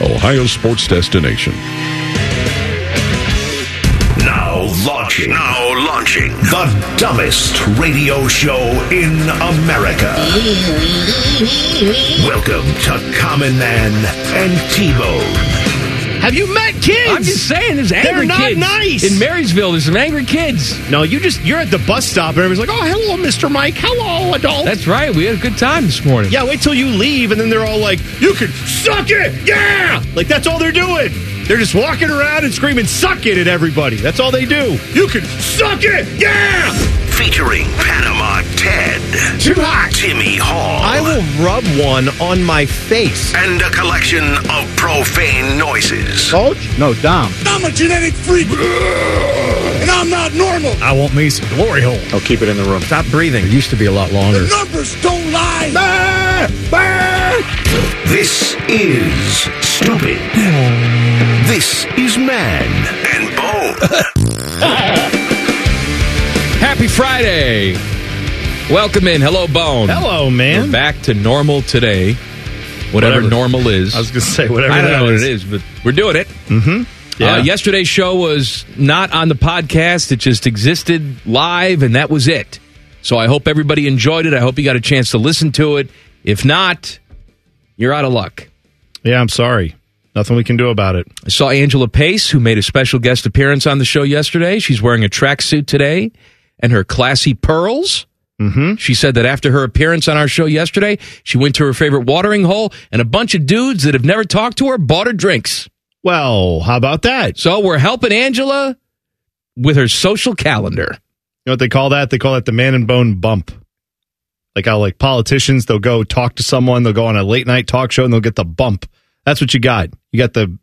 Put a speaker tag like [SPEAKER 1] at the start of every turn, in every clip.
[SPEAKER 1] Ohio sports destination.
[SPEAKER 2] Now launching. Now launching. The dumbest radio show in America. Welcome to Common Man and T-Bone.
[SPEAKER 3] Have you met kids?
[SPEAKER 4] I'm just saying, there's angry
[SPEAKER 3] They're not
[SPEAKER 4] kids.
[SPEAKER 3] nice.
[SPEAKER 4] In Marysville, there's some angry kids.
[SPEAKER 3] no, you just you're at the bus stop and everybody's like, "Oh, hello, Mr. Mike. Hello, adult."
[SPEAKER 4] That's right. We had a good time this morning.
[SPEAKER 3] yeah, wait till you leave, and then they're all like, "You can suck it, yeah!" Like that's all they're doing. They're just walking around and screaming "suck it" at everybody. That's all they do. You can suck it, yeah.
[SPEAKER 2] Featuring Panama Ted.
[SPEAKER 3] Too hot.
[SPEAKER 2] Timmy Hall.
[SPEAKER 3] I will rub one on my face.
[SPEAKER 2] And a collection of profane noises.
[SPEAKER 3] Coach? No, Dom.
[SPEAKER 5] I'm a genetic freak. And I'm not normal.
[SPEAKER 3] I want me some glory hole. I'll Oh, keep it in the room. Stop breathing. It used to be a lot longer.
[SPEAKER 5] Numbers don't lie.
[SPEAKER 2] This is stupid. This is man. And bone.
[SPEAKER 4] Happy Friday. Welcome in. Hello, Bone.
[SPEAKER 3] Hello, man.
[SPEAKER 4] We're back to normal today. Whatever,
[SPEAKER 3] Whatever.
[SPEAKER 4] normal is.
[SPEAKER 3] I was gonna say whatever.
[SPEAKER 4] I don't
[SPEAKER 3] that
[SPEAKER 4] know what it is, but we're doing it.
[SPEAKER 3] Yeah.
[SPEAKER 4] Uh, yesterday's show was not on the podcast. It just existed live, and that was it. So I hope everybody enjoyed it. I hope you got a chance to listen to it. If not, you're out of luck.
[SPEAKER 3] Yeah, I'm sorry. Nothing we can do about it.
[SPEAKER 4] I saw Angela Pace, who made a special guest appearance on the show yesterday. She's wearing a tracksuit today and her classy pearls. Mm-hmm. She said that after her appearance on our show yesterday, she went to her favorite watering hole and a bunch of dudes that have never talked to her bought her drinks.
[SPEAKER 3] Well, how about that? You
[SPEAKER 4] So we're helping Angela with her social calendar.
[SPEAKER 3] know what they call that? They call that the man and bone bump. Like how like politicians, they'll go talk to someone, they'll go on a late night talk show and they'll get the bump. That's what you got. You got the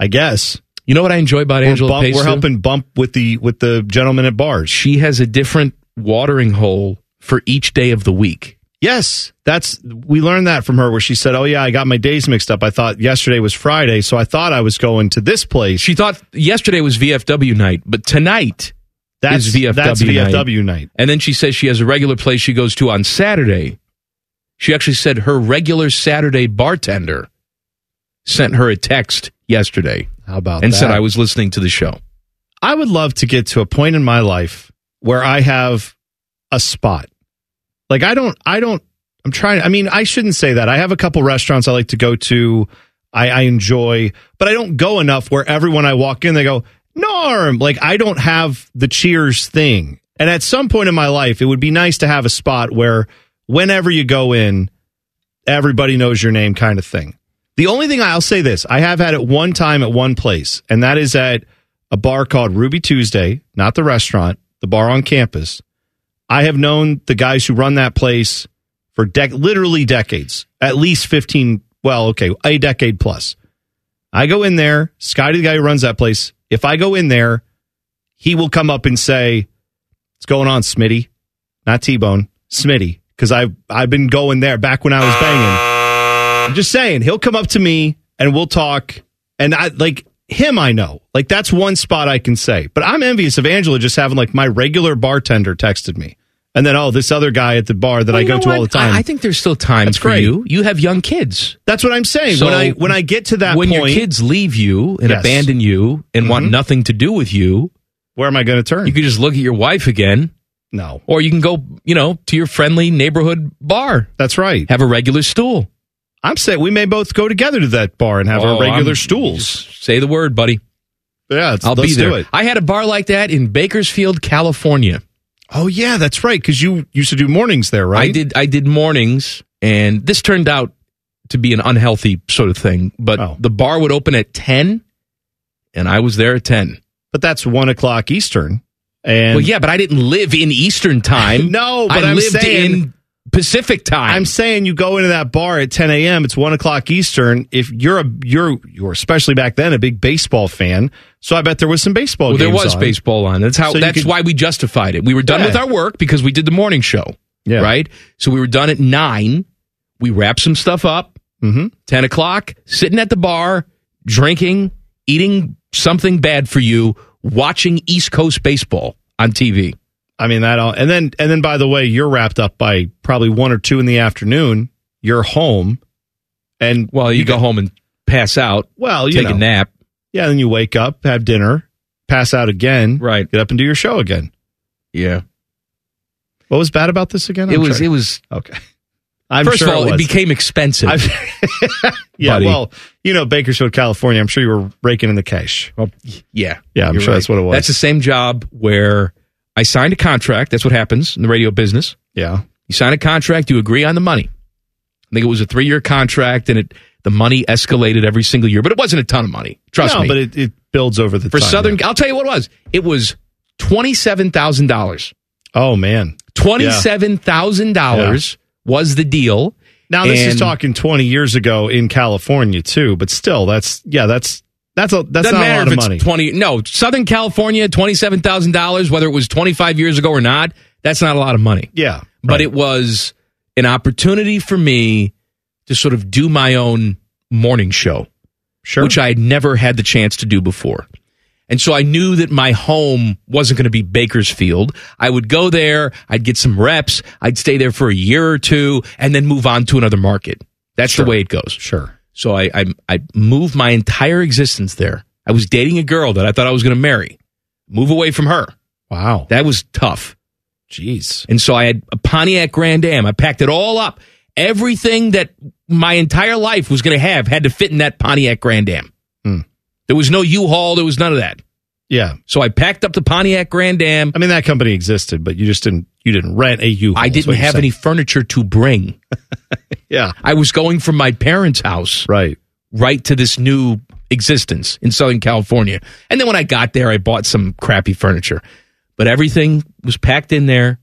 [SPEAKER 3] I guess.
[SPEAKER 4] You know what I enjoy about
[SPEAKER 3] We're,
[SPEAKER 4] Angela
[SPEAKER 3] bump-
[SPEAKER 4] Pace?
[SPEAKER 3] we're
[SPEAKER 4] too?
[SPEAKER 3] helping bump with the with the gentleman at bars.
[SPEAKER 4] She has a different watering hole for each day of the week.
[SPEAKER 3] Yes, that's we learned that from her where she said, "Oh yeah, I got my days mixed up. I thought yesterday was Friday, so I thought I was going to this place."
[SPEAKER 4] She thought yesterday was VFW night, but tonight
[SPEAKER 3] that's
[SPEAKER 4] is VFW
[SPEAKER 3] that's
[SPEAKER 4] night.
[SPEAKER 3] VFW night.
[SPEAKER 4] And then she says she has a regular place she goes to on Saturday. She actually said her regular Saturday bartender sent her a text yesterday
[SPEAKER 3] How about
[SPEAKER 4] and
[SPEAKER 3] that?
[SPEAKER 4] said I was listening to the show.
[SPEAKER 3] I would love to get to a point in my life where I have a spot. Like I don't I don't I'm trying I mean I shouldn't say that. I have a couple restaurants I like to go to. I, I enjoy, but I don't go enough where everyone I walk in they go, Norm. Like I don't have the cheers thing. And at some point in my life, it would be nice to have a spot where whenever you go in, everybody knows your name kind of thing. The only thing I'll say this, I have had it one time at one place, and that is at a bar called Ruby Tuesday, not the restaurant, the bar on campus. I have known the guys who run that place for dec- literally decades, at least 15, well, okay, a decade plus. I go in there, Scotty, the guy who runs that place, if I go in there, he will come up and say, What's going on, Smitty? Not T Bone, Smitty, because I've, I've been going there back when I was banging. I'm just saying, he'll come up to me and we'll talk. And I like him, I know. Like that's one spot I can say. But I'm envious of Angela just having like my regular bartender texted me. And then, oh, this other guy at the bar that I go to all the time.
[SPEAKER 4] I, I think there's still time
[SPEAKER 3] That's
[SPEAKER 4] for
[SPEAKER 3] great.
[SPEAKER 4] you. You have young kids.
[SPEAKER 3] that's what I'm saying.
[SPEAKER 4] So
[SPEAKER 3] when I when I get to that
[SPEAKER 4] when
[SPEAKER 3] point,
[SPEAKER 4] your kids leave you and
[SPEAKER 3] Yes. Mm-hmm.
[SPEAKER 4] abandon you and want nothing to do with you,
[SPEAKER 3] where am I going to turn?
[SPEAKER 4] you could just look at your wife again,
[SPEAKER 3] no,
[SPEAKER 4] or you can go, you know, to your friendly neighborhood bar,
[SPEAKER 3] that's right.
[SPEAKER 4] have a regular stool,
[SPEAKER 3] I'm saying we may both go together to that bar and have
[SPEAKER 4] Oh,
[SPEAKER 3] our regular
[SPEAKER 4] I'm-
[SPEAKER 3] stools.
[SPEAKER 4] Say the word, buddy.
[SPEAKER 3] Yeah, it's-
[SPEAKER 4] I'll
[SPEAKER 3] let's
[SPEAKER 4] be there.
[SPEAKER 3] do it.
[SPEAKER 4] I had a bar like that in Bakersfield, California.
[SPEAKER 3] Oh yeah, that's right. Because you used to do mornings there,
[SPEAKER 4] I
[SPEAKER 3] right?
[SPEAKER 4] did I did mornings, and this turned out to be an unhealthy sort of thing. But
[SPEAKER 3] Oh.
[SPEAKER 4] the bar would open at ten, and I was there at ten.
[SPEAKER 3] but that's one o'clock Eastern. And
[SPEAKER 4] well, yeah, but I didn't live in Eastern time.
[SPEAKER 3] No, but
[SPEAKER 4] I
[SPEAKER 3] I'm
[SPEAKER 4] lived
[SPEAKER 3] saying-
[SPEAKER 4] in Pacific time.
[SPEAKER 3] I'm saying you go into that bar at 10 a.m. It's one o'clock Eastern. If you're a you're you're especially back then a big baseball fan, so I bet there was some baseball.
[SPEAKER 4] well, there
[SPEAKER 3] games
[SPEAKER 4] was
[SPEAKER 3] on.
[SPEAKER 4] baseball on. That's how.
[SPEAKER 3] So you
[SPEAKER 4] that's
[SPEAKER 3] could-
[SPEAKER 4] why we justified it. We were done
[SPEAKER 3] Yeah.
[SPEAKER 4] with our work because we did the morning show.
[SPEAKER 3] Yeah.
[SPEAKER 4] Right. So we were done at nine. We wrapped some stuff up.
[SPEAKER 3] Mhm.
[SPEAKER 4] Ten o'clock. Sitting at the bar, drinking, eating something bad for you, watching East Coast baseball on TV.
[SPEAKER 3] I mean that all, and then and then by the way, you're wrapped up by probably one or two in the afternoon. You're home, and
[SPEAKER 4] Well, you, go home and pass out,
[SPEAKER 3] well, you
[SPEAKER 4] take
[SPEAKER 3] know,
[SPEAKER 4] a nap.
[SPEAKER 3] Yeah, then you wake up, have dinner, pass out again,
[SPEAKER 4] Right.
[SPEAKER 3] Get up and do your show again.
[SPEAKER 4] Yeah.
[SPEAKER 3] What was bad about this again?
[SPEAKER 4] It
[SPEAKER 3] I'm
[SPEAKER 4] was.
[SPEAKER 3] sorry.
[SPEAKER 4] It was.
[SPEAKER 3] okay. I'm
[SPEAKER 4] first
[SPEAKER 3] sure
[SPEAKER 4] of all, it,
[SPEAKER 3] was.
[SPEAKER 4] became expensive.
[SPEAKER 3] I've- yeah,
[SPEAKER 4] buddy.
[SPEAKER 3] well, you know, Bakersfield, California. I'm sure you were raking in the cash.
[SPEAKER 4] Well, yeah.
[SPEAKER 3] Yeah, I'm
[SPEAKER 4] You're
[SPEAKER 3] sure that's what it was.
[SPEAKER 4] That's the same job where I signed a contract. That's what happens in the radio business.
[SPEAKER 3] Yeah,
[SPEAKER 4] You sign a contract, you agree on the money. I think it was a three year contract and it the money escalated every single year, but it wasn't a ton of money. Trust
[SPEAKER 3] no,
[SPEAKER 4] me.
[SPEAKER 3] but it, it builds over the
[SPEAKER 4] For
[SPEAKER 3] time,
[SPEAKER 4] Southern,
[SPEAKER 3] yeah.
[SPEAKER 4] I'll tell you what it was. It was $27,000.
[SPEAKER 3] Oh man,
[SPEAKER 4] $27,000 was the deal.
[SPEAKER 3] Now this
[SPEAKER 4] And-
[SPEAKER 3] is talking 20 years ago in California too, but still, that's yeah, that's that's a that's
[SPEAKER 4] Doesn't
[SPEAKER 3] not a
[SPEAKER 4] matter if
[SPEAKER 3] lot of
[SPEAKER 4] it's
[SPEAKER 3] money.
[SPEAKER 4] twenty. No, Southern California, twenty-seven thousand dollars. Whether it was twenty-five years ago or not, that's not a lot of money.
[SPEAKER 3] yeah,
[SPEAKER 4] But it was an opportunity for me to sort of do my own morning show,
[SPEAKER 3] sure.
[SPEAKER 4] which I had never had the chance to do before. And so I knew that my home wasn't going to be Bakersfield. I would go there, I'd get some reps, I'd stay there for a year or two, and then move on to another market. That's the way it goes.
[SPEAKER 3] sure.
[SPEAKER 4] So I, I I moved my entire existence there. I was dating a girl that I thought I was going to marry. Move away from her.
[SPEAKER 3] Wow.
[SPEAKER 4] That was tough.
[SPEAKER 3] Jeez.
[SPEAKER 4] And so I had a Pontiac Grand Am. I packed it all up. Everything that my entire life was going to have had to fit in that Pontiac Grand Am.
[SPEAKER 3] Hmm.
[SPEAKER 4] There was no U-Haul. There was none of that.
[SPEAKER 3] Yeah.
[SPEAKER 4] So I packed up the Pontiac Grand Am.
[SPEAKER 3] I mean that company existed, but you just didn't you didn't rent a U.
[SPEAKER 4] I didn't have any furniture to bring.
[SPEAKER 3] Yeah.
[SPEAKER 4] I was going from my parents' house
[SPEAKER 3] Right.
[SPEAKER 4] right to this new existence in Southern California. And then when I got there, I bought some crappy furniture, but everything was packed in there.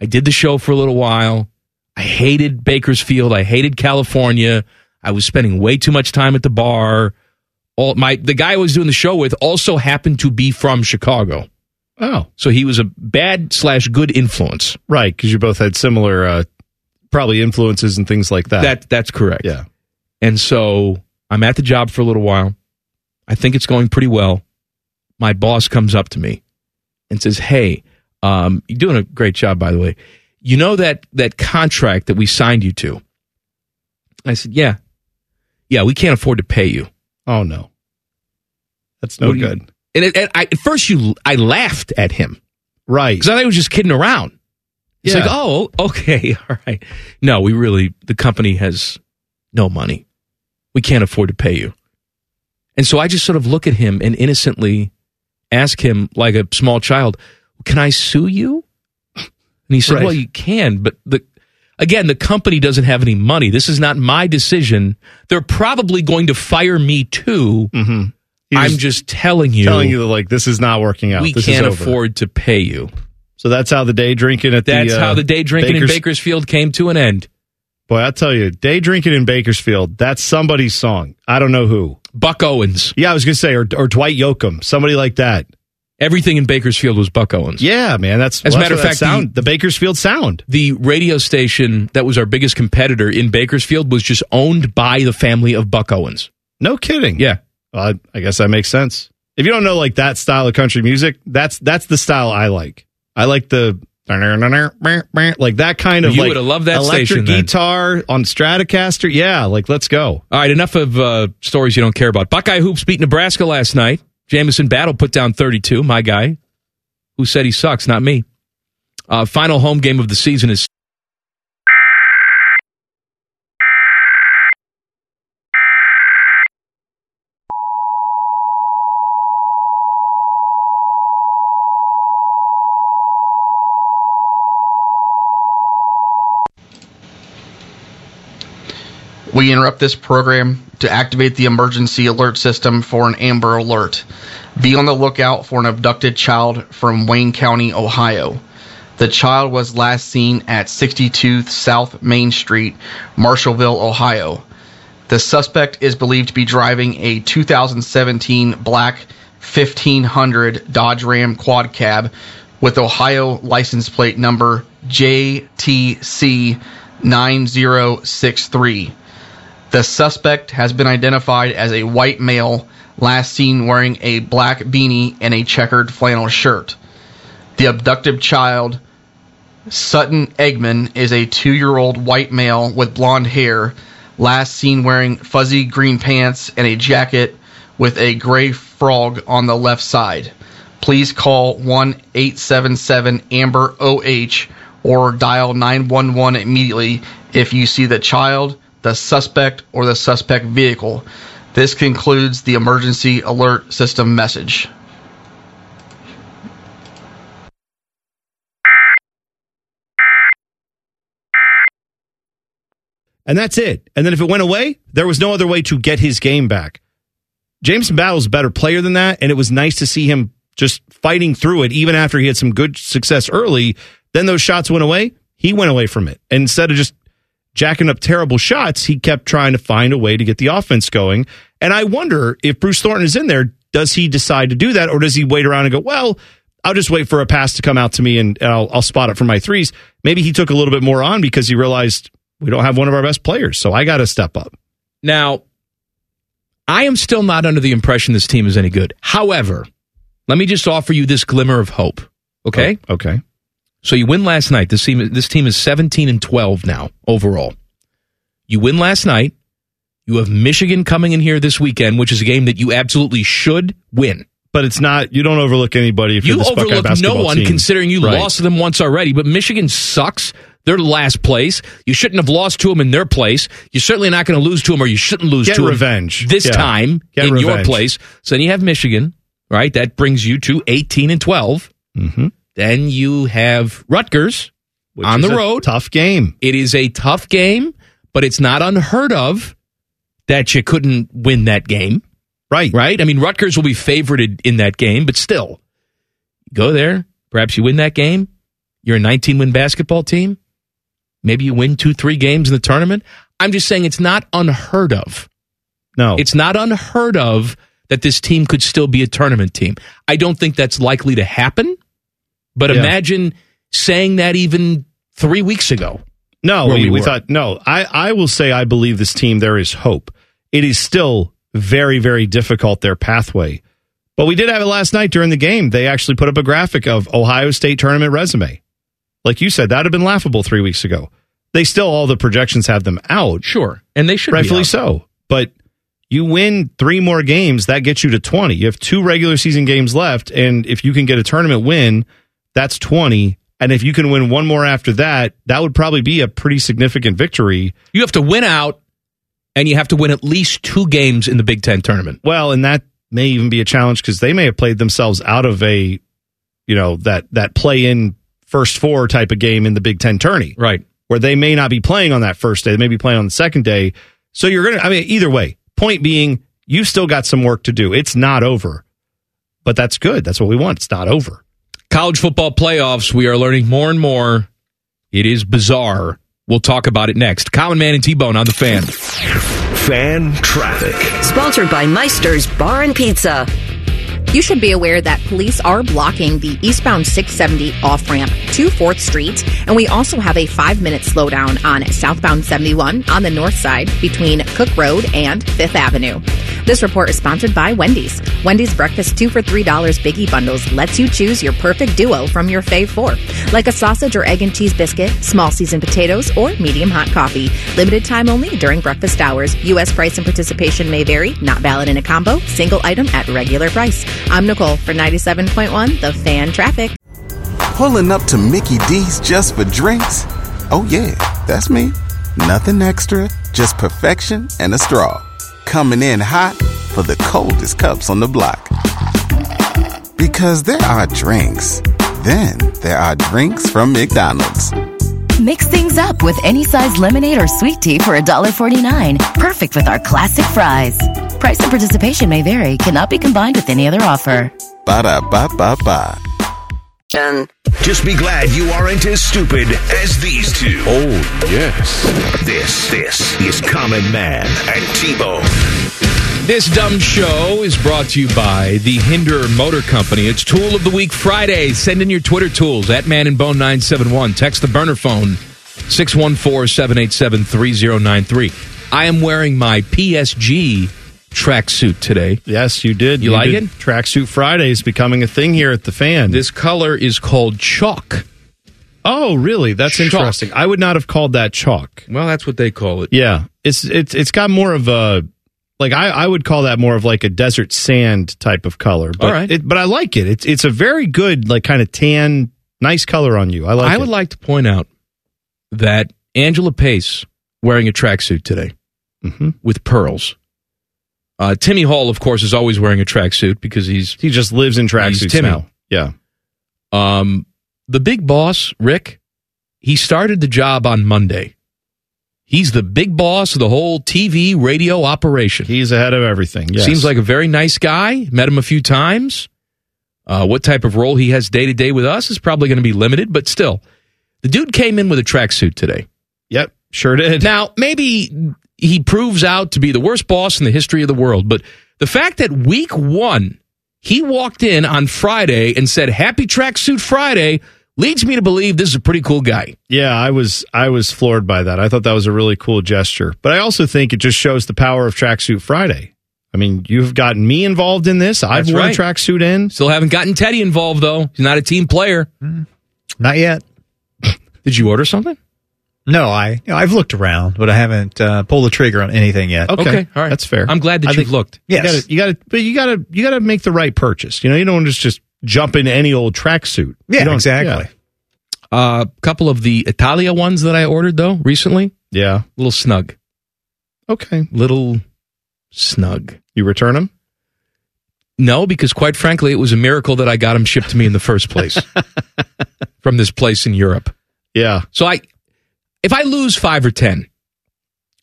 [SPEAKER 4] I did the show for a little while. I hated Bakersfield. I hated California. I was spending way too much time at the bar. All my the guy I was doing the show with also happened to be from Chicago,
[SPEAKER 3] Oh,
[SPEAKER 4] so he was a bad slash good influence.
[SPEAKER 3] right. Because you both had similar, uh, probably influences and things like that.
[SPEAKER 4] That that's correct.
[SPEAKER 3] yeah.
[SPEAKER 4] And so I'm at the job for a little while. I think it's going pretty well. My boss comes up to me and says, "Hey, um, you're doing a great job, by the way. You know that that contract that we signed you to." I said, "Yeah, yeah, we can't afford to pay you."
[SPEAKER 3] Oh no. That's no
[SPEAKER 4] What do you-
[SPEAKER 3] good.
[SPEAKER 4] And, it, and I, at first, you I laughed at him
[SPEAKER 3] right.
[SPEAKER 4] because I thought he was just kidding around. It's
[SPEAKER 3] Yeah.
[SPEAKER 4] like, oh, okay, all right. No, we really, the company has no money. We can't afford to pay you. And so I just sort of look at him and innocently ask him, like a small child, can I sue you? And he said,
[SPEAKER 3] Right.
[SPEAKER 4] well, you can, but the, again, the company doesn't have any money. This is not my decision. They're probably going to fire me too.
[SPEAKER 3] Mm-hmm. He's
[SPEAKER 4] I'm just telling you,
[SPEAKER 3] telling you that like this is not working out.
[SPEAKER 4] we
[SPEAKER 3] This is
[SPEAKER 4] can't
[SPEAKER 3] over.
[SPEAKER 4] afford to pay you.
[SPEAKER 3] So that's how the day drinking at
[SPEAKER 4] That's
[SPEAKER 3] the. uh,
[SPEAKER 4] how the day drinking
[SPEAKER 3] Bakers-
[SPEAKER 4] in Bakersfield came to an end.
[SPEAKER 3] Boy, I tell you, day drinking in Bakersfield. That's somebody's song. I don't know who.
[SPEAKER 4] Buck Owens.
[SPEAKER 3] Yeah, I was gonna say or or Dwight Yoakam, somebody like that.
[SPEAKER 4] Everything in Bakersfield was Buck Owens.
[SPEAKER 3] Yeah, man. That's
[SPEAKER 4] As a
[SPEAKER 3] well,
[SPEAKER 4] matter
[SPEAKER 3] that's what
[SPEAKER 4] of fact,
[SPEAKER 3] that sound the, Bakersfield sound.
[SPEAKER 4] The radio station that was our biggest competitor in Bakersfield was just owned by the family of Buck Owens.
[SPEAKER 3] No kidding.
[SPEAKER 4] Yeah.
[SPEAKER 3] Well, I, I guess that makes sense. If you don't know like that style of country music, that's that's the style I like. I like the like that kind of
[SPEAKER 4] You
[SPEAKER 3] like
[SPEAKER 4] would've loved that
[SPEAKER 3] electric
[SPEAKER 4] station then.
[SPEAKER 3] guitar on Stratocaster. Yeah, like let's go.
[SPEAKER 4] All right, enough of uh, stories you don't care about. Buckeye Hoops beat Nebraska last night. Jamison Battle put down 32, my guy, who said he sucks, not me. Uh, final home game of the season is
[SPEAKER 6] We interrupt this program to activate the emergency alert system for an Amber Alert. Be on the lookout for an abducted child from Wayne County, Ohio. The child was last seen at 62 South Main Street, Marshallville, Ohio. The suspect is believed to be driving a 2017 black 1500 Dodge Ram quad cab with Ohio license plate number JTC 9063. The suspect has been identified as a white male, last seen wearing a black beanie and a checkered flannel shirt. The abducted child, Sutton Eggman, is a two year old white male with blonde hair, last seen wearing fuzzy green pants and a jacket with a gray frog on the left side. Please call 1 877 Amber OH or dial 911 immediately if you see the child, the suspect, or the suspect vehicle. This concludes the emergency alert system message.
[SPEAKER 3] And that's it. And then if it went away, there was no other way to get his game back. Jameson Battle's a better player than that, and it was nice to see him just fighting through it, even after he had some good success early. Then those shots went away. He went away from it. And instead of just jacking up terrible shots, he kept trying to find a way to get the offense going. And I wonder if Bruce Thornton is in there, does he decide to do that, or does he wait around and go, well, I'll just wait for a pass to come out to me and, and I'll, I'll spot it for my threes. Maybe he took a little bit more on because he realized we don't have one of our best players, so I got to step up.
[SPEAKER 4] Now, I am still not under the impression this team is any good. However, let me just offer you this glimmer of hope. Okay.
[SPEAKER 3] okay.
[SPEAKER 4] So you win last night. This team, this team is 17 and 12 now overall. You win last night. You have Michigan coming in here this weekend, which is a game that you absolutely should win.
[SPEAKER 3] But it's not. You don't overlook anybody. If
[SPEAKER 4] you
[SPEAKER 3] you're this Buckeye
[SPEAKER 4] overlook no
[SPEAKER 3] basketball
[SPEAKER 4] one,
[SPEAKER 3] team.
[SPEAKER 4] considering you
[SPEAKER 3] Right.
[SPEAKER 4] lost to them once already. But Michigan sucks. They're last place. You shouldn't have lost to them in their place. You're certainly not going to lose to them, or you shouldn't lose
[SPEAKER 3] Get
[SPEAKER 4] to 'em
[SPEAKER 3] revenge.
[SPEAKER 4] this
[SPEAKER 3] Yeah.
[SPEAKER 4] time
[SPEAKER 3] Get
[SPEAKER 4] in your
[SPEAKER 3] revenge.
[SPEAKER 4] place. So then you have Michigan, right? That brings you to 18 and 12.
[SPEAKER 3] Mhm.
[SPEAKER 4] Then you have Rutgers
[SPEAKER 3] Which
[SPEAKER 4] on
[SPEAKER 3] is
[SPEAKER 4] the
[SPEAKER 3] a
[SPEAKER 4] road.
[SPEAKER 3] tough game.
[SPEAKER 4] It is a tough game, but it's not unheard of that you couldn't win that game,
[SPEAKER 3] Right.
[SPEAKER 4] right? I mean, Rutgers will be favorited in that game, but still, go there. Perhaps you win that game. You're a 19 win basketball team. Maybe you win two, three games in the tournament. I'm just saying it's not unheard of.
[SPEAKER 3] No.
[SPEAKER 4] It's not unheard of that this team could still be a tournament team. I don't think that's likely to happen, but
[SPEAKER 3] Yeah.
[SPEAKER 4] imagine saying that even three weeks ago.
[SPEAKER 3] No,
[SPEAKER 4] where
[SPEAKER 3] we,
[SPEAKER 4] we
[SPEAKER 3] we
[SPEAKER 4] were.
[SPEAKER 3] thought no. I I will say I believe this team. There is hope. It is still very very difficult their pathway, but we did have it last night during the game. They actually put up a graphic of Ohio State tournament resume. Like you said, that'd have been laughable three weeks ago. They still all the projections have them out.
[SPEAKER 4] Sure. And they should be
[SPEAKER 3] rightfully
[SPEAKER 4] up.
[SPEAKER 3] so. But you win three more games, that gets you to 20. You have two regular season games left, and if you can get a tournament win, that's 20. And if you can win one more after that, that would probably be a pretty significant victory.
[SPEAKER 4] You have to win out, and you have to win at least two games in the Big Ten tournament.
[SPEAKER 3] Well, and that may even be a challenge because they may have played themselves out of a, you know, that that play in first four type of game in the Big Ten tourney.
[SPEAKER 4] Right.
[SPEAKER 3] where they may not be playing on that first day. They may be playing on the second day. So you're going to, I mean, either way, point being, you've still got some work to do. It's not over, but that's good. That's what we want. It's not over.
[SPEAKER 4] College football playoffs, we are learning more and more. It is bizarre. We'll talk about it next. Common Man and T Bone on the fan.
[SPEAKER 2] Fan traffic.
[SPEAKER 7] Sponsored by Meister's Bar and Pizza.
[SPEAKER 8] You should be aware that police are blocking the eastbound 670 off ramp to 4th Street, and we also have a five minute slowdown on southbound 71 on the north side between Cook Road and 5th Avenue. This report is sponsored by Wendy's. Wendy's breakfast two for $3 biggie bundles lets you choose your perfect duo from your fave four, like a sausage or egg and cheese biscuit, small seasoned potatoes, or medium hot coffee. Limited time only during breakfast hours. U.S. price and participation may vary, not valid in a combo, single item at regular price. I'm Nicole for 97.1 The Fan Traffic.
[SPEAKER 9] Pulling up to Mickey D's just for drinks? Oh, yeah, that's me. Nothing extra, just perfection and a straw. Coming in hot for the coldest cups on the block. Because there are drinks, then there are drinks from McDonald's.
[SPEAKER 10] Mix things up with any size lemonade or sweet tea for $1.49. Perfect with our classic fries. Price and participation may vary, cannot be combined with any other offer.
[SPEAKER 9] Ba da ba ba ba.
[SPEAKER 7] Jen.
[SPEAKER 2] Just be glad you aren't as stupid as these two. Oh, yes. This, this is Common Man and T-Bone.
[SPEAKER 4] This dumb show is brought to you by the Hinderer Motor Company. It's Tool of the Week Friday. Send in your Twitter tools at Man and Bone 971. Text the burner phone 614 787 3093. I am wearing my PSG tracksuit today.
[SPEAKER 3] Yes, you did.
[SPEAKER 4] You, like
[SPEAKER 3] did-
[SPEAKER 4] it?
[SPEAKER 3] Tracksuit Friday is becoming a thing here at the fan.
[SPEAKER 4] This color is called chalk.
[SPEAKER 3] Oh, really? That's
[SPEAKER 4] Chalk.
[SPEAKER 3] interesting. I would not have called that chalk.
[SPEAKER 4] Well, that's what they call it.
[SPEAKER 3] Yeah, it's it's it's got more of a like I, I would call that more of like a desert sand type of color. But
[SPEAKER 4] All right.
[SPEAKER 3] it, but I like it. It's it's a very good like kind of tan, nice color on you. I like.
[SPEAKER 4] I
[SPEAKER 3] it.
[SPEAKER 4] would like to point out that Angela Pace wearing a tracksuit today
[SPEAKER 3] Mm-hmm.
[SPEAKER 4] with pearls. Uh, Timmy Hall, of course, is always wearing a tracksuit because he's
[SPEAKER 3] he just lives in tracksuits
[SPEAKER 4] Timmy.
[SPEAKER 3] now. Yeah.
[SPEAKER 4] Um, the big boss, Rick, he started the job on Monday. He's the big boss of the whole TV radio operation.
[SPEAKER 3] He's ahead of everything. yes.
[SPEAKER 4] Seems like a very nice guy. Met him a few times. Uh, what type of role he has day to day with us is probably going to be limited, but still, the dude came in with a tracksuit today.
[SPEAKER 3] Yep, sure did.
[SPEAKER 4] Now, maybe he proves out to be the worst boss in the history of the world, but the fact that week one, he walked in on Friday and said, Happy Tracksuit Friday, leads me to believe this is a pretty cool guy.
[SPEAKER 3] Yeah, I was I was floored by that. I thought that was a really cool gesture. But I also think it just shows the power of Tracksuit Friday. I mean, you've gotten me involved in this. I've
[SPEAKER 4] That's
[SPEAKER 3] worn
[SPEAKER 4] right.
[SPEAKER 3] a tracksuit in.
[SPEAKER 4] Still haven't gotten Teddy involved, though. He's not a team player.
[SPEAKER 11] Not yet.
[SPEAKER 4] Did you order something?
[SPEAKER 11] No, I you know, I've looked around, but I haven't uh, pulled the trigger on anything yet.
[SPEAKER 3] Okay.
[SPEAKER 4] all right.
[SPEAKER 3] That's fair.
[SPEAKER 4] I'm glad that
[SPEAKER 3] I
[SPEAKER 4] you've
[SPEAKER 3] think-
[SPEAKER 4] looked.
[SPEAKER 3] You gotta, you gotta, but you gotta, you gotta make the right purchase. You know, you don't just just jump into any old tracksuit. You
[SPEAKER 11] Yeah,
[SPEAKER 3] don't-
[SPEAKER 11] exactly.
[SPEAKER 4] A Uh, couple of the Italia ones that I ordered, though, recently,
[SPEAKER 3] Yeah.
[SPEAKER 4] little snug.
[SPEAKER 3] yeah. Okay.
[SPEAKER 4] Little snug.
[SPEAKER 3] You return them.
[SPEAKER 4] No, because quite frankly, it was a miracle that I got them shipped to me in the first place from this place in Europe.
[SPEAKER 3] Yeah.
[SPEAKER 4] So I, if I lose five or ten,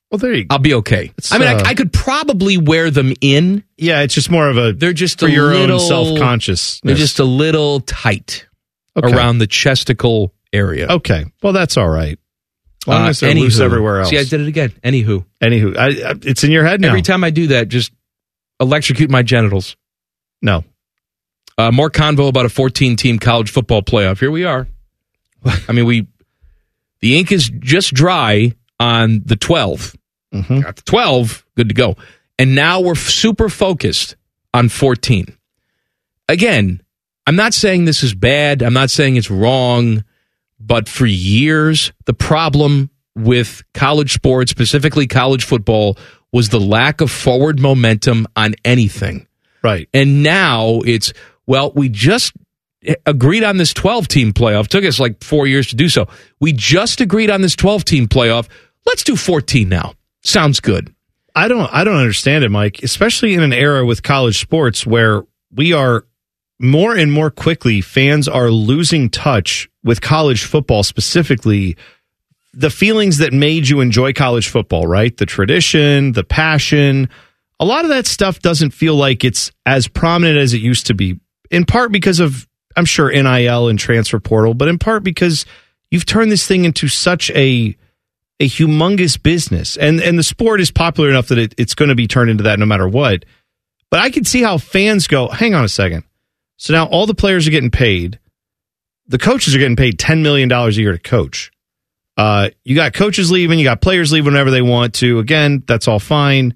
[SPEAKER 3] Well, there you go.
[SPEAKER 4] I'll be okay.
[SPEAKER 3] It's,
[SPEAKER 4] I mean,
[SPEAKER 3] uh,
[SPEAKER 4] I, I could probably wear them in.
[SPEAKER 3] Yeah, it's just more of a
[SPEAKER 4] They're just
[SPEAKER 3] for
[SPEAKER 4] a
[SPEAKER 3] your
[SPEAKER 4] little
[SPEAKER 3] own self conscious.
[SPEAKER 4] They're just a little tight around the chesticle area.
[SPEAKER 3] Okay. Well, that's all right. As long
[SPEAKER 4] Uh,
[SPEAKER 3] as they're loose
[SPEAKER 4] anywho.
[SPEAKER 3] everywhere else.
[SPEAKER 4] See, I did it again. Anywho,
[SPEAKER 3] Anywho, I, I, it's in your head now.
[SPEAKER 4] every time I do that, just electrocute my genitals.
[SPEAKER 3] No.
[SPEAKER 4] Uh, more convo about a 14 team college football playoff. Here we are. I mean, we the ink is just dry on the 12.
[SPEAKER 3] Mm-hmm.
[SPEAKER 4] Got the 12, good to go. And now we're f- super focused on 14. Again, I'm not saying this is bad. I'm not saying it's wrong. But for years, the problem with college sports, specifically college football, was the lack of forward momentum on anything.
[SPEAKER 3] Right.
[SPEAKER 4] And now it's, well, we just agreed on this 12 team playoff. Took us like four years to do so. We just agreed on this 12 team playoff. Let's do 14 now. Sounds good.
[SPEAKER 3] I don't I don't understand it, Mike, especially in an era with college sports where we are more and more quickly fans are losing touch with college football specifically the feelings that made you enjoy college football, right? The tradition, the passion. A lot of that stuff doesn't feel like it's as prominent as it used to be. In part because of I'm sure NIL and transfer portal, but in part because you've turned this thing into such a a humongous business and and the sport is popular enough that it, it's going to be turned into that no matter what but i can see how fans go hang on a second so now all the players are getting paid the coaches are getting paid $10 million a year to coach uh, you got coaches leaving you got players leaving whenever they want to again that's all fine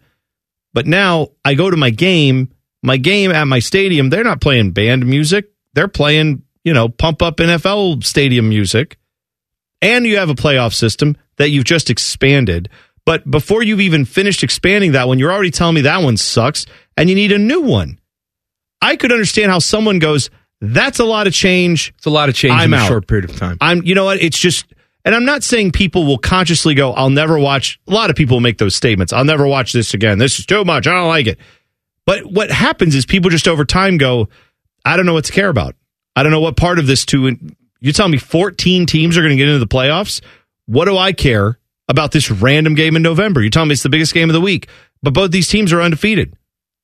[SPEAKER 3] but now i go to my game my game at my stadium they're not playing band music they're playing you know pump up nfl stadium music and you have a playoff system that you've just expanded. But before you've even finished expanding that one, you're already telling me that one sucks and you need a new one. I could understand how someone goes, that's a lot of change.
[SPEAKER 4] It's a lot of change
[SPEAKER 3] I'm
[SPEAKER 4] in a
[SPEAKER 3] out.
[SPEAKER 4] short period of time.
[SPEAKER 3] I'm, you know what? It's just, and I'm not saying people will consciously go, I'll never watch. A lot of people make those statements. I'll never watch this again. This is too much. I don't like it. But what happens is people just over time go, I don't know what to care about. I don't know what part of this to. You're telling me 14 teams are going to get into the playoffs? What do I care about this random game in November? You're telling me it's the biggest game of the week, but both these teams are undefeated.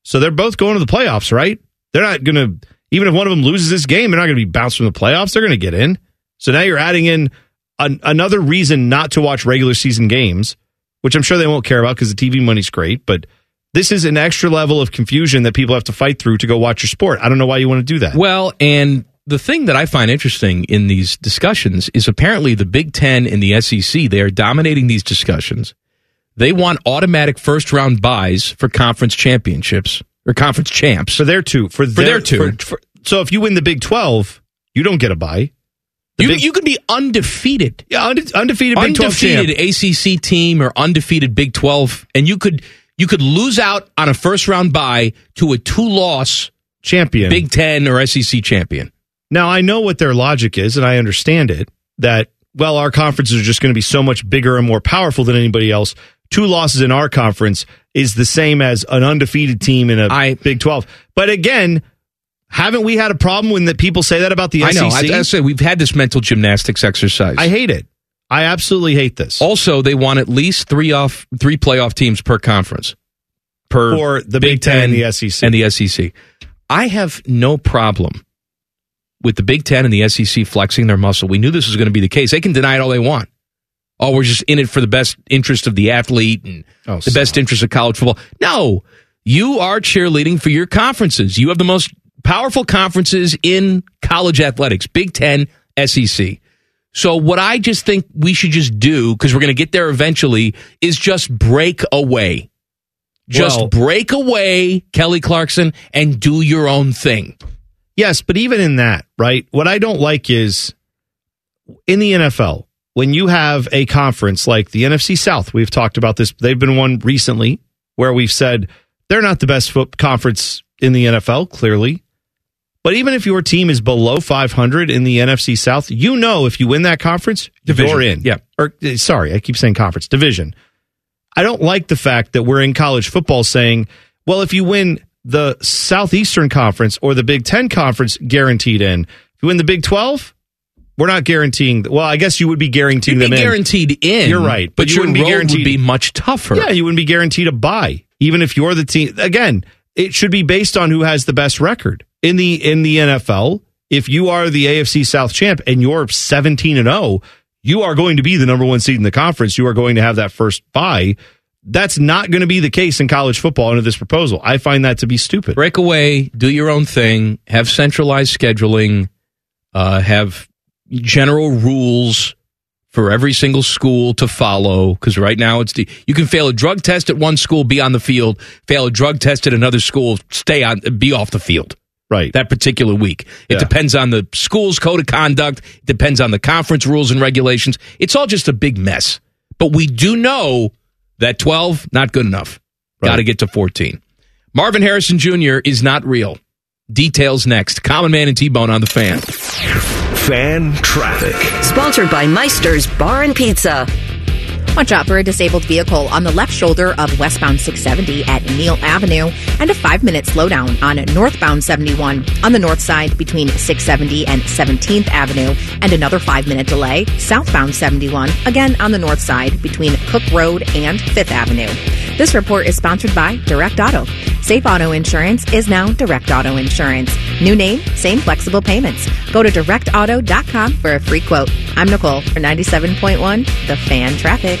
[SPEAKER 3] So they're both going to the playoffs, right? They're not going to, even if one of them loses this game, they're not going to be bounced from the playoffs. They're going to get in. So now you're adding in an, another reason not to watch regular season games, which I'm sure they won't care about because the TV money's great. But this is an extra level of confusion that people have to fight through to go watch your sport. I don't know why you want to do that.
[SPEAKER 4] Well, and the thing that I find interesting in these discussions is apparently the Big Ten and the SEC, they are dominating these discussions. They want automatic first round buys for conference championships or conference champs. For
[SPEAKER 3] their two. For,
[SPEAKER 4] their, two.
[SPEAKER 3] for- for- so if you win the Big 12, you don't get a bye.
[SPEAKER 4] you, you could be undefeated.
[SPEAKER 3] Yeah, unde- undefeated Big 12
[SPEAKER 4] undefeated
[SPEAKER 3] champ.
[SPEAKER 4] ACC team or undefeated Big 12 and you could you could lose out on a first round bye to a two loss
[SPEAKER 3] champion
[SPEAKER 4] Big 10 or SEC champion.
[SPEAKER 3] Now, I know what their logic is, and I understand it that, well, our conferences are just going to be so much bigger and more powerful than anybody else. Two losses in our conference is the same as an undefeated team in a Big 12. But again, haven't we had a problem when the people say that about the E
[SPEAKER 4] I
[SPEAKER 3] SEC?
[SPEAKER 4] know. I, I say we've had this mental gymnastics exercise. I
[SPEAKER 3] hate it. I absolutely hate this.
[SPEAKER 4] Also, they want at least three off three playoff teams per conference. Per
[SPEAKER 3] For the Big Ten and the E SEC.
[SPEAKER 4] and the SEC. I have no problem with the Big Ten and the SEC flexing their muscle. We knew this was going to be the case. They can deny it all they want. Oh, we're just in it for the best interest of the athlete and
[SPEAKER 3] Oh,
[SPEAKER 4] the best interest of college football. No, you are cheerleading for your conferences. You have the most powerful conferences in college athletics Big Ten, SEC. So, what I just think we should just do, because we're going to get there eventually, is just break away. Just
[SPEAKER 3] Well-
[SPEAKER 4] break away, Kelly Clarkson, and do your own thing.
[SPEAKER 3] Yes, but even in that, right? What I don't like is in the NFL, when you have a conference like the NFC South, we've talked about this. They've been one recently where we've said they're not the best foot conference in the NFL, clearly. But even if your team is below 500 in the NFC South, you know if you win that conference, you're in. Yeah. Or eh, sorry, I keep saying conference, division. I don't like the fact that we're in college football saying, well, if you win the Southeastern Conference or the Big Ten Conference, guaranteed in. If you win the Big 12, we're not guaranteeing. Well, I guess you would be guaranteeing
[SPEAKER 4] You'd
[SPEAKER 3] them
[SPEAKER 4] be
[SPEAKER 3] in.
[SPEAKER 4] guaranteed in,
[SPEAKER 3] You're right.
[SPEAKER 4] but your road would be
[SPEAKER 3] much
[SPEAKER 4] tougher.
[SPEAKER 3] Yeah, you wouldn't be guaranteed a buy, even if you're the team. Again, it should be based on who has the best record in the in the NFL. If you are the AFC South champ and you're 17 and 0, you are going to be the number one seed in the conference. You are going to have that first buy. That's not going to be the case in college football under this proposal. I find that to be stupid.
[SPEAKER 4] Break away, do your own thing, have centralized scheduling, uh, have general rules for every single school to follow. Because right now it's the you can fail a drug test at one school, be on the field. Fail a drug test at another school, stay on, be off the field.
[SPEAKER 3] Right.
[SPEAKER 4] That particular week. It depends on the school's code of conduct. It depends on the conference rules and regulations. It's all just a big mess. But we do know that 12, not good enough. Got to get to 14. Marvin Harrison Jr. is not real. Details next. Common Man and T Bone on the fan.
[SPEAKER 2] Fan traffic.
[SPEAKER 7] Sponsored by Meister's Bar and Pizza.
[SPEAKER 8] Watch out for a disabled vehicle on the left shoulder of westbound 670 at Neal Avenue and a five minute slowdown on northbound 71 on the north side between 670 and 17th Avenue and another five minute delay southbound 71 again on the north side between Cook Road and 5th Avenue. This report is sponsored by Direct Auto. Safe Auto Insurance is now Direct Auto Insurance. New name, same flexible payments. Go to directauto.com for a free quote. I'm Nicole for 97.1 The Fan Traffic.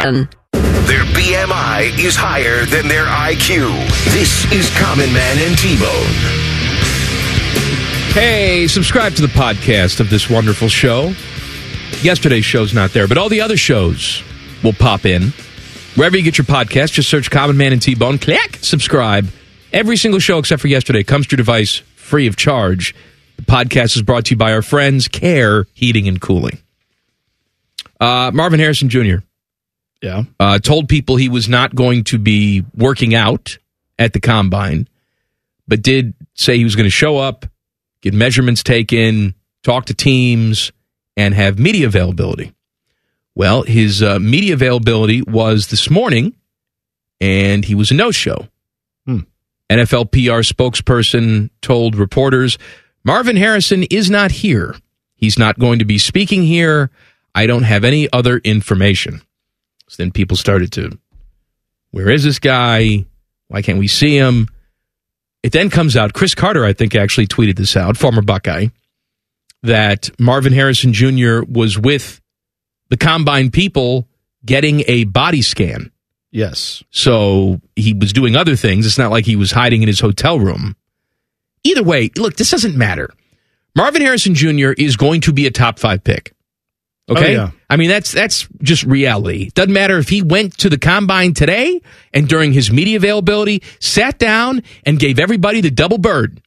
[SPEAKER 2] Their BMI is higher than their IQ. This is Common Man and T Bone.
[SPEAKER 4] Hey, subscribe to the podcast of this wonderful show. Yesterday's show's not there, but all the other shows will pop in. Wherever you get your podcast, just search Common Man and T Bone. Click subscribe. Every single show except for yesterday comes to your device free of charge. The podcast is brought to you by our friends Care Heating and Cooling. Uh, Marvin Harrison Jr.
[SPEAKER 3] Yeah.
[SPEAKER 4] Uh, told people he was not going to be working out at the combine, but did say he was going to show up, get measurements taken, talk to teams, and have media availability. Well, his uh, media availability was this morning, and he was a no show. NFL PR spokesperson told reporters Marvin Harrison is not here. He's not going to be speaking here. I don't have any other information. So then people started to, where is this guy? Why can't we see him? It then comes out, Chris Carter, I think, actually tweeted this out, former Buckeye, that Marvin Harrison Jr. was with the combine people getting a body scan.
[SPEAKER 3] Yes.
[SPEAKER 4] So he was doing other things. It's not like he was hiding in his hotel room. Either way, look, this doesn't matter. Marvin Harrison Jr. is going to be a top five pick. Okay.
[SPEAKER 3] Oh, yeah.
[SPEAKER 4] I mean, that's that's just reality. Doesn't matter if he went to the combine today and during his media availability sat down and gave everybody the double bird.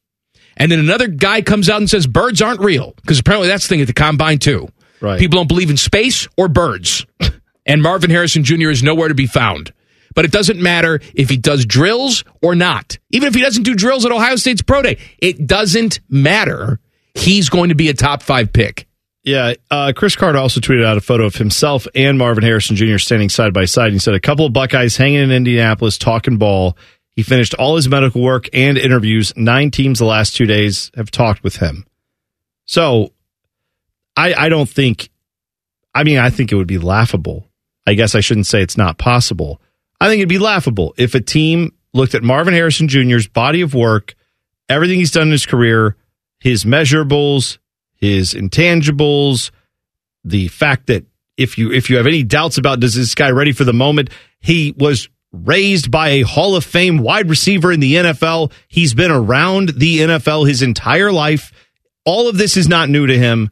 [SPEAKER 4] And then another guy comes out and says birds aren't real because apparently that's the thing at the combine too. Right. People don't believe in space or birds. And Marvin Harrison Jr. is nowhere to be found. But it doesn't matter if he does drills or not. Even if he doesn't do drills at Ohio State's pro day, it doesn't matter. He's going to be a top 5 pick.
[SPEAKER 3] Yeah, uh, Chris Carter also tweeted out a photo of himself and Marvin Harrison Jr. standing side by side. He said a couple of Buckeyes hanging in Indianapolis, talking ball. He finished all his medical work and interviews. Nine teams the last two days have talked with him. So, I I don't think. I mean, I think it would be laughable. I guess I shouldn't say it's not possible. I think it'd be laughable if a team looked at Marvin Harrison Jr.'s body of work, everything he's done in his career, his measurables, his intangibles, the fact that if you if you have any doubts about does this guy ready for the moment, he was raised by a Hall of Fame wide receiver in the NFL. He's been around the NFL his entire life. All of this is not new to him.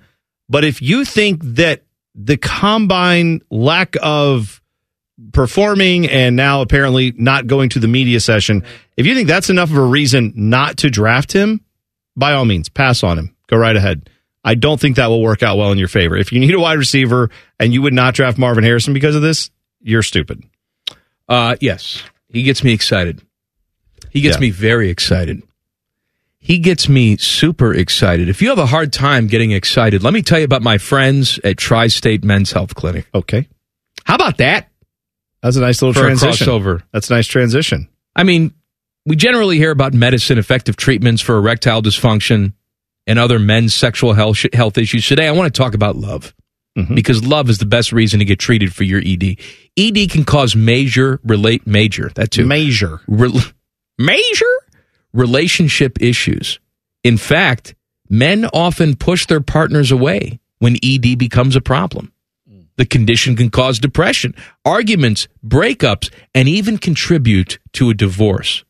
[SPEAKER 3] But if you think that the combine lack of performing and now apparently not going to the media session, if you think that's enough of a reason not to draft him, by all means, pass on him. Go right ahead. I don't think that will work out well in your favor. If you need a wide receiver and you would not draft Marvin Harrison because of this, you're stupid.
[SPEAKER 4] Uh, yes, he gets me excited. He gets me very excited. He gets me super excited. If you have a hard time getting excited, let me tell you about my friends at Tri State Men's Health Clinic.
[SPEAKER 3] Okay.
[SPEAKER 4] How about that?
[SPEAKER 3] That's a nice little
[SPEAKER 4] For a
[SPEAKER 3] transition.
[SPEAKER 4] crossover.
[SPEAKER 3] That's a nice transition.
[SPEAKER 4] I mean, we generally hear about medicine, effective treatments for erectile dysfunction, and other men's sexual health health issues. Today, I want to talk about love
[SPEAKER 3] Mm-hmm.
[SPEAKER 4] because love is the best reason to get treated for your E ED. ED can cause major relate major that too
[SPEAKER 3] major
[SPEAKER 4] Rel- major relationship issues. In fact, men often push their partners away when ED becomes a problem. The condition can cause depression, arguments, breakups, and even contribute to a divorce.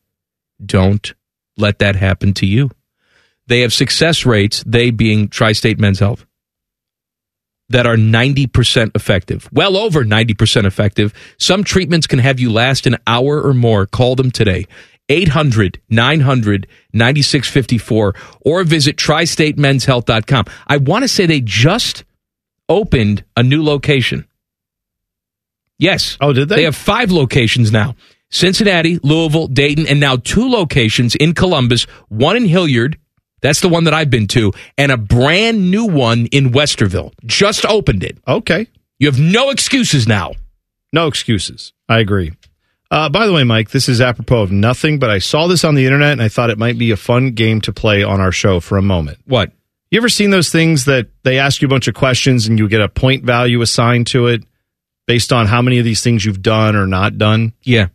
[SPEAKER 4] Don't let that happen to you. They have success rates, they being Tri State Men's Health, that are 90% effective, well over 90% effective. Some treatments can have you last an hour or more. Call them today. 800 900 9654 or visit tristatemenshealth.com. I want to say they just opened a new location. Yes.
[SPEAKER 3] Oh, did they?
[SPEAKER 4] They have five locations now Cincinnati, Louisville, Dayton, and now two locations in Columbus, one in Hilliard. That's the one that I've been to, and a brand new one in Westerville. Just opened it.
[SPEAKER 3] Okay.
[SPEAKER 4] You have no excuses now.
[SPEAKER 3] No excuses. I agree. Uh, by the way, Mike, this is apropos of nothing, but I saw this on the internet and I thought it might be a fun game to play on our show for a moment.
[SPEAKER 4] What?
[SPEAKER 3] You ever seen those things that they ask you a bunch of questions and you get a point value assigned to it based on how many of these things you've done or not done?
[SPEAKER 4] Yeah. Oh.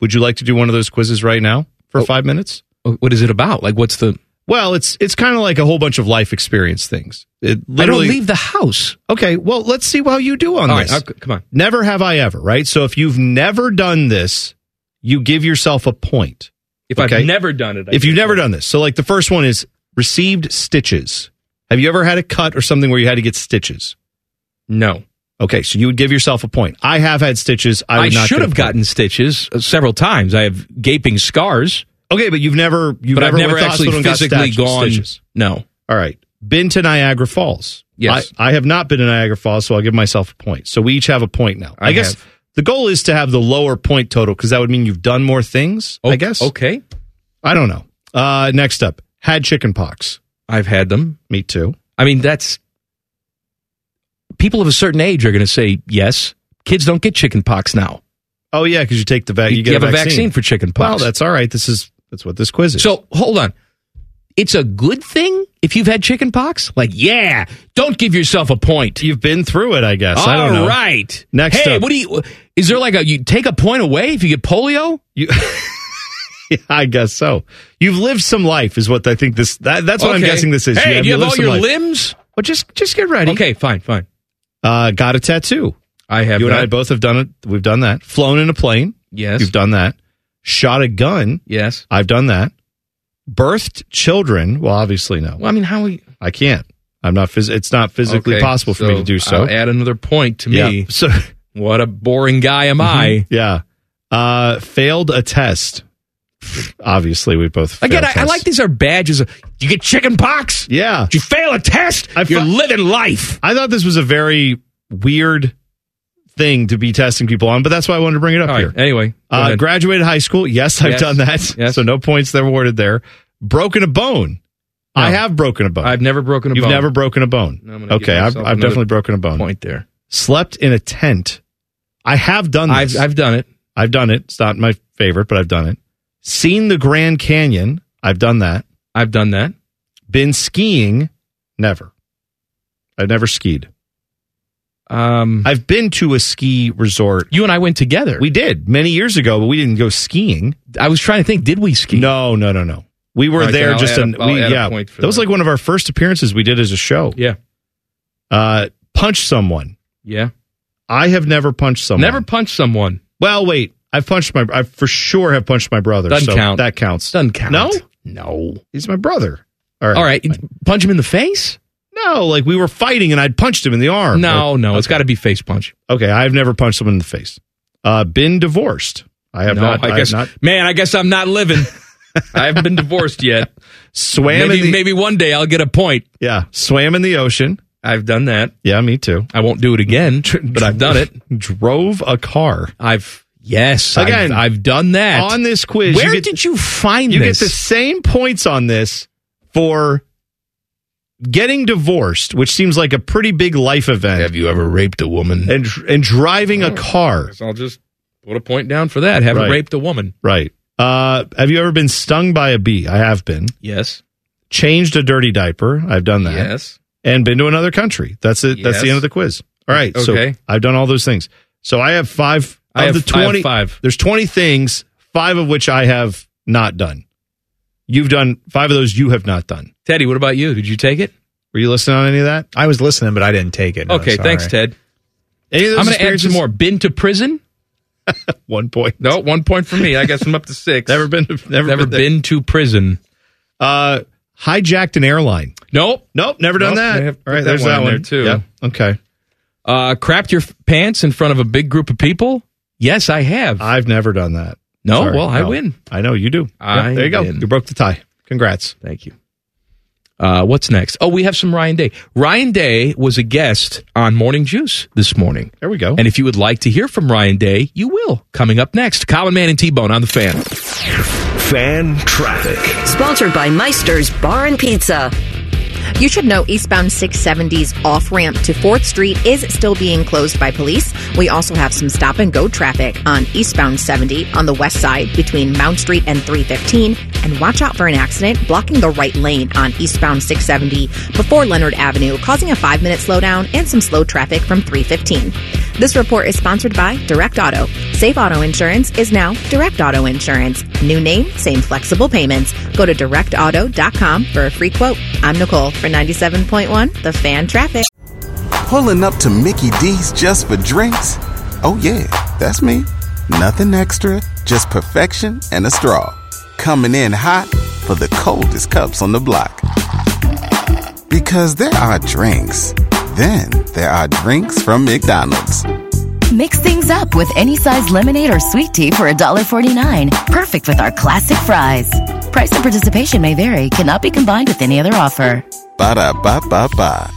[SPEAKER 3] Would you like to do one of those quizzes right now for five minutes?
[SPEAKER 4] What is it about? Like, what's the.
[SPEAKER 3] Well, it's it's kind of like a whole bunch of life experience things. It
[SPEAKER 4] I
[SPEAKER 3] literally
[SPEAKER 4] don't leave the house.
[SPEAKER 3] Okay, well, let's see how you do on
[SPEAKER 4] All
[SPEAKER 3] this.
[SPEAKER 4] right, I'll- come on.
[SPEAKER 3] Never have I ever, right? So if you've never done this, you give yourself a point.
[SPEAKER 4] If I've never done it, I
[SPEAKER 3] if you've
[SPEAKER 4] get
[SPEAKER 3] never done this, so like the first one is received stitches. Have you ever had a cut or something where you had to get stitches?
[SPEAKER 4] No.
[SPEAKER 3] Okay, so you would give yourself a point. I have had stitches. I,
[SPEAKER 4] I,
[SPEAKER 3] would not
[SPEAKER 4] should
[SPEAKER 3] get a
[SPEAKER 4] have
[SPEAKER 3] point.
[SPEAKER 4] gotten stitches uh, several times. I have gaping scars.
[SPEAKER 3] Okay, but you've never you've
[SPEAKER 4] but
[SPEAKER 3] never,
[SPEAKER 4] I've never
[SPEAKER 3] went to
[SPEAKER 4] actually
[SPEAKER 3] hospital and got
[SPEAKER 4] physically
[SPEAKER 3] statu-
[SPEAKER 4] gone.
[SPEAKER 3] stitches.
[SPEAKER 4] No.
[SPEAKER 3] All right. Been to Niagara Falls.
[SPEAKER 4] Yes.
[SPEAKER 3] I, I have not been to Niagara Falls, so I'll give myself a point. So we each have a point now. I,
[SPEAKER 4] I
[SPEAKER 3] guess
[SPEAKER 4] have.
[SPEAKER 3] the goal is to have the lower point total because that would mean you've done more things, I
[SPEAKER 4] O-
[SPEAKER 3] guess.
[SPEAKER 4] Okay.
[SPEAKER 3] I don't know. Uh, next up, had chicken pox.
[SPEAKER 4] I've had them.
[SPEAKER 3] Me too.
[SPEAKER 4] I mean, that's people of a certain age are going to say yes. Kids don't get chicken pox now.
[SPEAKER 3] Oh yeah, because you take the vac. You, get
[SPEAKER 4] have a vaccine for chicken pox.
[SPEAKER 3] Well, that's all right. This is that's what this quiz is.
[SPEAKER 4] So hold on. It's a good thing if you've had chicken pox? Like, yeah, don't give yourself a point.
[SPEAKER 3] You've been through it, I guess. I don't know.
[SPEAKER 4] All right.
[SPEAKER 3] Next
[SPEAKER 4] Hey,
[SPEAKER 3] up.
[SPEAKER 4] what do you is there like a you take a point away if you get polio?
[SPEAKER 3] You I guess so. You've lived some life, is what I think this. That, that's what I'm
[SPEAKER 4] Okay.
[SPEAKER 3] guessing this is.
[SPEAKER 4] Hey, do you have all
[SPEAKER 3] lived some
[SPEAKER 4] your
[SPEAKER 3] life.
[SPEAKER 4] limbs?
[SPEAKER 3] Well, just just get ready.
[SPEAKER 4] Okay, fine, fine.
[SPEAKER 3] Uh, got a tattoo.
[SPEAKER 4] I have
[SPEAKER 3] You and
[SPEAKER 4] that.
[SPEAKER 3] I both have done it. We've done that. Flown in a plane.
[SPEAKER 4] Yes.
[SPEAKER 3] You've done that. Shot a gun.
[SPEAKER 4] Yes.
[SPEAKER 3] I've done that. Birthed children. Well, obviously no.
[SPEAKER 4] Well, I mean, how we
[SPEAKER 3] I can't. I'm not. Phys- it's not physically
[SPEAKER 4] Okay,
[SPEAKER 3] possible for me
[SPEAKER 4] so
[SPEAKER 3] to do so.
[SPEAKER 4] I'll add another point to
[SPEAKER 3] Yeah.
[SPEAKER 4] me.
[SPEAKER 3] So Mm-hmm.
[SPEAKER 4] what a boring guy am I.
[SPEAKER 3] yeah. Uh, failed a test. Obviously, we both failed
[SPEAKER 4] Again, I, I
[SPEAKER 3] tests.
[SPEAKER 4] like these are badges. Of, you get chicken pox.
[SPEAKER 3] Yeah.
[SPEAKER 4] You fail a test.
[SPEAKER 3] I
[SPEAKER 4] You're
[SPEAKER 3] fi-
[SPEAKER 4] living life.
[SPEAKER 3] I thought this was a very weird thing to be testing people on, but that's why I wanted to bring it up
[SPEAKER 4] All
[SPEAKER 3] here.
[SPEAKER 4] right, anyway, go
[SPEAKER 3] uh,
[SPEAKER 4] ahead.
[SPEAKER 3] graduated high school. Yes, I've
[SPEAKER 4] Yes.
[SPEAKER 3] done that.
[SPEAKER 4] Yes.
[SPEAKER 3] So no points they're awarded there. Broken a bone.
[SPEAKER 4] No.
[SPEAKER 3] I have broken a bone.
[SPEAKER 4] I've never broken a
[SPEAKER 3] You've
[SPEAKER 4] bone.
[SPEAKER 3] never broken a bone.
[SPEAKER 4] No, I'm gonna give
[SPEAKER 3] okay, I've,
[SPEAKER 4] myself
[SPEAKER 3] I've
[SPEAKER 4] another
[SPEAKER 3] definitely broken a bone.
[SPEAKER 4] point there.
[SPEAKER 3] Slept in a tent. I have done
[SPEAKER 4] I've
[SPEAKER 3] this.
[SPEAKER 4] I've done it.
[SPEAKER 3] I've done it. It's not my favorite, but I've done it. Seen the Grand Canyon. I've done that.
[SPEAKER 4] I've done that.
[SPEAKER 3] Been skiing. Never. I've never skied.
[SPEAKER 4] Um,
[SPEAKER 3] I've been to a ski resort.
[SPEAKER 4] you and I went together.
[SPEAKER 3] We did many years ago, but we didn't go skiing.
[SPEAKER 4] I was trying to think. Did we ski?
[SPEAKER 3] No, no, no, no. We were
[SPEAKER 4] Okay,
[SPEAKER 3] there
[SPEAKER 4] I'll
[SPEAKER 3] just
[SPEAKER 4] add
[SPEAKER 3] an
[SPEAKER 4] a- I'll
[SPEAKER 3] we,
[SPEAKER 4] add a
[SPEAKER 3] yeah.
[SPEAKER 4] point for
[SPEAKER 3] that was
[SPEAKER 4] that.
[SPEAKER 3] like one of our first appearances we did as a show.
[SPEAKER 4] Yeah.
[SPEAKER 3] Uh, punch someone.
[SPEAKER 4] Yeah.
[SPEAKER 3] I have never punched someone.
[SPEAKER 4] Never punched someone.
[SPEAKER 3] Well, wait. I've punched my. I for sure have punched my brother.
[SPEAKER 4] Doesn't
[SPEAKER 3] so
[SPEAKER 4] count.
[SPEAKER 3] That counts.
[SPEAKER 4] Doesn't count.
[SPEAKER 3] No.
[SPEAKER 4] No.
[SPEAKER 3] He's my brother. All right.
[SPEAKER 4] All right. Punch him in the face?
[SPEAKER 3] No, like we were fighting and I'd punched him in the arm.
[SPEAKER 4] No,
[SPEAKER 3] Like,
[SPEAKER 4] no. It's got to be face punch.
[SPEAKER 3] Okay, I've never punched someone in the face. Uh, been divorced. I have
[SPEAKER 4] no,
[SPEAKER 3] not.
[SPEAKER 4] I guess.
[SPEAKER 3] have not
[SPEAKER 4] Man, I guess I'm not living. I haven't been divorced yet.
[SPEAKER 3] swam
[SPEAKER 4] maybe,
[SPEAKER 3] in the
[SPEAKER 4] maybe one day I'll get a point.
[SPEAKER 3] yeah swam in the ocean.
[SPEAKER 4] I've done that.
[SPEAKER 3] Yeah, me too.
[SPEAKER 4] I won't do it again, but I've done it.
[SPEAKER 3] Drove a car.
[SPEAKER 4] I've yes,
[SPEAKER 3] Again,
[SPEAKER 4] I've, I've done that
[SPEAKER 3] on this quiz,
[SPEAKER 4] Where
[SPEAKER 3] you get-
[SPEAKER 4] did you find
[SPEAKER 3] You
[SPEAKER 4] this?
[SPEAKER 3] get the same points on this for getting divorced, which seems like a pretty big life event,
[SPEAKER 4] Have you ever raped a woman?
[SPEAKER 3] and and driving a car.
[SPEAKER 4] I'll just put a point down for that. Haven't
[SPEAKER 3] Right.
[SPEAKER 4] raped a woman.
[SPEAKER 3] Right. Uh, have you ever been stung by a bee? I have been.
[SPEAKER 4] Yes.
[SPEAKER 3] Changed a dirty diaper. I've done that.
[SPEAKER 4] Yes.
[SPEAKER 3] and been to another country. That's it. That's the
[SPEAKER 4] Yes.
[SPEAKER 3] end of the quiz. All right.
[SPEAKER 4] Okay.
[SPEAKER 3] So I've done all those things. So I have five
[SPEAKER 4] I
[SPEAKER 3] of
[SPEAKER 4] have-
[SPEAKER 3] the
[SPEAKER 4] I have
[SPEAKER 3] twenty.
[SPEAKER 4] five.
[SPEAKER 3] There's twenty things, five of which I have not done. You've done five of those. You have not done.
[SPEAKER 4] Teddy, what about you? Did you take it?
[SPEAKER 3] Were you listening on any of that?
[SPEAKER 11] I was listening, but I didn't take it. No,
[SPEAKER 4] okay,
[SPEAKER 11] sorry.
[SPEAKER 4] thanks, Ted.
[SPEAKER 3] Any of those
[SPEAKER 4] I'm going to add some
[SPEAKER 3] experiences?
[SPEAKER 4] more. Been to prison?
[SPEAKER 3] One point.
[SPEAKER 4] No, one point for me. I guess I'm up to six.
[SPEAKER 3] Never been. Never,
[SPEAKER 4] never,
[SPEAKER 3] been. there.
[SPEAKER 4] been, to prison.
[SPEAKER 3] Uh, hijacked an airline.
[SPEAKER 4] Nope.
[SPEAKER 3] Nope. Never done
[SPEAKER 4] Nope,
[SPEAKER 3] that.
[SPEAKER 4] I have
[SPEAKER 3] all
[SPEAKER 4] put that
[SPEAKER 3] right. There's
[SPEAKER 4] one
[SPEAKER 3] that
[SPEAKER 4] in
[SPEAKER 3] one
[SPEAKER 4] there, too.
[SPEAKER 3] Yep. Okay.
[SPEAKER 4] Uh, crapped your f- pants in front of a big group of people? Yes, I have.
[SPEAKER 3] I've never done that.
[SPEAKER 4] No?
[SPEAKER 3] Sorry.
[SPEAKER 4] Well, I
[SPEAKER 3] No.
[SPEAKER 4] win.
[SPEAKER 3] I know you do. Yep,
[SPEAKER 4] I
[SPEAKER 3] there you go.
[SPEAKER 4] win.
[SPEAKER 3] You broke the tie. Congrats.
[SPEAKER 4] Thank you. Uh, what's next? Oh, we have some Ryan Day. Ryan Day was a guest on Morning Juice this morning.
[SPEAKER 3] There we go.
[SPEAKER 4] And if you would like to hear from Ryan Day, you will. Coming up next, Colin Man and T Bone on the fan.
[SPEAKER 2] Fan traffic.
[SPEAKER 7] Sponsored by Meister's Bar and Pizza.
[SPEAKER 8] You should know eastbound 670's off ramp to 4th Street is still being closed by police. We also have some stop and go traffic on eastbound 70 on the west side between Mount Street and 315. And watch out for an accident blocking the right lane on eastbound 670 before Leonard Avenue, causing a five minute slowdown and some slow traffic from 315. This report is sponsored by Direct Auto. Save Auto Insurance is now Direct Auto Insurance. New name, same flexible payments. Go to directauto.com for a free quote. I'm Nicole for 97.1 The Fan Traffic.
[SPEAKER 9] Pulling up to Mickey D's just for drinks? Oh, yeah, that's me. Nothing extra, just perfection and a straw. Coming in hot for the coldest cups on the block. Because there are drinks, then there are drinks from McDonald's.
[SPEAKER 10] Mix things up with any size lemonade or sweet tea for $1.49. Perfect with our classic fries. Price and participation may vary, cannot be combined with any other offer.
[SPEAKER 9] Ba da ba ba ba.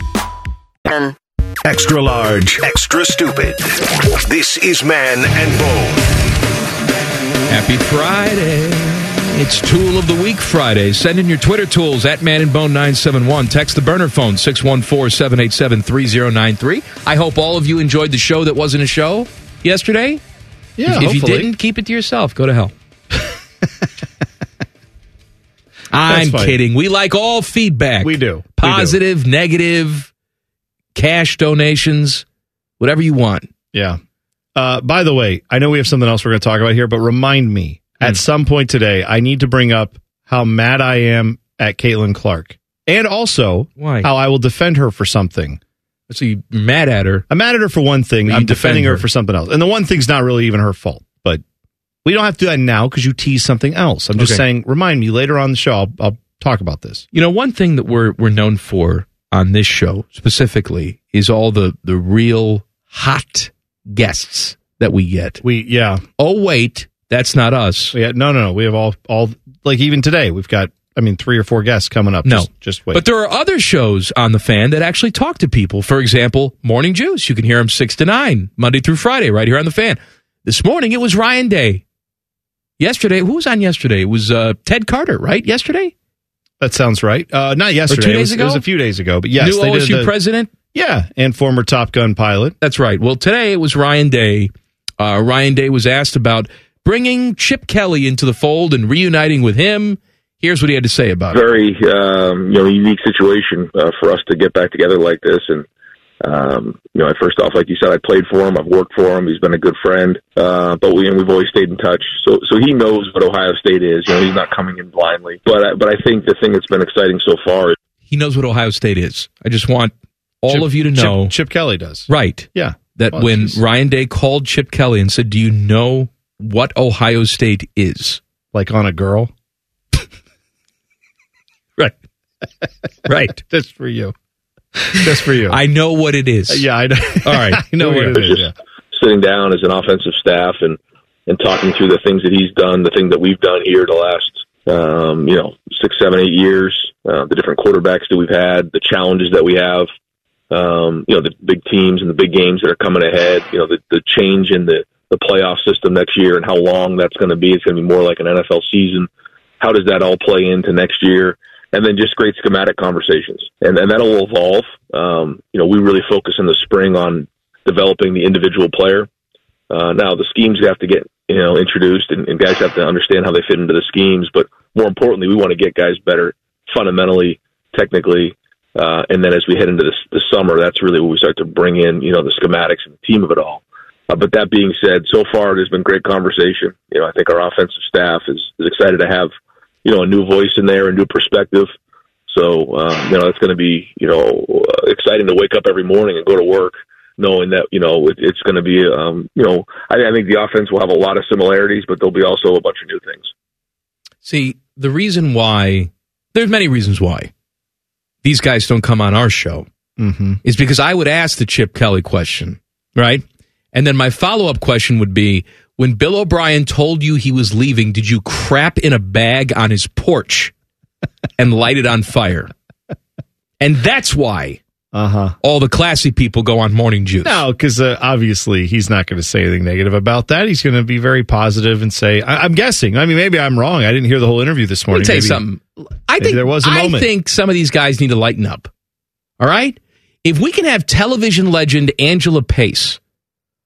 [SPEAKER 7] And
[SPEAKER 2] Extra large. Extra stupid. This is Man and Bone.
[SPEAKER 4] Happy Friday. It's Tool of the Week Friday. Send in your Twitter tools at Man and Bone 971. Text the burner phone 614 787 3093. I hope all of you enjoyed the show that wasn't a show yesterday.
[SPEAKER 3] Yeah,
[SPEAKER 4] If, if you
[SPEAKER 3] hopefully.
[SPEAKER 4] didn't, keep it to yourself. Go to hell. I'm
[SPEAKER 3] fine.
[SPEAKER 4] kidding. We like all feedback. We do. Positive, negative, cash donations, whatever you want.
[SPEAKER 3] Yeah. Uh, by the way, I know we have something else we're going to talk about here, but remind me
[SPEAKER 4] Hmm.
[SPEAKER 3] at some point today, I need to bring up how mad I am at Caitlin Clark and also
[SPEAKER 4] Why?
[SPEAKER 3] how I will defend her for something.
[SPEAKER 4] So you're mad at her?
[SPEAKER 3] I'm mad at her for one thing.
[SPEAKER 4] you
[SPEAKER 3] I'm
[SPEAKER 4] defend
[SPEAKER 3] defending her.
[SPEAKER 4] her.
[SPEAKER 3] for something else. And the one thing's not really even her fault, but we don't have to do that now because you tease something else. I'm just
[SPEAKER 4] Okay.
[SPEAKER 3] saying, remind me later on the show. I'll, I'll talk about this.
[SPEAKER 4] You know, one thing that we're we're known for on this show specifically is all the the real hot guests that we get.
[SPEAKER 3] We yeah.
[SPEAKER 4] Oh wait, that's not us.
[SPEAKER 3] Yeah, no, no, no. We have all all like even today we've got I mean three or four guests coming up.
[SPEAKER 4] No.
[SPEAKER 3] just, just wait.
[SPEAKER 4] But there are other shows on the fan that actually talk to people. For example, Morning Juice. You can hear them six to nine Monday through Friday, right here on the fan. This morning it was Ryan Day. Yesterday, who was on yesterday? It was uh, Ted Carter, right? Yesterday.
[SPEAKER 3] That sounds right. Uh, not
[SPEAKER 4] Or
[SPEAKER 3] yesterday.
[SPEAKER 4] two days
[SPEAKER 3] it, was,
[SPEAKER 4] ago?
[SPEAKER 3] it was a few days ago. But yes,
[SPEAKER 4] New
[SPEAKER 3] they did
[SPEAKER 4] OSU
[SPEAKER 3] the-
[SPEAKER 4] president?
[SPEAKER 3] Yeah, and former Top Gun pilot.
[SPEAKER 4] That's right. Well, today it was Ryan Day. Uh, Ryan Day was asked about bringing Chip Kelly into the fold and reuniting with him. Here's what he had to say about it.
[SPEAKER 12] very um, you know unique situation uh, for us to get back together like this and um, you know first off like you said I played for him I've worked for him he's been a good friend uh, but we and we've always stayed in touch so so he knows what Ohio State is you know he's not coming in blindly but I, but I think the thing that's been exciting so far is
[SPEAKER 4] He knows what Ohio State is. I just want all
[SPEAKER 3] Chip-
[SPEAKER 4] of you to know.
[SPEAKER 3] Chip, Chip Kelly does.
[SPEAKER 4] Right.
[SPEAKER 3] Yeah. Oh,
[SPEAKER 4] That
[SPEAKER 3] Well,
[SPEAKER 4] when Ryan Day called Chip Kelly and said, Do you know what Ohio State is?
[SPEAKER 3] Like on a girl?
[SPEAKER 4] right. right.
[SPEAKER 3] Just for you. Just for you. Uh,
[SPEAKER 4] I know what it is.
[SPEAKER 3] Yeah, I know.
[SPEAKER 4] All right.
[SPEAKER 3] I know what it is. Yeah.
[SPEAKER 12] sitting down as an offensive staff and and talking through the things that he's done, the things that we've done here the last um, you know six, seven, eight years, uh, the different quarterbacks that we've had, the challenges that we have, um, you know, the big teams and the big games that are coming ahead, you know, the, the change in the the playoff system next year and how long that's going to be. It's going to be more like an NFL season. How does that all play into next year? And then just great schematic conversations, and and that'll evolve. Um, you know, we really focus in the spring on developing the individual player. Uh, now the schemes have to get you know introduced, and, and guys have to understand how they fit into the schemes. But more importantly, we want to get guys better fundamentally, technically, uh, and then as we head into this, the summer, that's really when we start to bring in you know the schematics and the team of it all. Uh, but that being said, so far there's been great conversation. You know, I think our offensive staff is, is excited to have you know a new voice in there, a new perspective. So uh, you know that's going to be you know uh, exciting to wake up every morning and go to work knowing that you know it, it's going to be um, you know I, I think the offense will have a lot of similarities, but there'll be also a bunch of new things.
[SPEAKER 4] See, the reason why there's many reasons why these guys don't come on our show
[SPEAKER 3] Mm-hmm.
[SPEAKER 4] is because I would ask the Chip Kelly question, right? And then my follow up question would be when Bill O'Brien told you he was leaving, did you crap in a bag on his porch and light it on fire? And that's why
[SPEAKER 3] uh-huh.
[SPEAKER 4] all the classy people go on morning juice.
[SPEAKER 3] No, because uh, obviously he's not going to say anything negative about that. He's going to be very positive and say, I- "I'm guessing." I mean, maybe I'm wrong. I didn't hear the whole interview this
[SPEAKER 4] Let
[SPEAKER 3] morning.
[SPEAKER 4] me tell you
[SPEAKER 3] Maybe-
[SPEAKER 4] something. I
[SPEAKER 3] maybe
[SPEAKER 4] think
[SPEAKER 3] there was a
[SPEAKER 4] I
[SPEAKER 3] moment.
[SPEAKER 4] think some of these guys need to lighten up. All right, if we can have television legend Angela Pace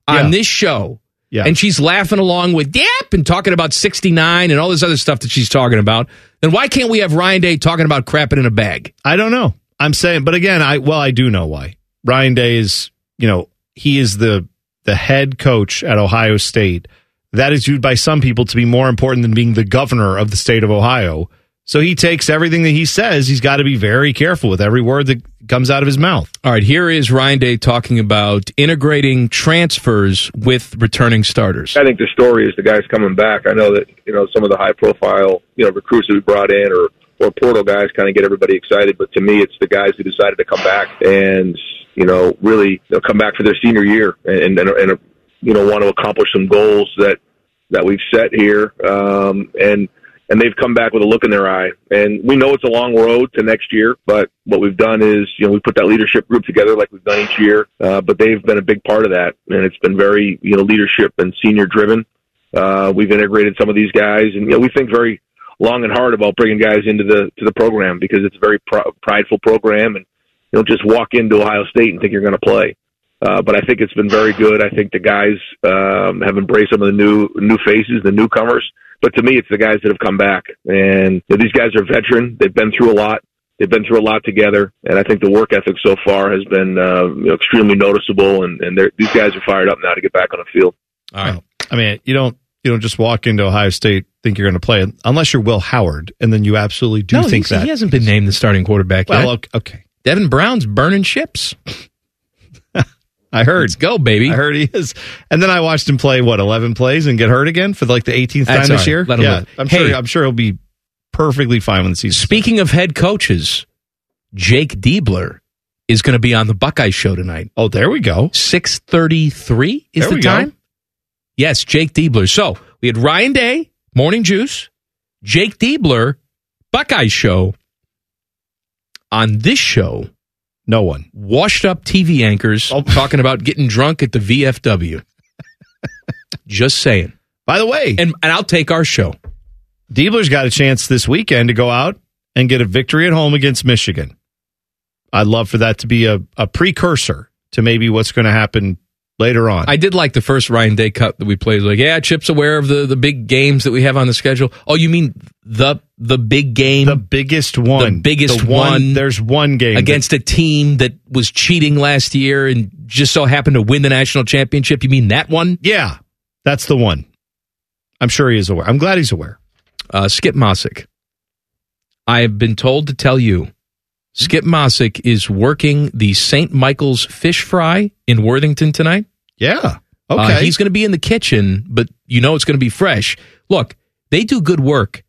[SPEAKER 4] on
[SPEAKER 3] Yeah.
[SPEAKER 4] this show,
[SPEAKER 3] Yeah.
[SPEAKER 4] and she's laughing along with Yep and talking about sixty nine and all this other stuff that she's talking about, then why can't we have Ryan Day talking about crapping in a bag?
[SPEAKER 3] I don't know. I'm saying, but again, I well, I do know why. Ryan Day is, you know, he is the the head coach at Ohio State. That is viewed by some people to be more important than being the governor of the state of Ohio. So he takes everything that he says. He's got to be very careful with every word that comes out of his mouth.
[SPEAKER 4] All right, here is Ryan Day talking about integrating transfers with returning starters.
[SPEAKER 12] I think the story is the guys coming back. I know that you know some of the high profile you know recruits that we brought in or or portal guys kind of get everybody excited, but to me, it's the guys who decided to come back and you know really you know, come back for their senior year and and, and you know want to accomplish some goals that that we've set here um, and. And they've come back with a look in their eye, and we know it's a long road to next year. But what we've done is, you know, we put that leadership group together like we've done each year. Uh, but they've been a big part of that, and it's been very, you know, leadership and senior driven. Uh, we've integrated some of these guys, and you know, we think very long and hard about bringing guys into the to the program because it's a very pr- prideful program, and you don't just walk into Ohio State and think you're going to play. Uh, but I think it's been very good. I think the guys um, have embraced some of the new new faces, the newcomers. But to me, it's the guys that have come back, and you know, these guys are veteran. They've been through a lot. They've been through a lot together, and I think the work ethic so far has been uh, you know, extremely noticeable. And, and they're, these guys are fired up now to get back on the field.
[SPEAKER 3] All right. I mean, you don't you don't just walk into Ohio State think you're going to play unless you're Will Howard, and then you absolutely do
[SPEAKER 4] No,
[SPEAKER 3] think
[SPEAKER 4] he's-
[SPEAKER 3] that
[SPEAKER 4] he hasn't been named the starting quarterback
[SPEAKER 3] Well,
[SPEAKER 4] yet.
[SPEAKER 3] ok- okay. Devin Brown's burning ships. I heard. Let's go, baby. I heard he is. And then I watched him play what eleven plays and get hurt again for like the 18th time
[SPEAKER 4] That's all
[SPEAKER 3] this
[SPEAKER 4] right.
[SPEAKER 3] year.
[SPEAKER 4] Let him
[SPEAKER 3] yeah,
[SPEAKER 4] live.
[SPEAKER 3] I'm
[SPEAKER 4] Hey.
[SPEAKER 3] sure. I'm sure he'll be perfectly fine when the season.
[SPEAKER 4] Speaking of head coaches, Jake Diebler is going to be on the Buckeye Show tonight.
[SPEAKER 3] Oh, there we go.
[SPEAKER 4] Six thirty-three is
[SPEAKER 3] There
[SPEAKER 4] the
[SPEAKER 3] we go.
[SPEAKER 4] time. Yes, Jake Diebler. So we had Ryan Day, Morning Juice, Jake Diebler, Buckeye Show. On this show,
[SPEAKER 3] no one Oh.
[SPEAKER 4] washed up TV anchors talking about getting drunk at the VFW. Just saying.
[SPEAKER 3] By the way,
[SPEAKER 4] and and I'll take our show.
[SPEAKER 3] Diebler's got a chance this weekend to go out and get a victory at home against Michigan. I'd love for that to be a, a precursor to maybe what's going to happen later on.
[SPEAKER 4] I did like the first Ryan Day cut that we played. Like, yeah, Chip's aware of the the big games that we have on the schedule. Oh, you mean the the big game, the
[SPEAKER 3] biggest one,
[SPEAKER 4] the biggest
[SPEAKER 3] The
[SPEAKER 4] one,
[SPEAKER 3] one- There's one game
[SPEAKER 4] against a team that was cheating last year and just so happened to win the national championship. You mean that one?
[SPEAKER 3] Yeah, that's the one. I'm sure he is aware. I'm glad he's aware.
[SPEAKER 4] Uh, Skip Mossick. I have been told to tell you, Skip Mossick is working the St. Michael's Fish Fry in Worthington tonight.
[SPEAKER 3] Yeah.
[SPEAKER 4] Uh,
[SPEAKER 3] Okay.
[SPEAKER 4] he's going to be in the kitchen, but you know it's going to be fresh. Look, they do good work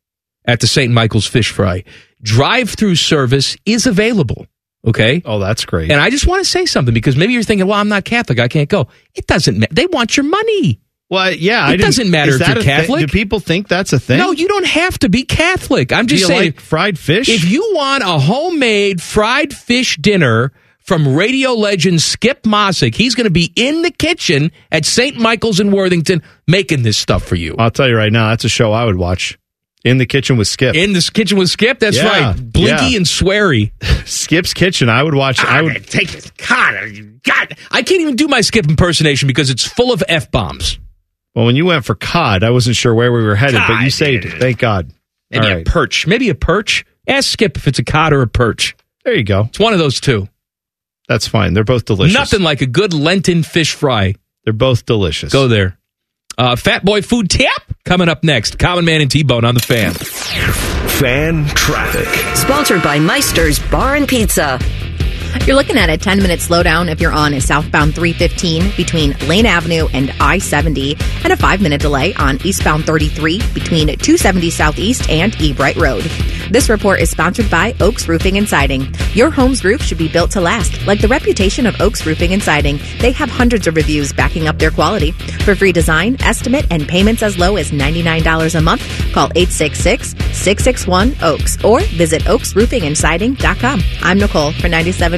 [SPEAKER 4] at the St. Michael's Fish Fry. Drive through service is available. Okay.
[SPEAKER 3] Oh, that's great.
[SPEAKER 4] And I just want to say something because maybe you're thinking, well, I'm not Catholic. I can't go. It doesn't matter. They want your money.
[SPEAKER 3] Well, yeah. I
[SPEAKER 4] It
[SPEAKER 3] didn't-
[SPEAKER 4] doesn't matter if
[SPEAKER 3] is that
[SPEAKER 4] you're
[SPEAKER 3] a thing?
[SPEAKER 4] Catholic.
[SPEAKER 3] Do people think that's a thing?
[SPEAKER 4] No, you don't have to be Catholic. I'm
[SPEAKER 3] Do
[SPEAKER 4] just
[SPEAKER 3] you
[SPEAKER 4] saying
[SPEAKER 3] like fried fish.
[SPEAKER 4] If you want a homemade fried fish dinner from radio legend Skip Mossick, he's going to be in the kitchen at St. Michael's in Worthington making this stuff for you.
[SPEAKER 3] I'll tell you right now, that's a show I would watch. In the kitchen with Skip.
[SPEAKER 4] In this kitchen with Skip. That's
[SPEAKER 3] Yeah,
[SPEAKER 4] right, Blinky
[SPEAKER 3] yeah.
[SPEAKER 4] and Sweary.
[SPEAKER 3] Skip's kitchen. I would watch. I would
[SPEAKER 4] take this. God, God, I can't even do my Skip impersonation because it's full of f bombs.
[SPEAKER 3] Well, when you went for cod, I wasn't sure where we were headed, but you
[SPEAKER 4] Cod.
[SPEAKER 3] saved it. Thank God.
[SPEAKER 4] Maybe
[SPEAKER 3] All
[SPEAKER 4] a
[SPEAKER 3] right.
[SPEAKER 4] perch. Maybe a perch. Ask Skip if it's a cod or a perch.
[SPEAKER 3] There you go.
[SPEAKER 4] It's one of those two.
[SPEAKER 3] That's fine. They're both delicious.
[SPEAKER 4] Nothing like a good Lenten fish fry.
[SPEAKER 3] They're both delicious.
[SPEAKER 4] Go there. Uh, Fat Boy Food Tap coming up next. Common Man and T Bone on the fan.
[SPEAKER 2] Fan traffic.
[SPEAKER 7] Sponsored by Meister's Bar and Pizza.
[SPEAKER 8] You're looking at a 10 minute slowdown if you're on a southbound 315 between Lane Avenue and I 70, and a 5 minute delay on eastbound 33 between 270 Southeast and Ebright Road. This report is sponsored by Oaks Roofing and Siding. Your home's roof should be built to last, like the reputation of Oaks Roofing and Siding. They have hundreds of reviews backing up their quality. For free design, estimate, and payments as low as $99 a month, call 866 661 Oaks or visit oaksroofingandsiding.com. I'm Nicole for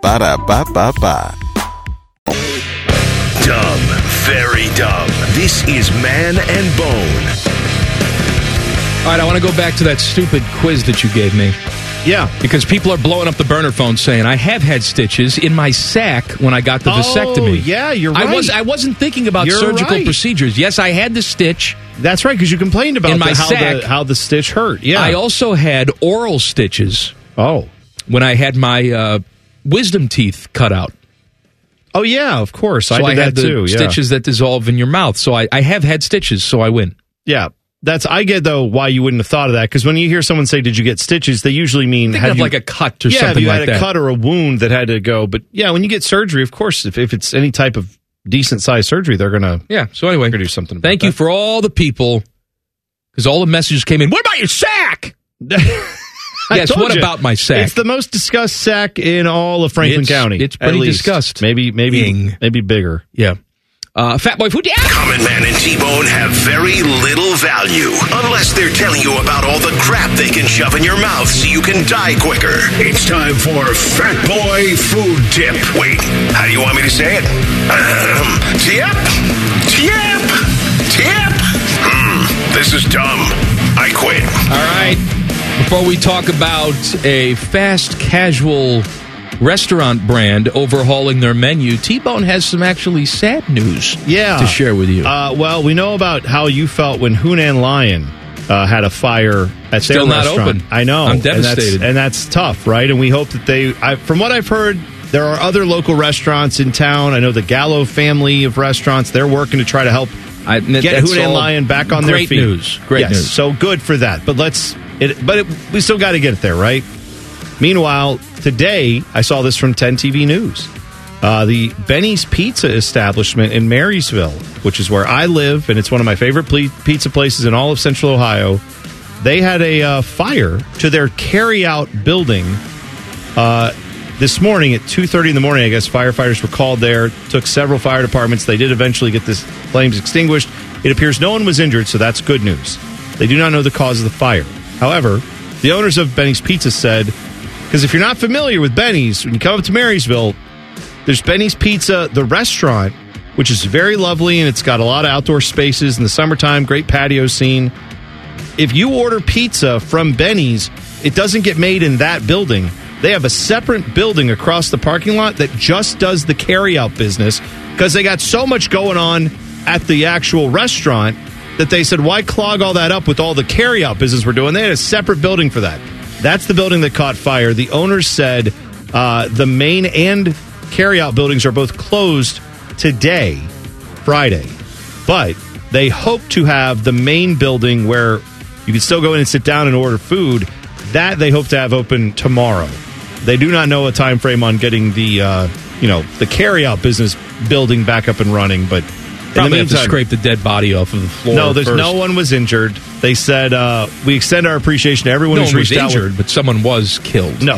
[SPEAKER 9] Ba da ba ba ba.
[SPEAKER 2] Dumb. Very dumb. This is Man and Bone.
[SPEAKER 4] All right, I want to go back to that stupid quiz that you gave me.
[SPEAKER 3] Yeah.
[SPEAKER 4] Because people are blowing up the burner phone saying, I have had stitches in my sack when I got the
[SPEAKER 3] Oh,
[SPEAKER 4] vasectomy.
[SPEAKER 3] yeah, you're
[SPEAKER 4] I, was,
[SPEAKER 3] right.
[SPEAKER 4] I wasn't thinking about
[SPEAKER 3] You're
[SPEAKER 4] surgical
[SPEAKER 3] right.
[SPEAKER 4] procedures. Yes, I had the stitch.
[SPEAKER 3] That's right, because you complained about
[SPEAKER 4] in my
[SPEAKER 3] the- how,
[SPEAKER 4] sack.
[SPEAKER 3] the, how the stitch hurt. Yeah.
[SPEAKER 4] I also had oral stitches.
[SPEAKER 3] Oh.
[SPEAKER 4] When I had my uh, wisdom teeth cut out.
[SPEAKER 3] oh, yeah, of course. I
[SPEAKER 4] so
[SPEAKER 3] did
[SPEAKER 4] I,
[SPEAKER 3] that
[SPEAKER 4] had the
[SPEAKER 3] too. yeah.
[SPEAKER 4] stitches that dissolve in your mouth. So I, I have had stitches, so I win.
[SPEAKER 3] Yeah. That's I get though why you wouldn't have thought of that because when you hear someone say did you get stitches they usually mean
[SPEAKER 4] Think
[SPEAKER 3] have
[SPEAKER 4] of
[SPEAKER 3] you,
[SPEAKER 4] like a cut or
[SPEAKER 3] yeah, have
[SPEAKER 4] something
[SPEAKER 3] you
[SPEAKER 4] like
[SPEAKER 3] had a
[SPEAKER 4] that.
[SPEAKER 3] cut or a wound that had to go but yeah when you get surgery of course if, if it's any type of decent sized surgery they're gonna
[SPEAKER 4] Yeah. So anyway,
[SPEAKER 3] do something about
[SPEAKER 4] thank you for all the people because all the messages came in. What about your sack?
[SPEAKER 3] I
[SPEAKER 4] Yes,
[SPEAKER 3] told
[SPEAKER 4] what
[SPEAKER 3] you.
[SPEAKER 4] about my sack?
[SPEAKER 3] It's the most discussed sack in all of Franklin
[SPEAKER 4] It's-
[SPEAKER 3] County.
[SPEAKER 4] it's
[SPEAKER 3] at
[SPEAKER 4] pretty
[SPEAKER 3] least.
[SPEAKER 4] discussed.
[SPEAKER 3] Maybe, maybe, maybe bigger.
[SPEAKER 4] Yeah. Uh, Fat Boy Food.
[SPEAKER 2] Common Man and T-Bone have very little value unless they're telling you about all the crap they can shove in your mouth so you can die quicker. It's time for Fat Boy Food Tip. Wait, how do you want me to say it? Ahem. tip, tip, tip. Hmm, this is dumb. I quit.
[SPEAKER 4] All right. Before we talk about a fast casual restaurant brand overhauling their menu, T Bone has some actually sad news
[SPEAKER 3] yeah.
[SPEAKER 4] to share with you.
[SPEAKER 3] Uh, well, we know about how you felt when Hunan Lion uh, had a fire at
[SPEAKER 4] Still
[SPEAKER 3] their
[SPEAKER 4] not
[SPEAKER 3] restaurant.
[SPEAKER 4] open.
[SPEAKER 3] I know.
[SPEAKER 4] I'm
[SPEAKER 3] and that's-
[SPEAKER 4] devastated.
[SPEAKER 3] and that's, tough, right? And we hope that they. I, from what I've heard, there are other local restaurants in town. I know the Gallo family of restaurants. They're working to try to help
[SPEAKER 4] I,
[SPEAKER 3] get
[SPEAKER 4] that's
[SPEAKER 3] Hunan
[SPEAKER 4] all
[SPEAKER 3] Lion back on their
[SPEAKER 4] great
[SPEAKER 3] feet.
[SPEAKER 4] news. Great
[SPEAKER 3] Yes,
[SPEAKER 4] news.
[SPEAKER 3] So good for that. But let's. It, but it, we still got to get it there, right? Meanwhile, today I saw this from 10 TV News. Uh, the Benny's Pizza establishment in Marysville, which is where I live, and it's one of my favorite ple- pizza places in all of Central Ohio. They had a uh, fire to their carryout building uh, this morning at 2.30 in the morning i guess firefighters were called there took several fire departments they did eventually get this flames extinguished it appears no one was injured so that's good news they do not know the cause of the fire however the owners of benny's pizza said because if you're not familiar with benny's when you come up to marysville there's benny's pizza the restaurant which is very lovely and it's got a lot of outdoor spaces in the summertime great patio scene if you order pizza from Benny's, it doesn't get made in that building. They have a separate building across the parking lot that just does the carryout business because they got so much going on at the actual restaurant that they said, why clog all that up with all the carryout business we're doing? They had a separate building for that. That's the building that caught fire. The owners said uh, the main and carryout buildings are both closed today, Friday but they hope to have the main building where you can still go in and sit down and order food that they hope to have open tomorrow they do not know a time frame on getting the uh, you know the carryout business building back up and running but in the
[SPEAKER 4] Probably have to
[SPEAKER 3] meantime
[SPEAKER 4] scrape the dead body off of the floor.
[SPEAKER 3] no there's
[SPEAKER 4] first.
[SPEAKER 3] no one was injured they said uh, we extend our appreciation to everyone
[SPEAKER 4] No
[SPEAKER 3] who's
[SPEAKER 4] one was
[SPEAKER 3] reached out
[SPEAKER 4] injured, but someone was killed
[SPEAKER 3] no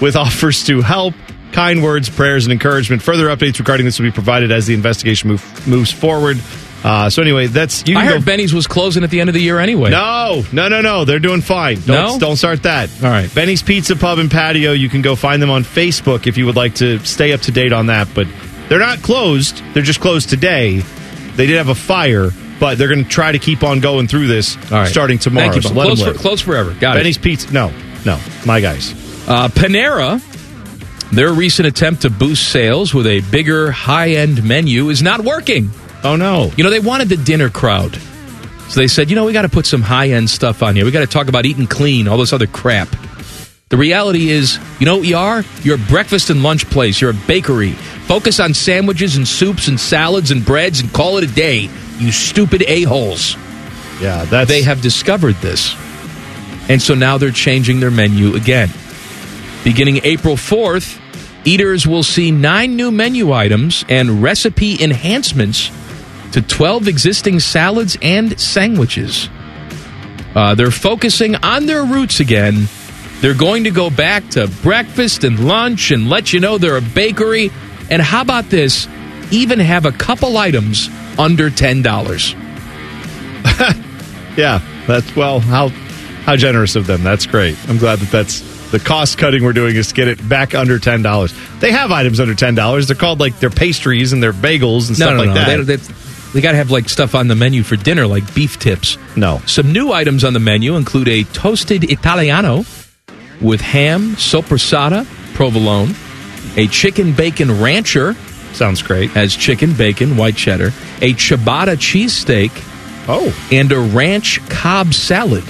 [SPEAKER 3] with offers to help kind words prayers and encouragement further updates regarding this will be provided as the investigation move, moves forward uh, so anyway that's you
[SPEAKER 4] I
[SPEAKER 3] can go
[SPEAKER 4] heard Benny's was closing at the end of the year anyway.
[SPEAKER 3] No, no, no, no. They're doing fine. Don't,
[SPEAKER 4] No?
[SPEAKER 3] don't start that. All right. Benny's Pizza Pub and Patio. You can go find them on Facebook if you would like to stay up to date on that. But they're not closed. They're just closed today. They did have a fire, but they're going to try to keep on going through this
[SPEAKER 4] right.
[SPEAKER 3] starting tomorrow.
[SPEAKER 4] Thank you,
[SPEAKER 3] So
[SPEAKER 4] Bob.
[SPEAKER 3] let
[SPEAKER 4] Close
[SPEAKER 3] them
[SPEAKER 4] for-
[SPEAKER 3] live.
[SPEAKER 4] close forever. Got it.
[SPEAKER 3] Benny's Pizza. No, no. My guys.
[SPEAKER 4] Uh, Panera, their recent attempt to boost sales with a bigger high end menu is not working.
[SPEAKER 3] Oh, no.
[SPEAKER 4] You know, they wanted the dinner crowd. So they said, you know, we got to put some high end stuff on here. We got to talk about eating clean, all this other crap. The reality is, you know what you are? You're a breakfast and lunch place. You're a bakery. Focus on sandwiches and soups and salads and breads and call it a day, you stupid a-holes.
[SPEAKER 3] Yeah, that's...
[SPEAKER 4] They have discovered this. And so now they're changing their menu again. Beginning April 4th, eaters will see nine new menu items and recipe enhancements to 12 existing salads and sandwiches. Uh, they're focusing on their roots again. They're going to go back to breakfast and lunch and let you know they're a bakery. And how about this? Even have a couple items under $10.
[SPEAKER 3] Yeah, that's well. How how generous of them. That's great. I'm glad that that's the cost cutting we're doing is to get it back under ten dollars. They have items under ten dollars. They're called like their pastries and their bagels and
[SPEAKER 4] no,
[SPEAKER 3] stuff
[SPEAKER 4] no,
[SPEAKER 3] like
[SPEAKER 4] no.
[SPEAKER 3] that.
[SPEAKER 4] They, they, got to have like stuff on the menu for dinner, like beef tips.
[SPEAKER 3] No.
[SPEAKER 4] Some new items on the menu include a toasted Italiano with ham, sopressata, provolone, a chicken bacon rancher.
[SPEAKER 3] Sounds great.
[SPEAKER 4] Has chicken bacon, white cheddar, a ciabatta cheesesteak.
[SPEAKER 3] Oh.
[SPEAKER 4] And a ranch cob salad.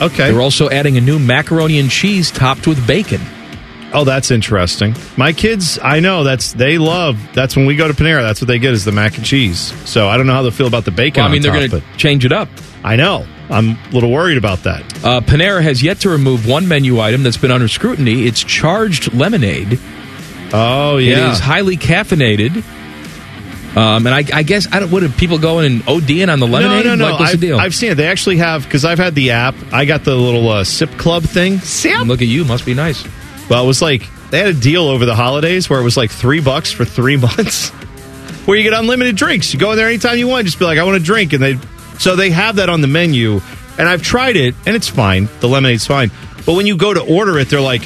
[SPEAKER 3] Okay.
[SPEAKER 4] They're also adding a new macaroni and cheese topped with bacon.
[SPEAKER 3] Oh, that's interesting. My kids, I know that's they love. That's when we go to Panera. That's what they get is the mac and cheese. So I don't know how they feel about the bacon.
[SPEAKER 4] Well, I mean,
[SPEAKER 3] on
[SPEAKER 4] they're
[SPEAKER 3] top,
[SPEAKER 4] going to change it up.
[SPEAKER 3] I know. I'm a little worried about that.
[SPEAKER 4] Uh, Panera has yet to remove one menu item that's been under scrutiny. It's charged lemonade.
[SPEAKER 3] Oh
[SPEAKER 4] it
[SPEAKER 3] yeah.
[SPEAKER 4] is highly caffeinated. Um, and I, I guess I don't. What did people go in and ODing on the lemonade?
[SPEAKER 3] No, no, no.
[SPEAKER 4] Like, what's
[SPEAKER 3] I've,
[SPEAKER 4] the deal?
[SPEAKER 3] I've seen it. They actually have because I've had the app. I got the little uh, sip club thing. Sip.
[SPEAKER 4] Look at you. Must be nice.
[SPEAKER 3] Well, it was like they had a deal over the holidays where it was like three bucks for three months, where you get unlimited drinks. You go in there anytime you want. Just be like, I want a drink, and they so they have that on the menu. And I've tried it, and it's fine. The lemonade's fine. But when you go to order it, they're like,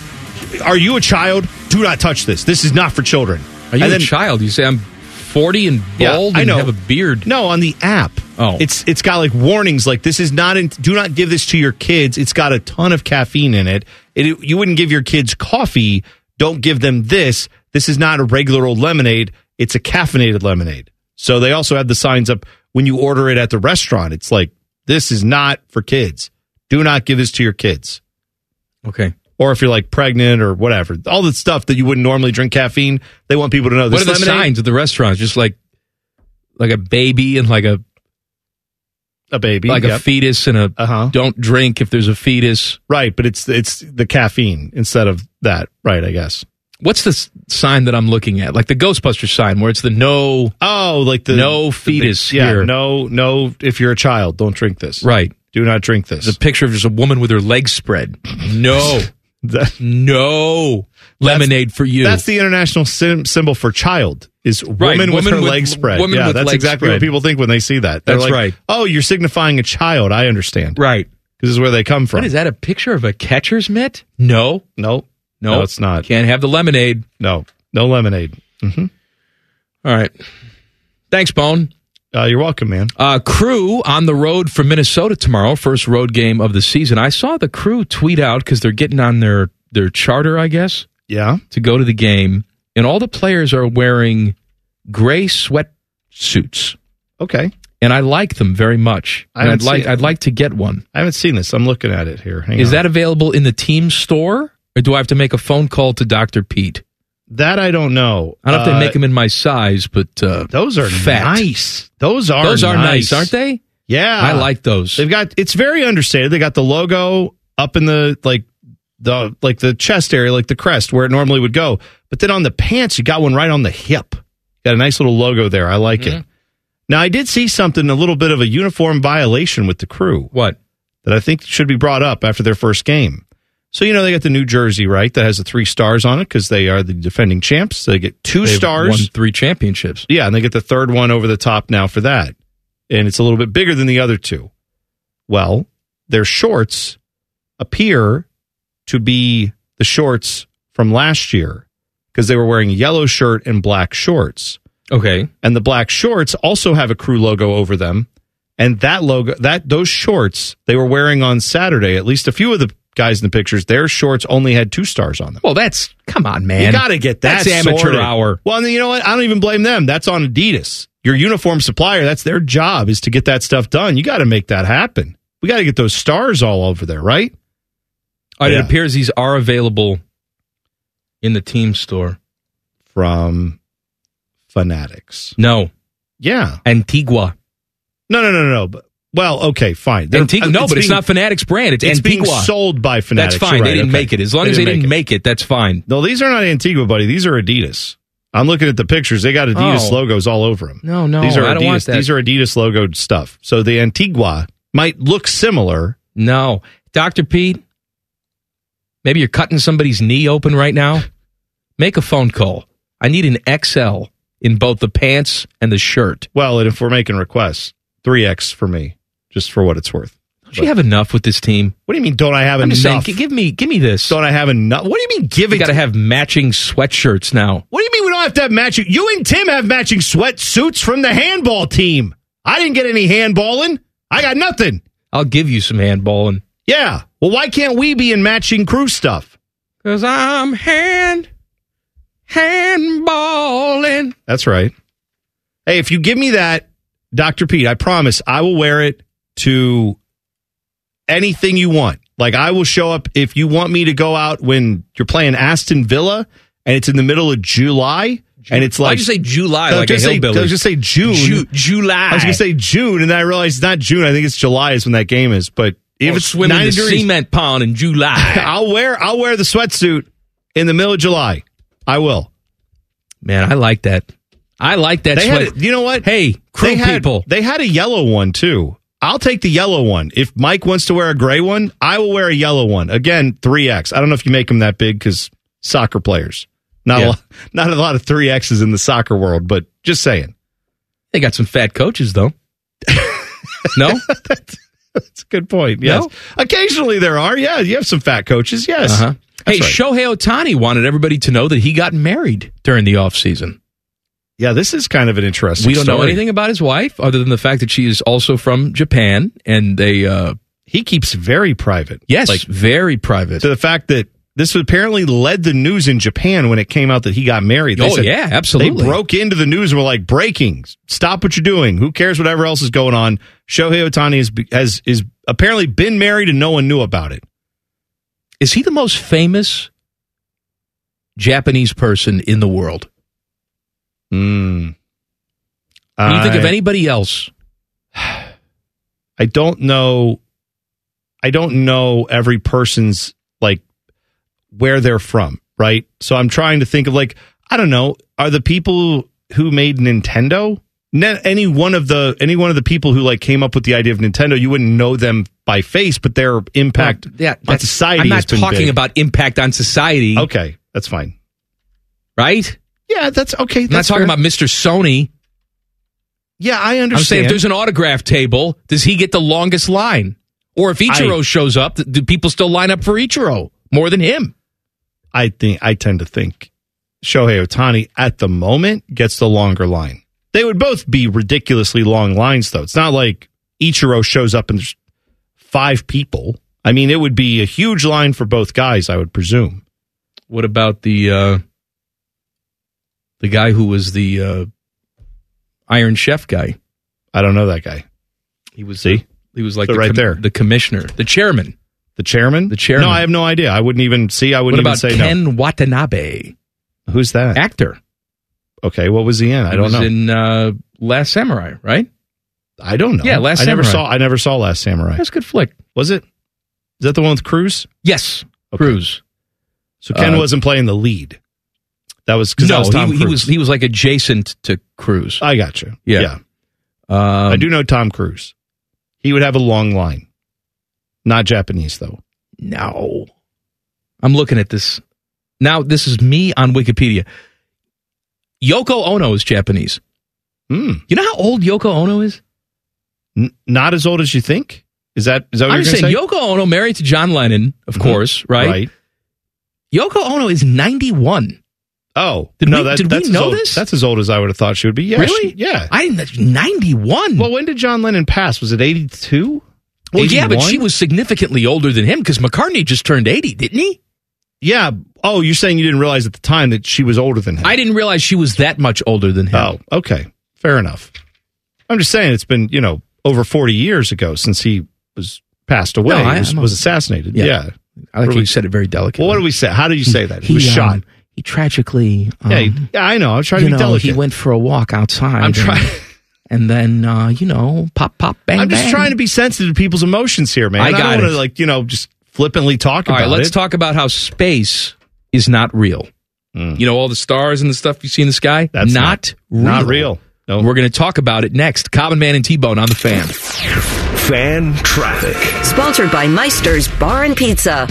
[SPEAKER 3] "Are you a child? Do not touch this. This is not for children."
[SPEAKER 4] Are you
[SPEAKER 3] And
[SPEAKER 4] a
[SPEAKER 3] then-
[SPEAKER 4] child? You say I'm 40 and bald
[SPEAKER 3] Yeah,
[SPEAKER 4] and
[SPEAKER 3] I know.
[SPEAKER 4] have a beard.
[SPEAKER 3] No, on the app.
[SPEAKER 4] Oh.
[SPEAKER 3] It's it's got like warnings like this is not in, do not give this to your kids. It's got a ton of caffeine in it. it. You wouldn't give your kids coffee. Don't give them this. This is not a regular old lemonade. It's a caffeinated lemonade. So they also have the signs up when you order it at the restaurant. It's like this is not for kids. Do not give this to your kids.
[SPEAKER 4] Okay.
[SPEAKER 3] Or if you're like pregnant or whatever, all the stuff that you wouldn't normally drink caffeine, they want people to know.
[SPEAKER 4] What are
[SPEAKER 3] this
[SPEAKER 4] the
[SPEAKER 3] lemonade-
[SPEAKER 4] signs at the restaurants? Just like like a baby and like a
[SPEAKER 3] a baby,
[SPEAKER 4] like a
[SPEAKER 3] yep.
[SPEAKER 4] fetus and a
[SPEAKER 3] uh-huh.
[SPEAKER 4] don't drink if there's a fetus.
[SPEAKER 3] Right, but it's it's the caffeine instead of that. Right, I guess.
[SPEAKER 4] What's the s- sign that I'm looking at? Like the Ghostbuster sign where it's the no
[SPEAKER 3] Oh, like the
[SPEAKER 4] no
[SPEAKER 3] the-
[SPEAKER 4] fetus
[SPEAKER 3] yeah,
[SPEAKER 4] here.
[SPEAKER 3] no, no. If you're a child, don't drink this.
[SPEAKER 4] Right.
[SPEAKER 3] Do not drink this.
[SPEAKER 4] There's a picture of just a woman with her legs spread. No. no lemonade for you.
[SPEAKER 3] That's the international sim- symbol for child. Is woman
[SPEAKER 4] Right,
[SPEAKER 3] with
[SPEAKER 4] woman
[SPEAKER 3] her
[SPEAKER 4] with-
[SPEAKER 3] legs spread?
[SPEAKER 4] woman
[SPEAKER 3] yeah,
[SPEAKER 4] with
[SPEAKER 3] that's
[SPEAKER 4] legs
[SPEAKER 3] exactly
[SPEAKER 4] spread.
[SPEAKER 3] what people think when they see that. They're
[SPEAKER 4] That's
[SPEAKER 3] like,
[SPEAKER 4] right.
[SPEAKER 3] Oh, you're signifying a child. I understand.
[SPEAKER 4] Right.
[SPEAKER 3] This is where they come from.
[SPEAKER 4] What is that? A picture of a catcher's mitt? No.
[SPEAKER 3] No.
[SPEAKER 4] No.
[SPEAKER 3] No, it's not.
[SPEAKER 4] Can't have the lemonade.
[SPEAKER 3] No. No lemonade. Mhm.
[SPEAKER 4] All right. Thanks, Bone.
[SPEAKER 3] Uh, you're welcome, man.
[SPEAKER 4] Uh, crew on the road for Minnesota tomorrow, first road game of the season. I saw the crew tweet out because they're getting on their their charter, I guess,
[SPEAKER 3] Yeah.
[SPEAKER 4] to go to the game, and all the players are wearing gray sweatsuits,
[SPEAKER 3] Okay.
[SPEAKER 4] and I like them very much.
[SPEAKER 3] I
[SPEAKER 4] And
[SPEAKER 3] haven't
[SPEAKER 4] I'd like
[SPEAKER 3] seen it.
[SPEAKER 4] I'd like to get one.
[SPEAKER 3] I haven't seen this. I'm looking at it here. Hang
[SPEAKER 4] Is
[SPEAKER 3] on.
[SPEAKER 4] that available in the team store, or do I have to make a phone call to Doctor Pete?
[SPEAKER 3] that? I don't know.
[SPEAKER 4] I don't know if
[SPEAKER 3] Uh,
[SPEAKER 4] they make them in my size, but uh,
[SPEAKER 3] Those are
[SPEAKER 4] fat.
[SPEAKER 3] nice. Those are
[SPEAKER 4] Those are
[SPEAKER 3] nice,
[SPEAKER 4] nice, aren't they?
[SPEAKER 3] Yeah,
[SPEAKER 4] I like those.
[SPEAKER 3] They've got it's very understated. They got the logo up in the like the like the chest area, like the crest where it normally would go. But then on the pants, you got one right on the hip. Got a nice little logo there. I like
[SPEAKER 4] Mm-hmm.
[SPEAKER 3] it. Now I did see something a little bit of a uniform violation with the crew
[SPEAKER 4] What?
[SPEAKER 3] that I think should be brought up after their first game. So you know they got the new jersey right that has the three stars on it because they are the defending champs. They get 2
[SPEAKER 4] They've
[SPEAKER 3] stars.
[SPEAKER 4] won three championships.
[SPEAKER 3] Yeah, and they get the third one over the top now for that. And it's a little bit bigger than the other two. Well, their shorts appear to be the shorts from last year because they were wearing a yellow shirt and black shorts.
[SPEAKER 4] Okay.
[SPEAKER 3] And the black shorts also have a crew logo over them. And that logo, that those shorts they were wearing on Saturday, at least a few of the guys in the pictures, their shorts only had two stars on them.
[SPEAKER 4] Well, that's come on, man.
[SPEAKER 3] You got to get that.
[SPEAKER 4] That's amateur
[SPEAKER 3] sorted.
[SPEAKER 4] hour.
[SPEAKER 3] Well, and you know what? I don't even blame them. That's on Adidas. Your uniform supplier. That's their job is to get that stuff done. You got to make that happen. We got to get those stars all over there, right?
[SPEAKER 4] All right,
[SPEAKER 3] Yeah.
[SPEAKER 4] It appears these are available in the team store.
[SPEAKER 3] From Fanatics.
[SPEAKER 4] No,
[SPEAKER 3] Yeah.
[SPEAKER 4] Antigua.
[SPEAKER 3] No, no, no, no, no. But, well, okay, fine. They're- uh,
[SPEAKER 4] Antigua. No, but it's
[SPEAKER 3] being-
[SPEAKER 4] not Fanatics brand. It's,
[SPEAKER 3] It's being
[SPEAKER 4] Antigua.
[SPEAKER 3] sold by Fanatics.
[SPEAKER 4] that's fine.
[SPEAKER 3] You're
[SPEAKER 4] they
[SPEAKER 3] right,
[SPEAKER 4] didn't
[SPEAKER 3] okay.
[SPEAKER 4] make it. As long as they didn't make it, that's fine.
[SPEAKER 3] No, these are not Antigua, buddy. These are Adidas. I'm looking at the pictures. They got Adidas
[SPEAKER 4] Oh.
[SPEAKER 3] logos all over them.
[SPEAKER 4] No, no,
[SPEAKER 3] these are
[SPEAKER 4] I
[SPEAKER 3] Adidas.
[SPEAKER 4] don't want that.
[SPEAKER 3] These are Adidas logoed stuff. So the Antigua might look similar.
[SPEAKER 4] No, Doctor Pete. Maybe you're cutting somebody's knee open right now. Make a phone call. I need an XL in both the pants and the shirt.
[SPEAKER 3] Well, and if we're making requests, three X for me, just for what it's worth.
[SPEAKER 4] Don't you have enough with this team?
[SPEAKER 3] What do you mean? Don't I have
[SPEAKER 4] I'm
[SPEAKER 3] enough?
[SPEAKER 4] just saying, g- give me, give me this.
[SPEAKER 3] don't I have enough? What do you mean? Give
[SPEAKER 4] We
[SPEAKER 3] it?
[SPEAKER 4] got to have matching sweatshirts now.
[SPEAKER 3] what do you mean we don't have to have matching? You and Tim have matching sweatsuits from the handball team. I didn't get any handballing. I got nothing.
[SPEAKER 4] I'll give you some handballing.
[SPEAKER 3] Yeah. Well, why can't we be in matching crew stuff?
[SPEAKER 4] Cause I'm hand handballing.
[SPEAKER 3] That's right. Hey, if you give me that, Dr. Pete, I promise I will wear it to anything you want. Like I will show up if you want me to go out when you're playing Aston Villa and it's in the middle of July and it's like
[SPEAKER 4] Why'd you say July
[SPEAKER 3] I was
[SPEAKER 4] like a
[SPEAKER 3] gonna say-
[SPEAKER 4] hillbilly?
[SPEAKER 3] I was gonna say June.
[SPEAKER 4] Ju- July.
[SPEAKER 3] I was gonna say June, and then I realized it's not June. I think it's July is when that game is. But if
[SPEAKER 4] I'll
[SPEAKER 3] it's
[SPEAKER 4] swim in the
[SPEAKER 3] ninety degrees,
[SPEAKER 4] cement pond in July.
[SPEAKER 3] I'll wear I'll wear the sweatsuit in the middle of July. I will.
[SPEAKER 4] Man, I like that. I like that
[SPEAKER 3] They had
[SPEAKER 4] sweat.
[SPEAKER 3] it- you know what?
[SPEAKER 4] Hey, crew
[SPEAKER 3] they had,
[SPEAKER 4] people.
[SPEAKER 3] They had a yellow one too. I'll take the yellow one. If Mike wants to wear a gray one, I will wear a yellow one. Again, 3X. I don't know if you make them that big because soccer players. Not,
[SPEAKER 4] Yeah.
[SPEAKER 3] a lot, not a lot of 3Xs in the soccer world, but just saying.
[SPEAKER 4] They got some fat coaches, though. no?
[SPEAKER 3] that's, that's a good point. Yes.
[SPEAKER 4] No?
[SPEAKER 3] Occasionally there are. Yeah. You have some fat coaches. Yes.
[SPEAKER 4] Uh-huh. Hey,
[SPEAKER 3] That's right.
[SPEAKER 4] Shohei Otani wanted everybody to know that he got married during the offseason.
[SPEAKER 3] Yeah, this is kind of an interesting
[SPEAKER 4] We don't know
[SPEAKER 3] story.
[SPEAKER 4] anything about his wife other than the fact that she is also from Japan and they uh
[SPEAKER 3] he keeps very private.
[SPEAKER 4] Yes, very private.
[SPEAKER 3] To the fact that this apparently led the news in Japan when it came out that he got married.
[SPEAKER 4] Oh, yeah, absolutely.
[SPEAKER 3] They broke into the news and were like, "Breaking! Stop what you're doing. Who cares? Whatever else is going on." Shohei Otani has, has is apparently been married and no one knew about it.
[SPEAKER 4] Is he the most famous Japanese person in the world?
[SPEAKER 3] Mm.
[SPEAKER 4] Can you think of
[SPEAKER 3] I-
[SPEAKER 4] anybody else?
[SPEAKER 3] I don't know. I don't know every person's like where they're from, right? So I'm trying to think of like I don't know. Are the people who made Nintendo Ne- any one of the any one of the people who like came up with the idea of Nintendo? You wouldn't know them by face, but their impact
[SPEAKER 4] Yeah,
[SPEAKER 3] on
[SPEAKER 4] that's-
[SPEAKER 3] society.
[SPEAKER 4] I'm
[SPEAKER 3] has
[SPEAKER 4] not
[SPEAKER 3] been
[SPEAKER 4] talking
[SPEAKER 3] big.
[SPEAKER 4] about impact on society.
[SPEAKER 3] Okay, that's fine.
[SPEAKER 4] Right?
[SPEAKER 3] Yeah, that's okay.
[SPEAKER 4] I'm not
[SPEAKER 3] that's
[SPEAKER 4] talking
[SPEAKER 3] fair.
[SPEAKER 4] about Mr. Sony.
[SPEAKER 3] Yeah, I understand.
[SPEAKER 4] I'm saying if there's an autograph table, does he get the longest line? Or if Ichiro
[SPEAKER 3] I-
[SPEAKER 4] shows up, th- do people still line up for Ichiro more than him?
[SPEAKER 3] I think I tend to think Shohei Otani at the moment gets the longer line. They would both be ridiculously long lines, though. It's not like Ichiro shows up and there's five people. I mean, it would be a huge line for both guys, I would presume.
[SPEAKER 4] What about the uh, the guy who was the uh, Iron Chef guy?
[SPEAKER 3] I don't know that guy.
[SPEAKER 4] He was
[SPEAKER 3] See?
[SPEAKER 4] he was like
[SPEAKER 3] So
[SPEAKER 4] the
[SPEAKER 3] right
[SPEAKER 4] com-
[SPEAKER 3] there.
[SPEAKER 4] the commissioner, the chairman.
[SPEAKER 3] The chairman?
[SPEAKER 4] The chairman.
[SPEAKER 3] No, I have no idea. I wouldn't even see. I
[SPEAKER 4] what
[SPEAKER 3] wouldn't
[SPEAKER 4] about
[SPEAKER 3] even say
[SPEAKER 4] Ken Watanabe,
[SPEAKER 3] no. Who's that?
[SPEAKER 4] actor?
[SPEAKER 3] Okay, what was he in? I
[SPEAKER 4] He
[SPEAKER 3] don't
[SPEAKER 4] was
[SPEAKER 3] know.
[SPEAKER 4] In uh, Last Samurai, right?
[SPEAKER 3] I don't know.
[SPEAKER 4] Yeah, Last
[SPEAKER 3] I never
[SPEAKER 4] Samurai.
[SPEAKER 3] saw. I never saw Last Samurai.
[SPEAKER 4] That's a good flick.
[SPEAKER 3] Was it? Is that the one with Cruz?
[SPEAKER 4] Yes,
[SPEAKER 3] Okay.
[SPEAKER 4] Cruz.
[SPEAKER 3] So Ken
[SPEAKER 4] Uh,
[SPEAKER 3] wasn't playing the lead. That was because that
[SPEAKER 4] No,
[SPEAKER 3] was Tom
[SPEAKER 4] he, he
[SPEAKER 3] Cruise.
[SPEAKER 4] was he was like adjacent to Cruz.
[SPEAKER 3] I got you.
[SPEAKER 4] Yeah. Um,
[SPEAKER 3] I do know Tom Cruise. He would have a long line. Not Japanese though.
[SPEAKER 4] No. I'm looking at this. Now, this is me on Wikipedia. Yoko Ono is Japanese.
[SPEAKER 3] Hmm.
[SPEAKER 4] You know how old Yoko Ono is?
[SPEAKER 3] N- not as old as you think. Is that is that what
[SPEAKER 4] I'm
[SPEAKER 3] you're
[SPEAKER 4] just
[SPEAKER 3] gonna
[SPEAKER 4] saying
[SPEAKER 3] say? Mm-hmm.
[SPEAKER 4] Yoko Ono married to John Lennon, of course, right? Yoko Ono is 91.
[SPEAKER 3] Oh
[SPEAKER 4] Did
[SPEAKER 3] no,
[SPEAKER 4] we-
[SPEAKER 3] that,
[SPEAKER 4] did we
[SPEAKER 3] that's as
[SPEAKER 4] know
[SPEAKER 3] old-
[SPEAKER 4] this?
[SPEAKER 3] That's as old as I would have thought she would be. Yeah,
[SPEAKER 4] really?
[SPEAKER 3] she- yeah.
[SPEAKER 4] I didn't. that's 91.
[SPEAKER 3] Well, when did John Lennon pass? Was it eighty two?
[SPEAKER 4] Well, yeah, but she was significantly older than him because McCartney just turned 80, didn't he?
[SPEAKER 3] Yeah. Oh, you're saying you didn't realize at the time that she was older than him.
[SPEAKER 4] I didn't realize she was that much older than him.
[SPEAKER 3] Oh, okay. Fair enough. I'm just saying it's been, you know, over 40 years ago since he was passed away,
[SPEAKER 4] No, I-
[SPEAKER 3] was,
[SPEAKER 4] I'm a-
[SPEAKER 3] was assassinated.
[SPEAKER 4] Yeah.
[SPEAKER 3] Yeah.
[SPEAKER 4] I think
[SPEAKER 3] Really-
[SPEAKER 4] you said it very delicately.
[SPEAKER 3] Well, what do we say? How do you say that? He, was
[SPEAKER 4] um,
[SPEAKER 3] shot.
[SPEAKER 4] He tragically. Um,
[SPEAKER 3] yeah, he- yeah, I know. I'm trying to
[SPEAKER 4] you
[SPEAKER 3] be
[SPEAKER 4] know,
[SPEAKER 3] delicate.
[SPEAKER 4] he went for a walk outside.
[SPEAKER 3] I'm trying.
[SPEAKER 4] And, and then, uh, you know, pop, pop, bang,
[SPEAKER 3] I'm just
[SPEAKER 4] bang.
[SPEAKER 3] trying to be sensitive to people's emotions here, man.
[SPEAKER 4] I got
[SPEAKER 3] don't want
[SPEAKER 4] it.
[SPEAKER 3] to, like, you know, just flippantly talk
[SPEAKER 4] All
[SPEAKER 3] about
[SPEAKER 4] right, let's
[SPEAKER 3] it.
[SPEAKER 4] talk about how space is not real. You know, all the stars and the stuff you see in the sky?
[SPEAKER 3] Mm. That's
[SPEAKER 4] not, real.
[SPEAKER 3] not real. No.
[SPEAKER 4] We're going to talk about it next. Common Man and T-Bone on the fan.
[SPEAKER 2] Fan traffic.
[SPEAKER 7] Sponsored by Meister's Bar and Pizza.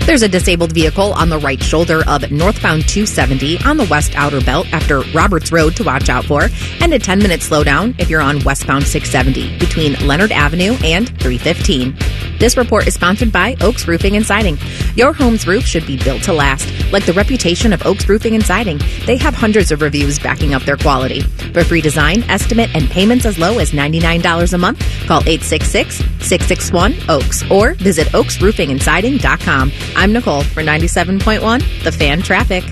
[SPEAKER 8] There's a disabled vehicle on the right shoulder of northbound 270 on the west outer belt after Roberts Road to watch out for, and a 10 minute slowdown if you're on westbound 670 between Leonard Avenue and 315. This report is sponsored by Oaks Roofing and Siding. Your home's roof should be built to last, like the reputation of Oaks Roofing and Siding. They have hundreds of reviews backing up their quality. For free design, estimate, and payments as low as $99 a month, call 866 661 Oaks or visit oaksroofingandsiding.com. I'm Nicole for 97.1 The Fan Traffic.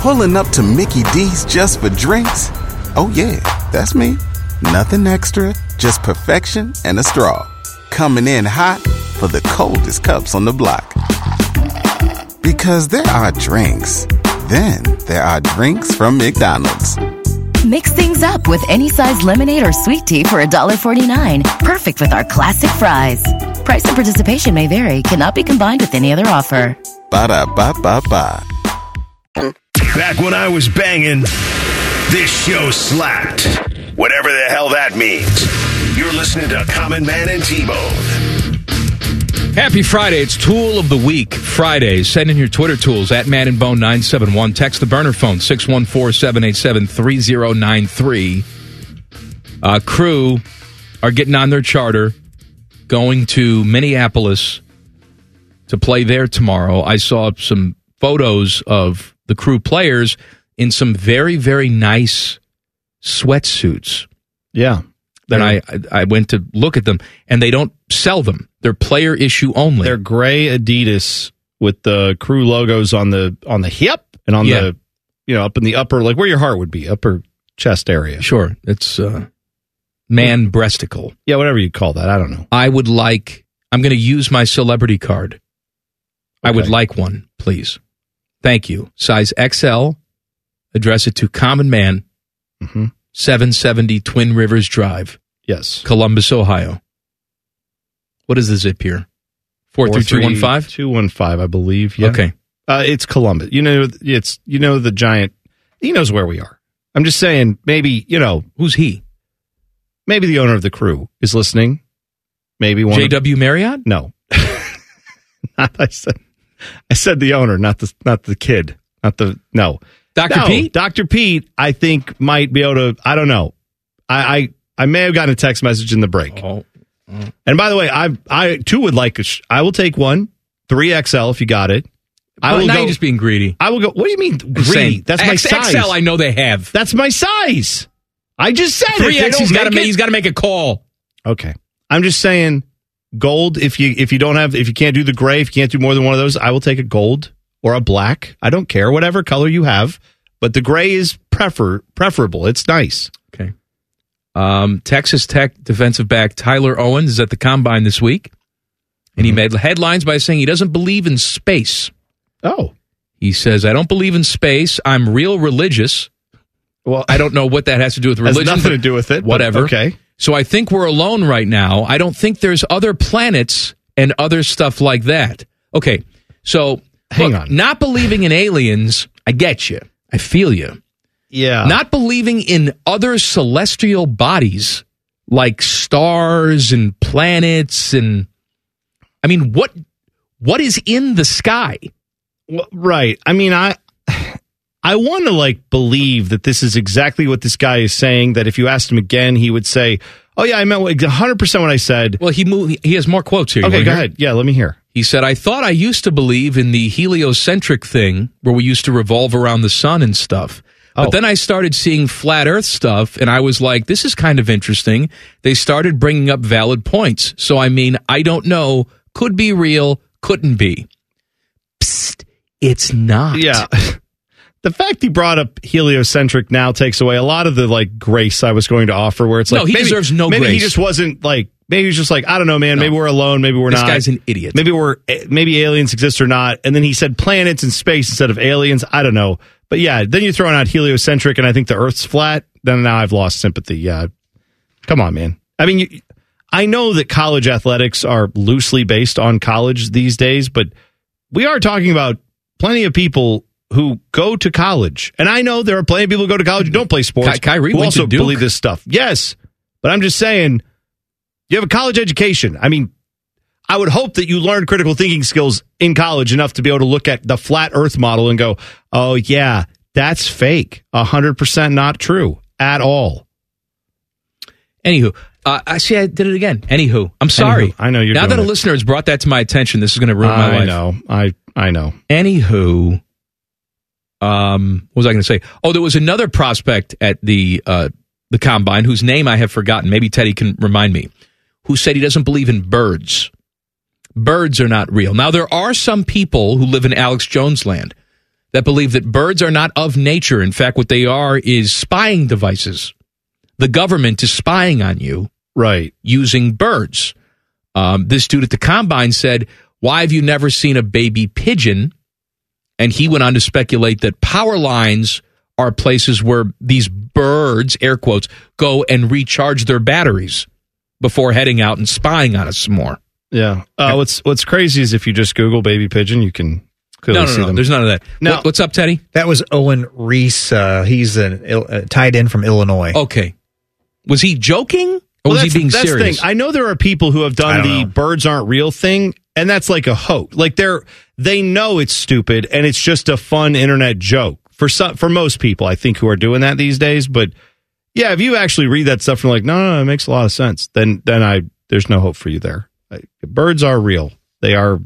[SPEAKER 9] Pulling up to Mickey D's just for drinks? Oh, yeah, that's me. Nothing extra, just perfection and a straw. Coming in hot for the coldest cups on the block. Because there are drinks, then there are drinks from McDonald's.
[SPEAKER 10] Mix things up with any size lemonade or sweet tea for $1.49. Perfect with our classic fries. Price and participation may vary, cannot be combined with any other offer.
[SPEAKER 9] Ba da ba ba ba.
[SPEAKER 2] Back when I was banging, This show slapped. Whatever the hell that means. You're listening to Common Man and T-Bone.
[SPEAKER 4] Happy Friday. It's Tool of the Week Friday. Send in your Twitter tools at Man and Bone 971. Text the burner phone 614 787 3093. Uh, Crew are getting on their charter, going to Minneapolis to play there tomorrow. I saw some photos of the crew players in some very, very nice sweatsuits.
[SPEAKER 3] Yeah.
[SPEAKER 4] Then I I I went to look at them, and they don't sell them. They're player issue only.
[SPEAKER 3] They're gray Adidas with the crew logos on the on the hip and on
[SPEAKER 4] Yeah.
[SPEAKER 3] the you know up in the upper like where your heart would be upper chest area.
[SPEAKER 4] Sure, it's uh, man breasticle.
[SPEAKER 3] Yeah, whatever you call that. I don't know.
[SPEAKER 4] I would like. I'm going to use my celebrity card. I would like one, please. Thank you. Size XL. Address it to Common Man, 770 Twin Rivers Drive.
[SPEAKER 3] Mm-hmm. Yes.
[SPEAKER 4] Columbus, Ohio. What is the zip here? 43215?
[SPEAKER 3] 215, I believe. Yeah.
[SPEAKER 4] Okay.
[SPEAKER 3] Uh, it's Columbus. You know, it's you know the giant. He knows where we are. I'm just saying, maybe you know
[SPEAKER 4] who's he.
[SPEAKER 3] Maybe the owner of the crew is listening. Maybe one. of-
[SPEAKER 4] J.W. Marriott?
[SPEAKER 3] no. Not- I said. I said the owner, not the not the kid, not the no.
[SPEAKER 4] Dr.
[SPEAKER 3] No,
[SPEAKER 4] Pete?
[SPEAKER 3] Dr. Pete, I think might be able to. I don't know. I I, I may have gotten a text message in the break.
[SPEAKER 4] Oh.
[SPEAKER 3] And by the way, I I too would like. A sh- I will take one three XL if you got it. I
[SPEAKER 4] Well,
[SPEAKER 3] will
[SPEAKER 4] now
[SPEAKER 3] go,
[SPEAKER 4] you're just being greedy.
[SPEAKER 3] I will go. What do you mean greedy?
[SPEAKER 4] Saying,
[SPEAKER 3] That's my
[SPEAKER 4] X-
[SPEAKER 3] size.
[SPEAKER 4] XL I know they have.
[SPEAKER 3] That's my size. I just said
[SPEAKER 4] Three
[SPEAKER 3] it.
[SPEAKER 4] X, he's gotta make- he's gotta make a call.
[SPEAKER 3] Okay. I'm just saying gold if you if you don't have if you can't do the gray, if you can't do more than one of those, I will take a gold or a black. I don't care whatever color you have, but the gray is prefer preferable. It's nice.
[SPEAKER 4] Okay. Um, Texas Tech defensive back Tyler Owens is at the combine this week, and he
[SPEAKER 3] Mm-hmm.
[SPEAKER 4] made headlines by saying he doesn't believe in space.
[SPEAKER 3] Oh.
[SPEAKER 4] He says, I don't believe in space. I'm real religious.
[SPEAKER 3] Well,
[SPEAKER 4] I don't know what that has to do with
[SPEAKER 3] Has
[SPEAKER 4] religion.
[SPEAKER 3] nothing
[SPEAKER 4] but
[SPEAKER 3] to do with it, but
[SPEAKER 4] Whatever.
[SPEAKER 3] okay.
[SPEAKER 4] So I think we're alone right now. I don't think there's other planets and other stuff like that. Okay. So hang on. Not believing in aliens, I get you. I feel you.
[SPEAKER 3] Yeah.
[SPEAKER 4] Not believing in other celestial bodies like stars and planets and I mean what what is in the sky?
[SPEAKER 3] Well, right. I mean, I I want to like believe that this is exactly what this guy is saying. That if you asked him again, he would say, "Oh yeah, I meant 100 percent what I said."
[SPEAKER 4] Well, he moved, he has more quotes here. You
[SPEAKER 3] Okay,
[SPEAKER 4] wanna
[SPEAKER 3] go
[SPEAKER 4] hear?
[SPEAKER 3] ahead. Yeah, let me hear.
[SPEAKER 4] He said, I thought I used to believe in the heliocentric thing where we used to revolve around the sun and stuff.
[SPEAKER 3] Oh.
[SPEAKER 4] But then I started seeing flat earth stuff and I was like, this is kind of interesting. They started bringing up valid points. So, I mean, I don't know. Could be real, couldn't be. Psst, it's not.
[SPEAKER 3] Yeah. The fact he brought up heliocentric now takes away a lot of the like grace I was going to offer. Where it's
[SPEAKER 4] No,
[SPEAKER 3] like
[SPEAKER 4] he
[SPEAKER 3] maybe,
[SPEAKER 4] deserves no
[SPEAKER 3] Maybe he
[SPEAKER 4] grace.
[SPEAKER 3] just wasn't like. Maybe he's just like I don't know, man. Maybe we're alone. Maybe we're
[SPEAKER 4] This
[SPEAKER 3] not.
[SPEAKER 4] guy's an idiot.
[SPEAKER 3] Maybe we're eh, maybe aliens exist or not. And then he said planets and space instead of aliens. I don't know. But yeah, then you're throwing out heliocentric, and I think the Earth's flat. Then now I've lost sympathy. Yeah, come on, man. I mean, you, I know that college athletics are loosely based on college these days, but we are talking about plenty of people who go to college, and I know there are plenty of people who go to college who don't play sports.
[SPEAKER 4] Ky- Kyrie
[SPEAKER 3] who
[SPEAKER 4] went
[SPEAKER 3] also
[SPEAKER 4] to Duke.
[SPEAKER 3] believe this stuff. Yes, but I'm just saying, you have a college education. I mean, I would hope that you learned critical thinking skills in college enough to be able to look at the flat Earth model and go, "Oh yeah, that's fake. hundred percent not true at all."
[SPEAKER 4] Anywho, uh, I see. I did it again. Anywho, I'm sorry.
[SPEAKER 3] I know you're
[SPEAKER 4] Now
[SPEAKER 3] doing
[SPEAKER 4] that a
[SPEAKER 3] it.
[SPEAKER 4] listener has brought that to my attention, this is going to ruin my
[SPEAKER 3] I
[SPEAKER 4] life.
[SPEAKER 3] know. I I know.
[SPEAKER 4] Anywho, um, what was I going to say? Oh, there was another prospect at the uh, the combine whose name I have forgotten. Maybe Teddy can remind me. Who said he doesn't believe in birds? Birds are not real. Now there are some people who live in Alex Jones land that believe that birds are not of nature. In fact, what they are is spying devices. The government is spying on you,
[SPEAKER 3] right?
[SPEAKER 4] Using birds. Um, this dude at the combine said, "Why have you never seen a baby pigeon?" And he went on to speculate that power lines are places where these birds, air quotes, go and recharge their batteries before heading out and spying on us some more.
[SPEAKER 3] Yeah. Uh, what's What's crazy is if you just Google baby pigeon, you can clearly
[SPEAKER 4] no, no,
[SPEAKER 3] see
[SPEAKER 4] no.
[SPEAKER 3] them.
[SPEAKER 4] There's none of that.
[SPEAKER 11] No.
[SPEAKER 4] What- what's up, Teddy?
[SPEAKER 11] That was Owen Reese. Uh, he's an Ill- uh, tight end from Illinois.
[SPEAKER 4] Okay. Was he joking? Or was he
[SPEAKER 3] that's-
[SPEAKER 4] being
[SPEAKER 3] that's the
[SPEAKER 4] serious?
[SPEAKER 3] thing. I know there are people who have
[SPEAKER 4] I
[SPEAKER 3] done
[SPEAKER 4] don't
[SPEAKER 3] the
[SPEAKER 4] know.
[SPEAKER 3] birds aren't real thing, and that's like a hoax. Like they're they know it's stupid, and it's just a fun internet joke for some for most people. I think who are doing that these days. But yeah, if you actually read that stuff and you're like, no, no, no, it makes a lot of sense. Then then I there's no hope for you there. Like, birds are real. They are.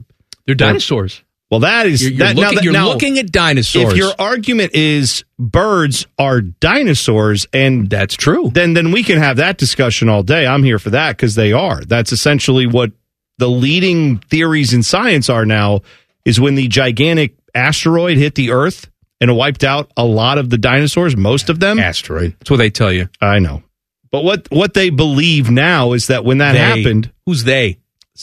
[SPEAKER 4] They're dinosaurs.
[SPEAKER 3] well, that is
[SPEAKER 4] You're- you're
[SPEAKER 3] that, now
[SPEAKER 4] looking-
[SPEAKER 3] that-
[SPEAKER 4] you're
[SPEAKER 3] now-
[SPEAKER 4] looking at dinosaurs.
[SPEAKER 3] If your argument is birds are dinosaurs, and
[SPEAKER 4] that's true,
[SPEAKER 3] then then we can have that discussion all day. I'm here for that because they are. That's essentially what the leading theories in science are now. Is when the gigantic asteroid hit the Earth and wiped out a lot of the dinosaurs, most of them.
[SPEAKER 4] Asteroid. That's what they tell you.
[SPEAKER 3] I know, but what what they believe now is that when that
[SPEAKER 4] They.
[SPEAKER 3] happened,
[SPEAKER 4] who's they?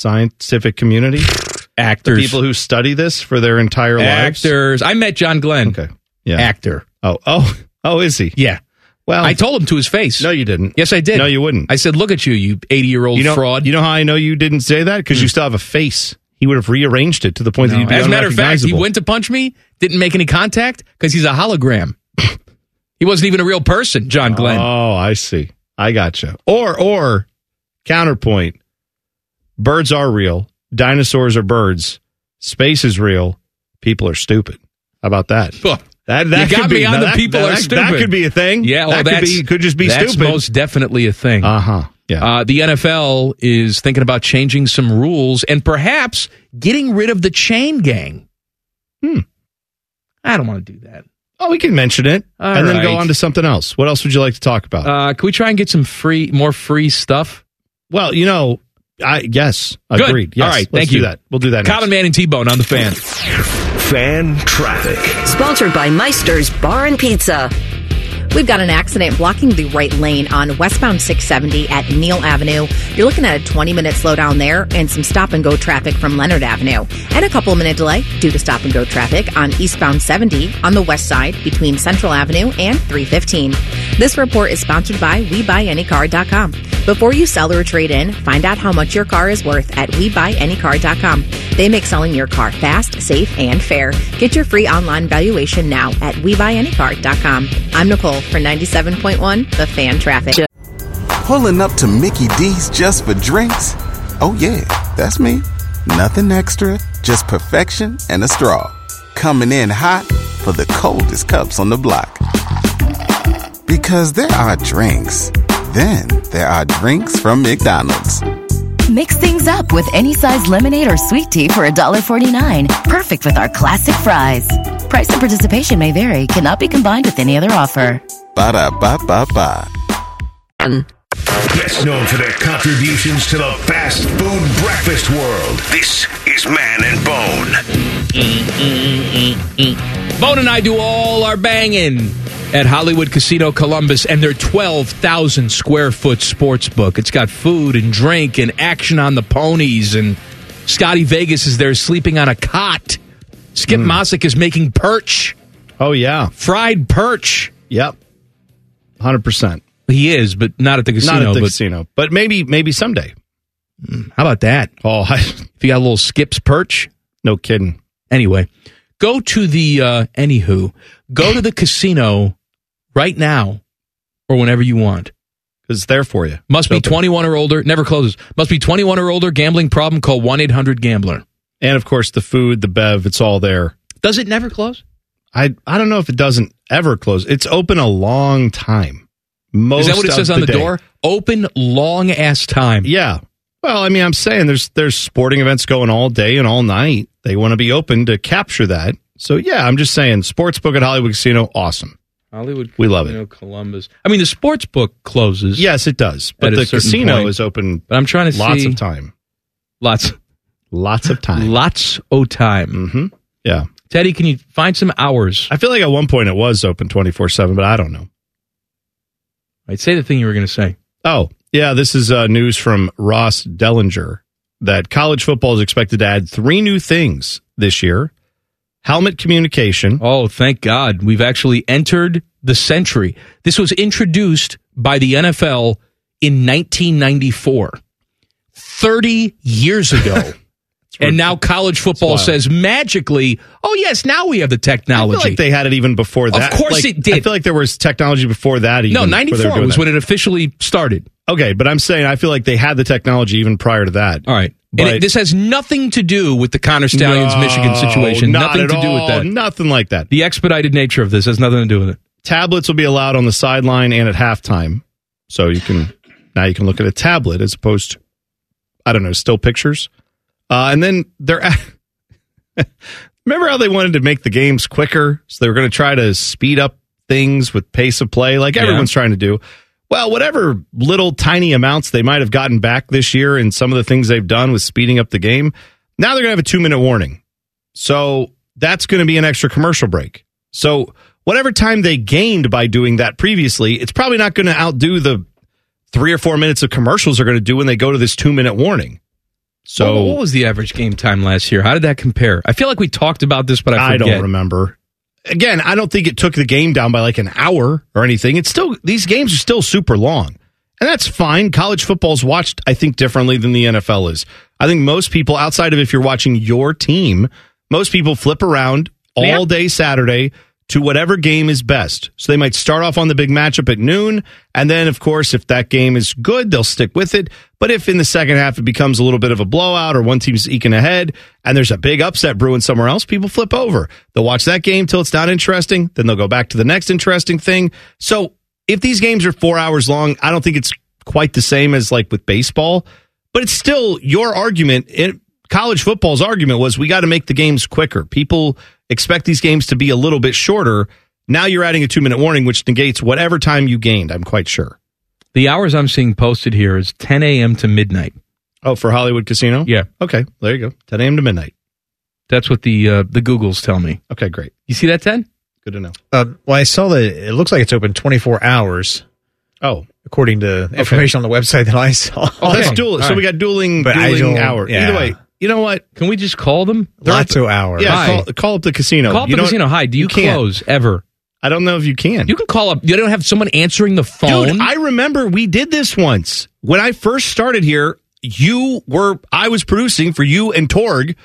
[SPEAKER 3] Scientific community,
[SPEAKER 4] actors,
[SPEAKER 3] people who study this for their entire lives.
[SPEAKER 4] Actors. I met John Glenn. Okay.
[SPEAKER 3] Yeah.
[SPEAKER 4] Actor.
[SPEAKER 3] Oh, oh, oh, is he?
[SPEAKER 4] Yeah.
[SPEAKER 3] Well,
[SPEAKER 4] I told him to his face. No,
[SPEAKER 3] you didn't.
[SPEAKER 4] Yes, I did.
[SPEAKER 3] No, you wouldn't.
[SPEAKER 4] I said, "Look at you, you eighty-year-old
[SPEAKER 3] you know,
[SPEAKER 4] fraud." Hmm.
[SPEAKER 3] You know how I know you didn't say that because you still have a face. He would have rearranged it to the point that you'd be
[SPEAKER 4] As a matter of fact, he
[SPEAKER 3] unrecognizable.
[SPEAKER 4] went to punch me, didn't make any contact because he's a hologram. he wasn't even a real person, John Glenn.
[SPEAKER 3] Oh, I see. I gotcha. Or or counterpoint. Birds are real. Dinosaurs are birds. Space is real. People are stupid. How about that?
[SPEAKER 4] That
[SPEAKER 3] that could
[SPEAKER 4] you got
[SPEAKER 3] be,
[SPEAKER 4] me on
[SPEAKER 3] now
[SPEAKER 4] the
[SPEAKER 3] that-
[SPEAKER 4] people
[SPEAKER 3] that,
[SPEAKER 4] are
[SPEAKER 3] that
[SPEAKER 4] stupid.
[SPEAKER 3] could be a thing.
[SPEAKER 4] Yeah, well,
[SPEAKER 3] that could
[SPEAKER 4] that's,
[SPEAKER 3] be could just be
[SPEAKER 4] that's
[SPEAKER 3] stupid.
[SPEAKER 4] most definitely a thing.
[SPEAKER 3] Uh-huh. Yeah.
[SPEAKER 4] Uh, the NFL is thinking about changing some rules and perhaps getting rid of the chain gang.
[SPEAKER 3] Hmm.
[SPEAKER 4] I don't want to do that.
[SPEAKER 3] oh, we can mention it
[SPEAKER 4] All
[SPEAKER 3] and then go
[SPEAKER 4] right.
[SPEAKER 3] on to something else. What else would you like to talk about?
[SPEAKER 4] Uh, can we try and get some free, more free stuff?
[SPEAKER 3] Well, you know, I yes,
[SPEAKER 4] Good.
[SPEAKER 3] agreed. Yes,
[SPEAKER 4] All right,
[SPEAKER 3] let's
[SPEAKER 4] thank
[SPEAKER 3] do
[SPEAKER 4] you.
[SPEAKER 3] that. We'll do that.
[SPEAKER 4] Common Man and T Bone on the fan.
[SPEAKER 2] Fan traffic.
[SPEAKER 7] Sponsored by Meister's Bar and Pizza.
[SPEAKER 8] We've got an accident blocking the right lane on westbound 670 at Neal Avenue. You're looking at a 20 minute slowdown there and some stop and go traffic from Leonard Avenue. And a couple minute delay due to stop and go traffic on eastbound 70 on the west side between Central Avenue and 315. This report is sponsored by WeBuyAnyCar.com. Before you sell or trade in, find out how much your car is worth at WeBuyAnyCar.com. They make selling your car fast, safe, and fair. Get your free online valuation now at WeBuyAnyCar.com. I'm Nicole for 97.1 The Fan Traffic.
[SPEAKER 9] Pulling up to Mickey D's just for drinks? Oh, yeah, that's me. Nothing extra, just perfection and a straw. Coming in hot for the coldest cups on the block. Because there are drinks, then there are drinks from McDonald's.
[SPEAKER 10] Mix things up with any size lemonade or sweet tea for $1.49. Perfect with our classic fries. Price and participation may vary, cannot be combined with any other offer.
[SPEAKER 9] Ba da ba ba ba.
[SPEAKER 2] Best known for their contributions to the fast food breakfast world. This is Man and Bone.
[SPEAKER 4] Bone Mm-hmm. and I do all our banging at Hollywood Casino Columbus and their 12,000 square foot sports book. It's got food and drink and action on the ponies, and Scotty Vegas is there sleeping on a cot. Skip Mossick is making perch.
[SPEAKER 3] Mm. Oh yeah,
[SPEAKER 4] fried perch.
[SPEAKER 3] Yep, hundred percent.
[SPEAKER 4] He is, but not at the casino.
[SPEAKER 3] Not at the
[SPEAKER 4] but Hmm,
[SPEAKER 3] casino, but maybe maybe someday.
[SPEAKER 4] How about that?
[SPEAKER 3] Oh, I,
[SPEAKER 4] if you got a little Skip's perch,
[SPEAKER 3] no kidding.
[SPEAKER 4] Anyway, go to the uh, anywho. Go to the casino right now, or whenever you want.
[SPEAKER 3] Because it's there for you.
[SPEAKER 4] Must be 21 or older. Never closes. Must be 21 or older. Gambling problem? Call 1 800 Gambler.
[SPEAKER 3] And of course, the food, the bev, it's all there.
[SPEAKER 4] Does it never close?
[SPEAKER 3] I I don't know if it doesn't ever close. It's open a long time. Most
[SPEAKER 4] Is that what it
[SPEAKER 3] of
[SPEAKER 4] says on the,
[SPEAKER 3] day.
[SPEAKER 4] door? Open long ass time.
[SPEAKER 3] Yeah. Well, I mean, I'm saying there's there's sporting events going all day and all night. They want to be open to capture that. So yeah, I'm just saying, sportsbook at Hollywood Casino, awesome.
[SPEAKER 4] Hollywood.
[SPEAKER 3] We love it.
[SPEAKER 4] Casino, Columbus. I mean, the sports book closes.
[SPEAKER 3] Yes, it does.
[SPEAKER 4] At
[SPEAKER 3] But
[SPEAKER 4] a
[SPEAKER 3] the
[SPEAKER 4] certain
[SPEAKER 3] casino
[SPEAKER 4] point.
[SPEAKER 3] is open.
[SPEAKER 4] But I'm trying to
[SPEAKER 3] lots
[SPEAKER 4] see-
[SPEAKER 3] of time.
[SPEAKER 4] Lots.
[SPEAKER 3] Lots of time.
[SPEAKER 4] Lots o' time.
[SPEAKER 3] Mm-hmm. Yeah.
[SPEAKER 4] Teddy, can you find some hours?
[SPEAKER 3] I feel like at one point it was open 24 7, but I don't know.
[SPEAKER 4] I'd say the thing you were going to say.
[SPEAKER 3] Oh, yeah. This is uh, news from Ross Dellinger that college football is expected to add three new things this year helmet communication.
[SPEAKER 4] Oh, thank God. We've actually entered the century. This was introduced by the NFL in 1994, 30 years ago. and now college football says magically, oh yes, now we have the technology.
[SPEAKER 3] I feel like they had it even before that.
[SPEAKER 4] Of course
[SPEAKER 3] Like,
[SPEAKER 4] it did.
[SPEAKER 3] I feel like there was technology before that. Even,
[SPEAKER 4] no,
[SPEAKER 3] where they
[SPEAKER 4] ninety
[SPEAKER 3] were
[SPEAKER 4] four
[SPEAKER 3] doing
[SPEAKER 4] was
[SPEAKER 3] that.
[SPEAKER 4] when it officially started.
[SPEAKER 3] Okay, but I'm saying I feel like they had the technology even prior to that.
[SPEAKER 4] All right,
[SPEAKER 3] but
[SPEAKER 4] and it, this has nothing to do with the Connor Stallions
[SPEAKER 3] No,
[SPEAKER 4] Michigan situation.
[SPEAKER 3] not
[SPEAKER 4] Nothing
[SPEAKER 3] at
[SPEAKER 4] to do
[SPEAKER 3] all.
[SPEAKER 4] with that.
[SPEAKER 3] Nothing like that.
[SPEAKER 4] The expedited nature of this has nothing to do with it.
[SPEAKER 3] Tablets will be allowed on the sideline and at halftime, so you can now you can look at a tablet as opposed to I don't know still pictures, uh, and then they're. Remember how they wanted to make the games quicker? So they were going to try to speed up things with pace of play, like everyone's trying to do. Well, whatever little tiny amounts they might have gotten back this year in some of the things they've done with speeding up the game, now they're going to have a two minute warning. So that's going to be an extra commercial break. So whatever time they gained by doing that previously, it's probably not going to outdo the three or four minutes of commercials they're going to do when they go to this two minute warning. So
[SPEAKER 4] What- what was the average game time last year? How did that compare? I feel like we talked about this, but I,
[SPEAKER 3] I don't
[SPEAKER 4] forget.
[SPEAKER 3] remember. Again, I don't think it took the game down by like an hour or anything. It's still these games are still super long. And that's fine. College football's watched, I think, differently than the NFL is. I think most people, outside of if you're watching your team, most people flip around all day Saturday to whatever game is best. So they might start off on the big matchup at noon. And then, of course, if that game is good, they'll stick with it. But if in the second half it becomes a little bit of a blowout or one team's eking ahead and there's a big upset brewing somewhere else, people flip over. They'll watch that game till it's not interesting. Then they'll go back to the next interesting thing. So if these games are four hours long, I don't think it's quite the same as like with baseball, but it's still your argument. It, college football's argument was we got to make the games quicker. People expect these games to be a little bit shorter. Now you're adding a two minute warning, which negates whatever time you gained, I'm quite sure.
[SPEAKER 4] The hours I'm seeing posted here is 10 a.m. to midnight.
[SPEAKER 3] Oh, for Hollywood Casino?
[SPEAKER 4] Yeah.
[SPEAKER 3] Okay, there you go. 10 a.m. to midnight.
[SPEAKER 4] That's what the uh, the Googles tell me.
[SPEAKER 3] Okay, great.
[SPEAKER 4] You see that, Ted?
[SPEAKER 3] Good to know.
[SPEAKER 11] Uh, well, I saw that it looks like it's open 24 hours.
[SPEAKER 3] Oh.
[SPEAKER 11] According to information on the website that I saw.
[SPEAKER 3] Oh, that's dual. So we got dueling,
[SPEAKER 11] But I
[SPEAKER 3] dueling
[SPEAKER 11] don't-
[SPEAKER 3] hour.
[SPEAKER 11] yeah.
[SPEAKER 3] Either way, you know what?
[SPEAKER 4] Can we just call them?
[SPEAKER 11] Lotto hour.
[SPEAKER 3] Yeah,
[SPEAKER 11] Hi.
[SPEAKER 3] call, call up the casino.
[SPEAKER 4] Call up
[SPEAKER 3] You
[SPEAKER 4] the
[SPEAKER 3] know what?
[SPEAKER 4] casino. Hi, do you
[SPEAKER 3] can't.
[SPEAKER 4] close ever?
[SPEAKER 3] I don't know if you can.
[SPEAKER 4] You can call up. You don't have someone answering the phone.
[SPEAKER 3] Dude, I remember we did this once. When I first started here, you were I was producing for you and Torg,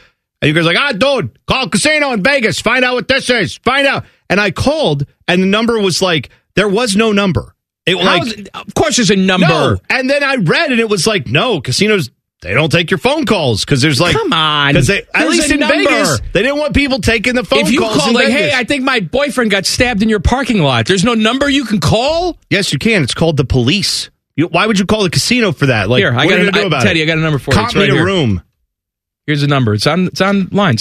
[SPEAKER 3] and you guys were like, ah, dude, call casino in Vegas, find out what this is, find out. And I called, and the number was like there was no number. It was
[SPEAKER 4] How
[SPEAKER 3] like,
[SPEAKER 4] is- of course, there's a number.
[SPEAKER 3] No. And then I read, and it was like, no, casinos. They don't take your phone calls because there's like
[SPEAKER 4] Come on.
[SPEAKER 3] because at
[SPEAKER 4] There's
[SPEAKER 3] least
[SPEAKER 4] a
[SPEAKER 3] in
[SPEAKER 4] number.
[SPEAKER 3] Vegas they didn't want people taking the phone
[SPEAKER 4] if you
[SPEAKER 3] calls.
[SPEAKER 4] call
[SPEAKER 3] in
[SPEAKER 4] like,
[SPEAKER 3] Vegas.
[SPEAKER 4] hey, I think my boyfriend got stabbed in your parking lot. There's no number you can call.
[SPEAKER 3] Yes, you can. It's called the police. You, why would you call the casino for that? Like,
[SPEAKER 4] Here, I
[SPEAKER 3] what
[SPEAKER 4] got
[SPEAKER 3] are you
[SPEAKER 4] a-
[SPEAKER 3] gonna do
[SPEAKER 4] I-
[SPEAKER 3] about
[SPEAKER 4] Teddy,
[SPEAKER 3] it?
[SPEAKER 4] I got a number for you.
[SPEAKER 3] Cop
[SPEAKER 4] It's
[SPEAKER 3] me
[SPEAKER 4] right
[SPEAKER 3] to
[SPEAKER 4] here.
[SPEAKER 3] room.
[SPEAKER 4] Here's the number. It's on it's online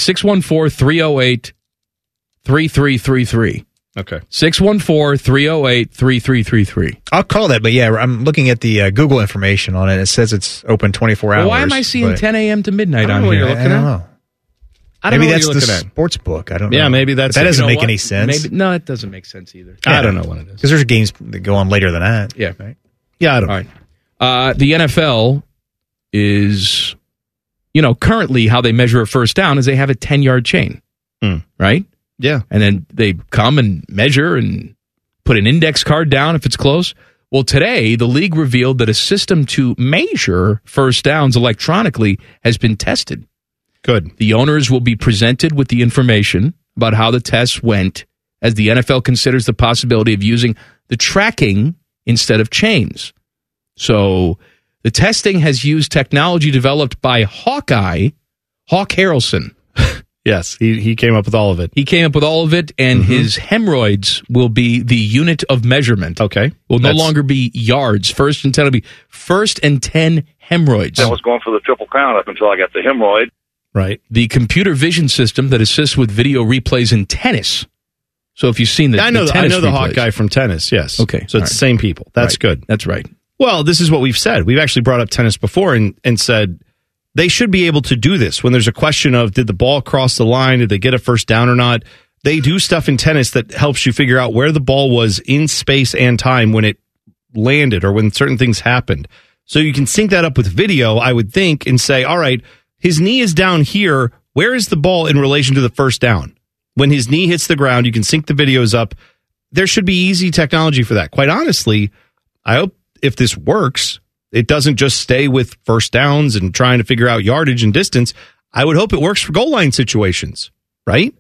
[SPEAKER 4] 614-308-3333.
[SPEAKER 3] Okay.
[SPEAKER 4] 614-308-3333.
[SPEAKER 11] I'll call that, but yeah, I'm looking at the uh, Google information on it. It says it's open 24 hours.
[SPEAKER 4] Well, why am I seeing
[SPEAKER 11] but
[SPEAKER 4] 10 a.m. to midnight
[SPEAKER 11] I don't
[SPEAKER 4] on
[SPEAKER 11] know what
[SPEAKER 4] here?
[SPEAKER 11] you're looking I don't at. know.
[SPEAKER 4] I don't
[SPEAKER 11] maybe
[SPEAKER 4] know
[SPEAKER 11] that's
[SPEAKER 4] what
[SPEAKER 11] the
[SPEAKER 4] you're looking at.
[SPEAKER 11] sports book. I don't know.
[SPEAKER 3] Yeah, maybe that's
[SPEAKER 11] that
[SPEAKER 3] it.
[SPEAKER 11] doesn't
[SPEAKER 3] You know
[SPEAKER 11] make
[SPEAKER 3] what?
[SPEAKER 11] any sense.
[SPEAKER 4] Maybe, no, it doesn't make sense either.
[SPEAKER 3] I don't know what it is.
[SPEAKER 11] because there's games that go on later than that.
[SPEAKER 4] Yeah.
[SPEAKER 11] Right?
[SPEAKER 3] Yeah, I don't.
[SPEAKER 4] All right. Uh, the NFL is, you know, currently how they measure a first down is they have a 10 yard chain,
[SPEAKER 3] Hmm.
[SPEAKER 4] right?
[SPEAKER 3] Yeah.
[SPEAKER 4] And then they come and measure and put an index card down if it's close. Well, today, the league revealed that a system to measure first downs electronically has been tested.
[SPEAKER 3] Good.
[SPEAKER 4] The owners will be presented with the information about how the tests went as the NFL considers the possibility of using the tracking instead of chains. So the testing has used technology developed by Hawkeye, Hawk Harrelson.
[SPEAKER 3] Yes, he he came up with all of it. Mm-hmm.
[SPEAKER 4] He came up with all of it, and his hemorrhoids will be the unit of measurement.
[SPEAKER 3] Okay.
[SPEAKER 4] Will no
[SPEAKER 3] That's-
[SPEAKER 4] longer be yards. First and ten will be first and ten hemorrhoids.
[SPEAKER 13] I was going for the triple crown up until I got the hemorrhoid.
[SPEAKER 3] Right.
[SPEAKER 4] the computer vision system that assists with video replays in tennis. So if you've seen the,
[SPEAKER 3] I know.
[SPEAKER 4] the
[SPEAKER 3] The, I
[SPEAKER 4] tennis
[SPEAKER 3] know the hot
[SPEAKER 4] replays.
[SPEAKER 3] guy from tennis. Yes.
[SPEAKER 4] Okay,
[SPEAKER 3] So
[SPEAKER 4] all
[SPEAKER 3] it's the
[SPEAKER 4] right.
[SPEAKER 3] same people. That's
[SPEAKER 4] Right.
[SPEAKER 3] good.
[SPEAKER 4] That's right.
[SPEAKER 3] Well, this is what we've said. We've actually brought up tennis before and, and said they should be able to do this when there's a question of did the ball cross the line? Did they get a first down or not? They do stuff in tennis that helps you figure out where the ball was in space and time when it landed or when certain things happened. So you can sync that up with video, I would think, and say, all right, his knee is down here. Where is the ball in relation to the first down? When his knee hits the ground, you can sync the videos up. There should be easy technology for that. Quite honestly, I hope if this works, it doesn't just stay with first downs and trying to figure out yardage and distance. I would hope it works for goal line situations, right?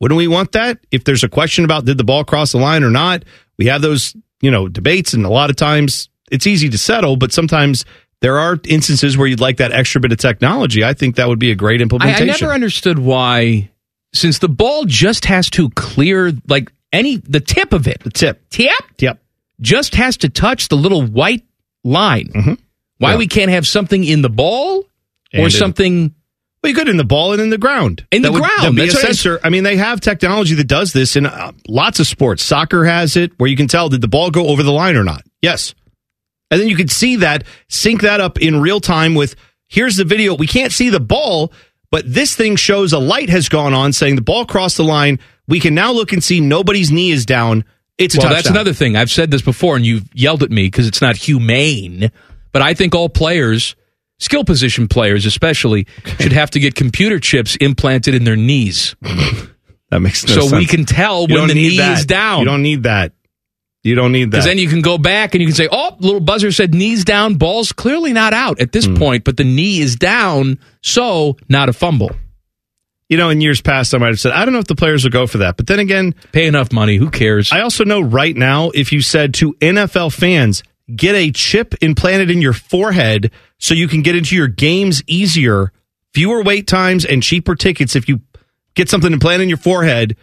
[SPEAKER 3] Wouldn't we want that? If there's a question about did the ball cross the line or not, we have those, you know, debates and a lot of times it's easy to settle, but sometimes there are instances where you'd like that extra bit of technology. I think that would be a great
[SPEAKER 4] I, I
[SPEAKER 3] implementation.
[SPEAKER 4] never understood why, since the ball just has to clear like any the tip of it, the
[SPEAKER 3] tip,
[SPEAKER 4] tip,
[SPEAKER 3] yep,
[SPEAKER 4] just has to touch the little white line. Why
[SPEAKER 3] Mm-hmm. Yeah.
[SPEAKER 4] we can't have something in the ball
[SPEAKER 3] And
[SPEAKER 4] or
[SPEAKER 3] in-
[SPEAKER 4] something?
[SPEAKER 3] Well, you could in the ball and in the ground.
[SPEAKER 4] In
[SPEAKER 3] That
[SPEAKER 4] the
[SPEAKER 3] would-
[SPEAKER 4] ground,
[SPEAKER 3] that'd be
[SPEAKER 4] that's
[SPEAKER 3] a
[SPEAKER 4] what I-
[SPEAKER 3] sensor. I mean, they have technology that does this in uh, lots of sports. Soccer has it, where you can tell did the ball go over the line or not. Yes, and then you could see that, sync that up in real time with here's the video. We can't see the ball, but this thing shows a light has gone on saying the ball crossed the line. We can now look and see nobody's knee is down. It's a
[SPEAKER 4] well,
[SPEAKER 3] touchdown.
[SPEAKER 4] that's another thing. I've said this before, and you've yelled at me because it's not humane. But I think all players, skill position players especially, should have to get computer chips implanted in their knees.
[SPEAKER 3] that makes no
[SPEAKER 4] so we
[SPEAKER 3] sense.
[SPEAKER 4] can tell when
[SPEAKER 3] You don't
[SPEAKER 4] the
[SPEAKER 3] need
[SPEAKER 4] knee
[SPEAKER 3] that.
[SPEAKER 4] is down.
[SPEAKER 3] You don't need that. You don't need that.
[SPEAKER 4] Because then you can go back and you can say, oh, little buzzer said knees down, ball's clearly not out at
[SPEAKER 3] Hmm.
[SPEAKER 4] this point, but the knee is down, so not a fumble.
[SPEAKER 3] you know, in years past, I might have said, I don't know if the players will go for that. But then again,
[SPEAKER 4] pay enough money. Who cares?
[SPEAKER 3] I also know right now, if you said to NFL fans, get a chip implanted in your forehead so you can get into your games easier, fewer wait times, and cheaper tickets if you get something implanted in your forehead.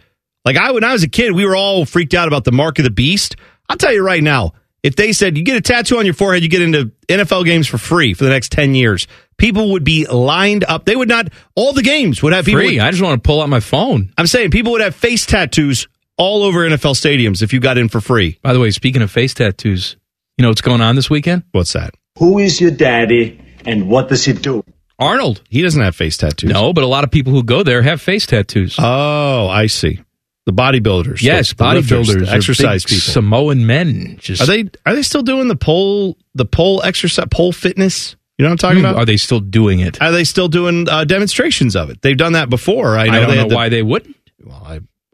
[SPEAKER 3] Like I, when I was a kid, we were all freaked out about the mark of the beast. I'll tell you right now, if they said you get a tattoo on your forehead, you get into NFL games for free for the next 10 years, people would be lined up. They would not, all the games would have people.
[SPEAKER 4] Free. I just want to pull out my phone.
[SPEAKER 3] I'm saying people would have face tattoos all over NFL stadiums if you got in for free.
[SPEAKER 4] By the way, speaking of face tattoos, you know what's going on this weekend?
[SPEAKER 3] What's that?
[SPEAKER 14] Who is your daddy and what does he do?
[SPEAKER 4] Arnold.
[SPEAKER 3] He doesn't have face tattoos.
[SPEAKER 4] No, but a lot of people who go there have face tattoos.
[SPEAKER 3] Oh, I see. The bodybuilders.
[SPEAKER 4] Yes,
[SPEAKER 3] the- the lifters, the
[SPEAKER 4] bodybuilders, are
[SPEAKER 3] exercise
[SPEAKER 4] big
[SPEAKER 3] people.
[SPEAKER 4] Samoan men. Just
[SPEAKER 3] are they are they still doing the pole the pole exercise pole fitness? You know what I'm talking
[SPEAKER 4] Hmm,
[SPEAKER 3] about?
[SPEAKER 4] Are they still doing it?
[SPEAKER 3] Are they still doing uh, demonstrations of it? They've done that before. I know.
[SPEAKER 4] I don't
[SPEAKER 3] they
[SPEAKER 4] know
[SPEAKER 3] had the-
[SPEAKER 4] why they wouldn't.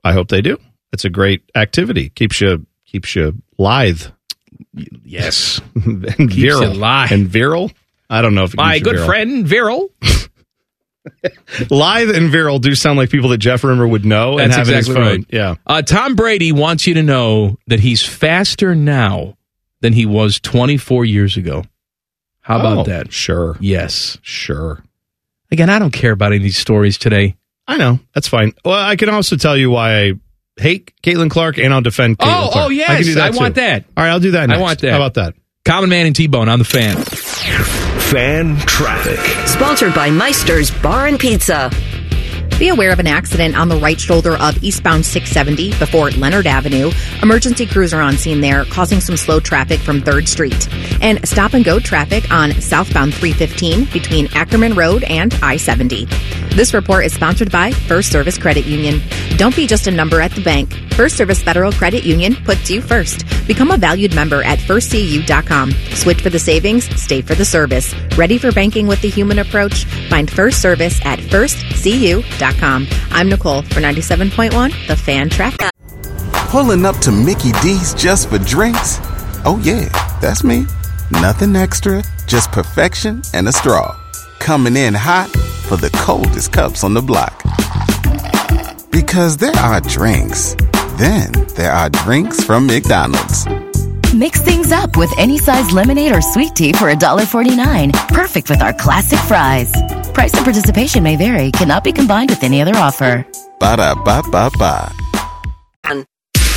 [SPEAKER 3] I hope they do. It's a great activity. Keeps you keeps you lithe.
[SPEAKER 4] Yes,
[SPEAKER 3] and
[SPEAKER 4] you
[SPEAKER 3] virile.
[SPEAKER 4] lithe.
[SPEAKER 3] And virile. I don't know if it
[SPEAKER 4] My
[SPEAKER 3] keeps you
[SPEAKER 4] good
[SPEAKER 3] virile.
[SPEAKER 4] friend Viral.
[SPEAKER 3] Lithe and virile do sound like people that Jeff Rimmer would know Oh, and
[SPEAKER 4] That's
[SPEAKER 3] have
[SPEAKER 4] exactly
[SPEAKER 3] in his phone.
[SPEAKER 4] right.
[SPEAKER 3] Yeah.
[SPEAKER 4] Uh, Tom Brady wants you to know that he's faster now than he was 24 years ago. How about
[SPEAKER 3] Oh,
[SPEAKER 4] that?
[SPEAKER 3] Sure.
[SPEAKER 4] Yes.
[SPEAKER 3] Sure.
[SPEAKER 4] Again, I don't care about any of these stories today.
[SPEAKER 3] I know. That's fine. Well, I can also tell you why I hate Caitlin Clark and I'll defend Caitlin
[SPEAKER 4] Oh,
[SPEAKER 3] Clark.
[SPEAKER 4] oh
[SPEAKER 3] I,
[SPEAKER 4] yes,
[SPEAKER 3] can do
[SPEAKER 4] I,
[SPEAKER 3] that
[SPEAKER 4] want
[SPEAKER 3] too.
[SPEAKER 4] that.
[SPEAKER 3] All right, I'll do that next.
[SPEAKER 4] I want that.
[SPEAKER 3] How about that?
[SPEAKER 4] Common Man and T Bone on the fan.
[SPEAKER 2] Fan traffic.
[SPEAKER 7] Sponsored by Meister's Bar and Pizza.
[SPEAKER 8] Be aware of an accident on the right shoulder of eastbound 670 before Leonard Avenue. Emergency crews are on scene there, causing some slow traffic from 3rd Street. And stop and go traffic on southbound 315 between Ackerman Road and I 70. This report is sponsored by First Service Credit Union. Don't be just a number at the bank. First Service Federal Credit Union puts you first. Become a valued member at firstcu.com. Switch for the savings, stay for the service. Ready for banking with the human approach? Find First Service at firstcu.com. I'm Nicole for 97.1 The Fan Traffic.
[SPEAKER 9] Pulling up to Mickey D's just for drinks? Oh, yeah, that's me. Nothing extra, just perfection and a straw. Coming in hot for the coldest cups on the block. Because there are drinks, then there are drinks from McDonald's.
[SPEAKER 10] Mix things up with any size lemonade or sweet tea for $1.49. Perfect with our classic fries. Price and participation may vary, cannot be combined with any other offer.
[SPEAKER 9] Ba da ba ba ba.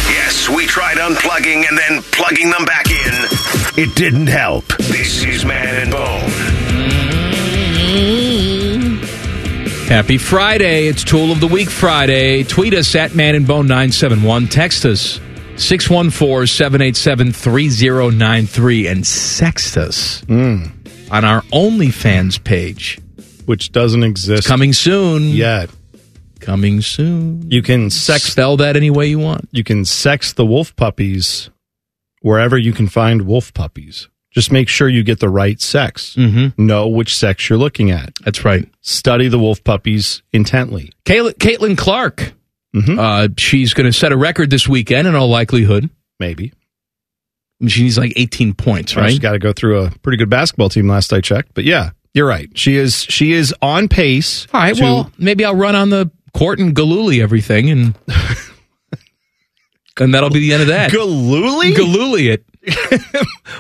[SPEAKER 2] Yes, we tried unplugging and then plugging them back in. It didn't help. This is Man and Bone.
[SPEAKER 4] Mm-hmm. Happy Friday. It's Tool of the Week Friday. Tweet us at Man and Bone 971. Text us 614 787 3093 and sext us
[SPEAKER 3] Mm.
[SPEAKER 4] on our OnlyFans page.
[SPEAKER 3] Which doesn't exist.
[SPEAKER 4] coming soon.
[SPEAKER 3] Yet.
[SPEAKER 4] Coming soon.
[SPEAKER 3] You can sex
[SPEAKER 4] spell that any way you want.
[SPEAKER 3] You can sex the wolf puppies wherever you can find wolf puppies. Just make sure you get the right sex. Mm-hmm. Know which sex you're looking at.
[SPEAKER 4] That's right.
[SPEAKER 3] Study the wolf puppies intently. Mm-hmm.
[SPEAKER 4] Caitlin, Caitlin Clark. Uh, she's going to set a record this weekend in all likelihood.
[SPEAKER 3] Maybe.
[SPEAKER 4] She needs like 18 points,
[SPEAKER 3] She's
[SPEAKER 4] right?
[SPEAKER 3] got to go through a pretty good basketball team last I checked. But yeah, You're right. She is she is on pace.
[SPEAKER 4] All right. well, maybe I'll run on the court and galooly everything, and and that'll be the end of that.
[SPEAKER 3] Galooly?
[SPEAKER 4] Galooly it.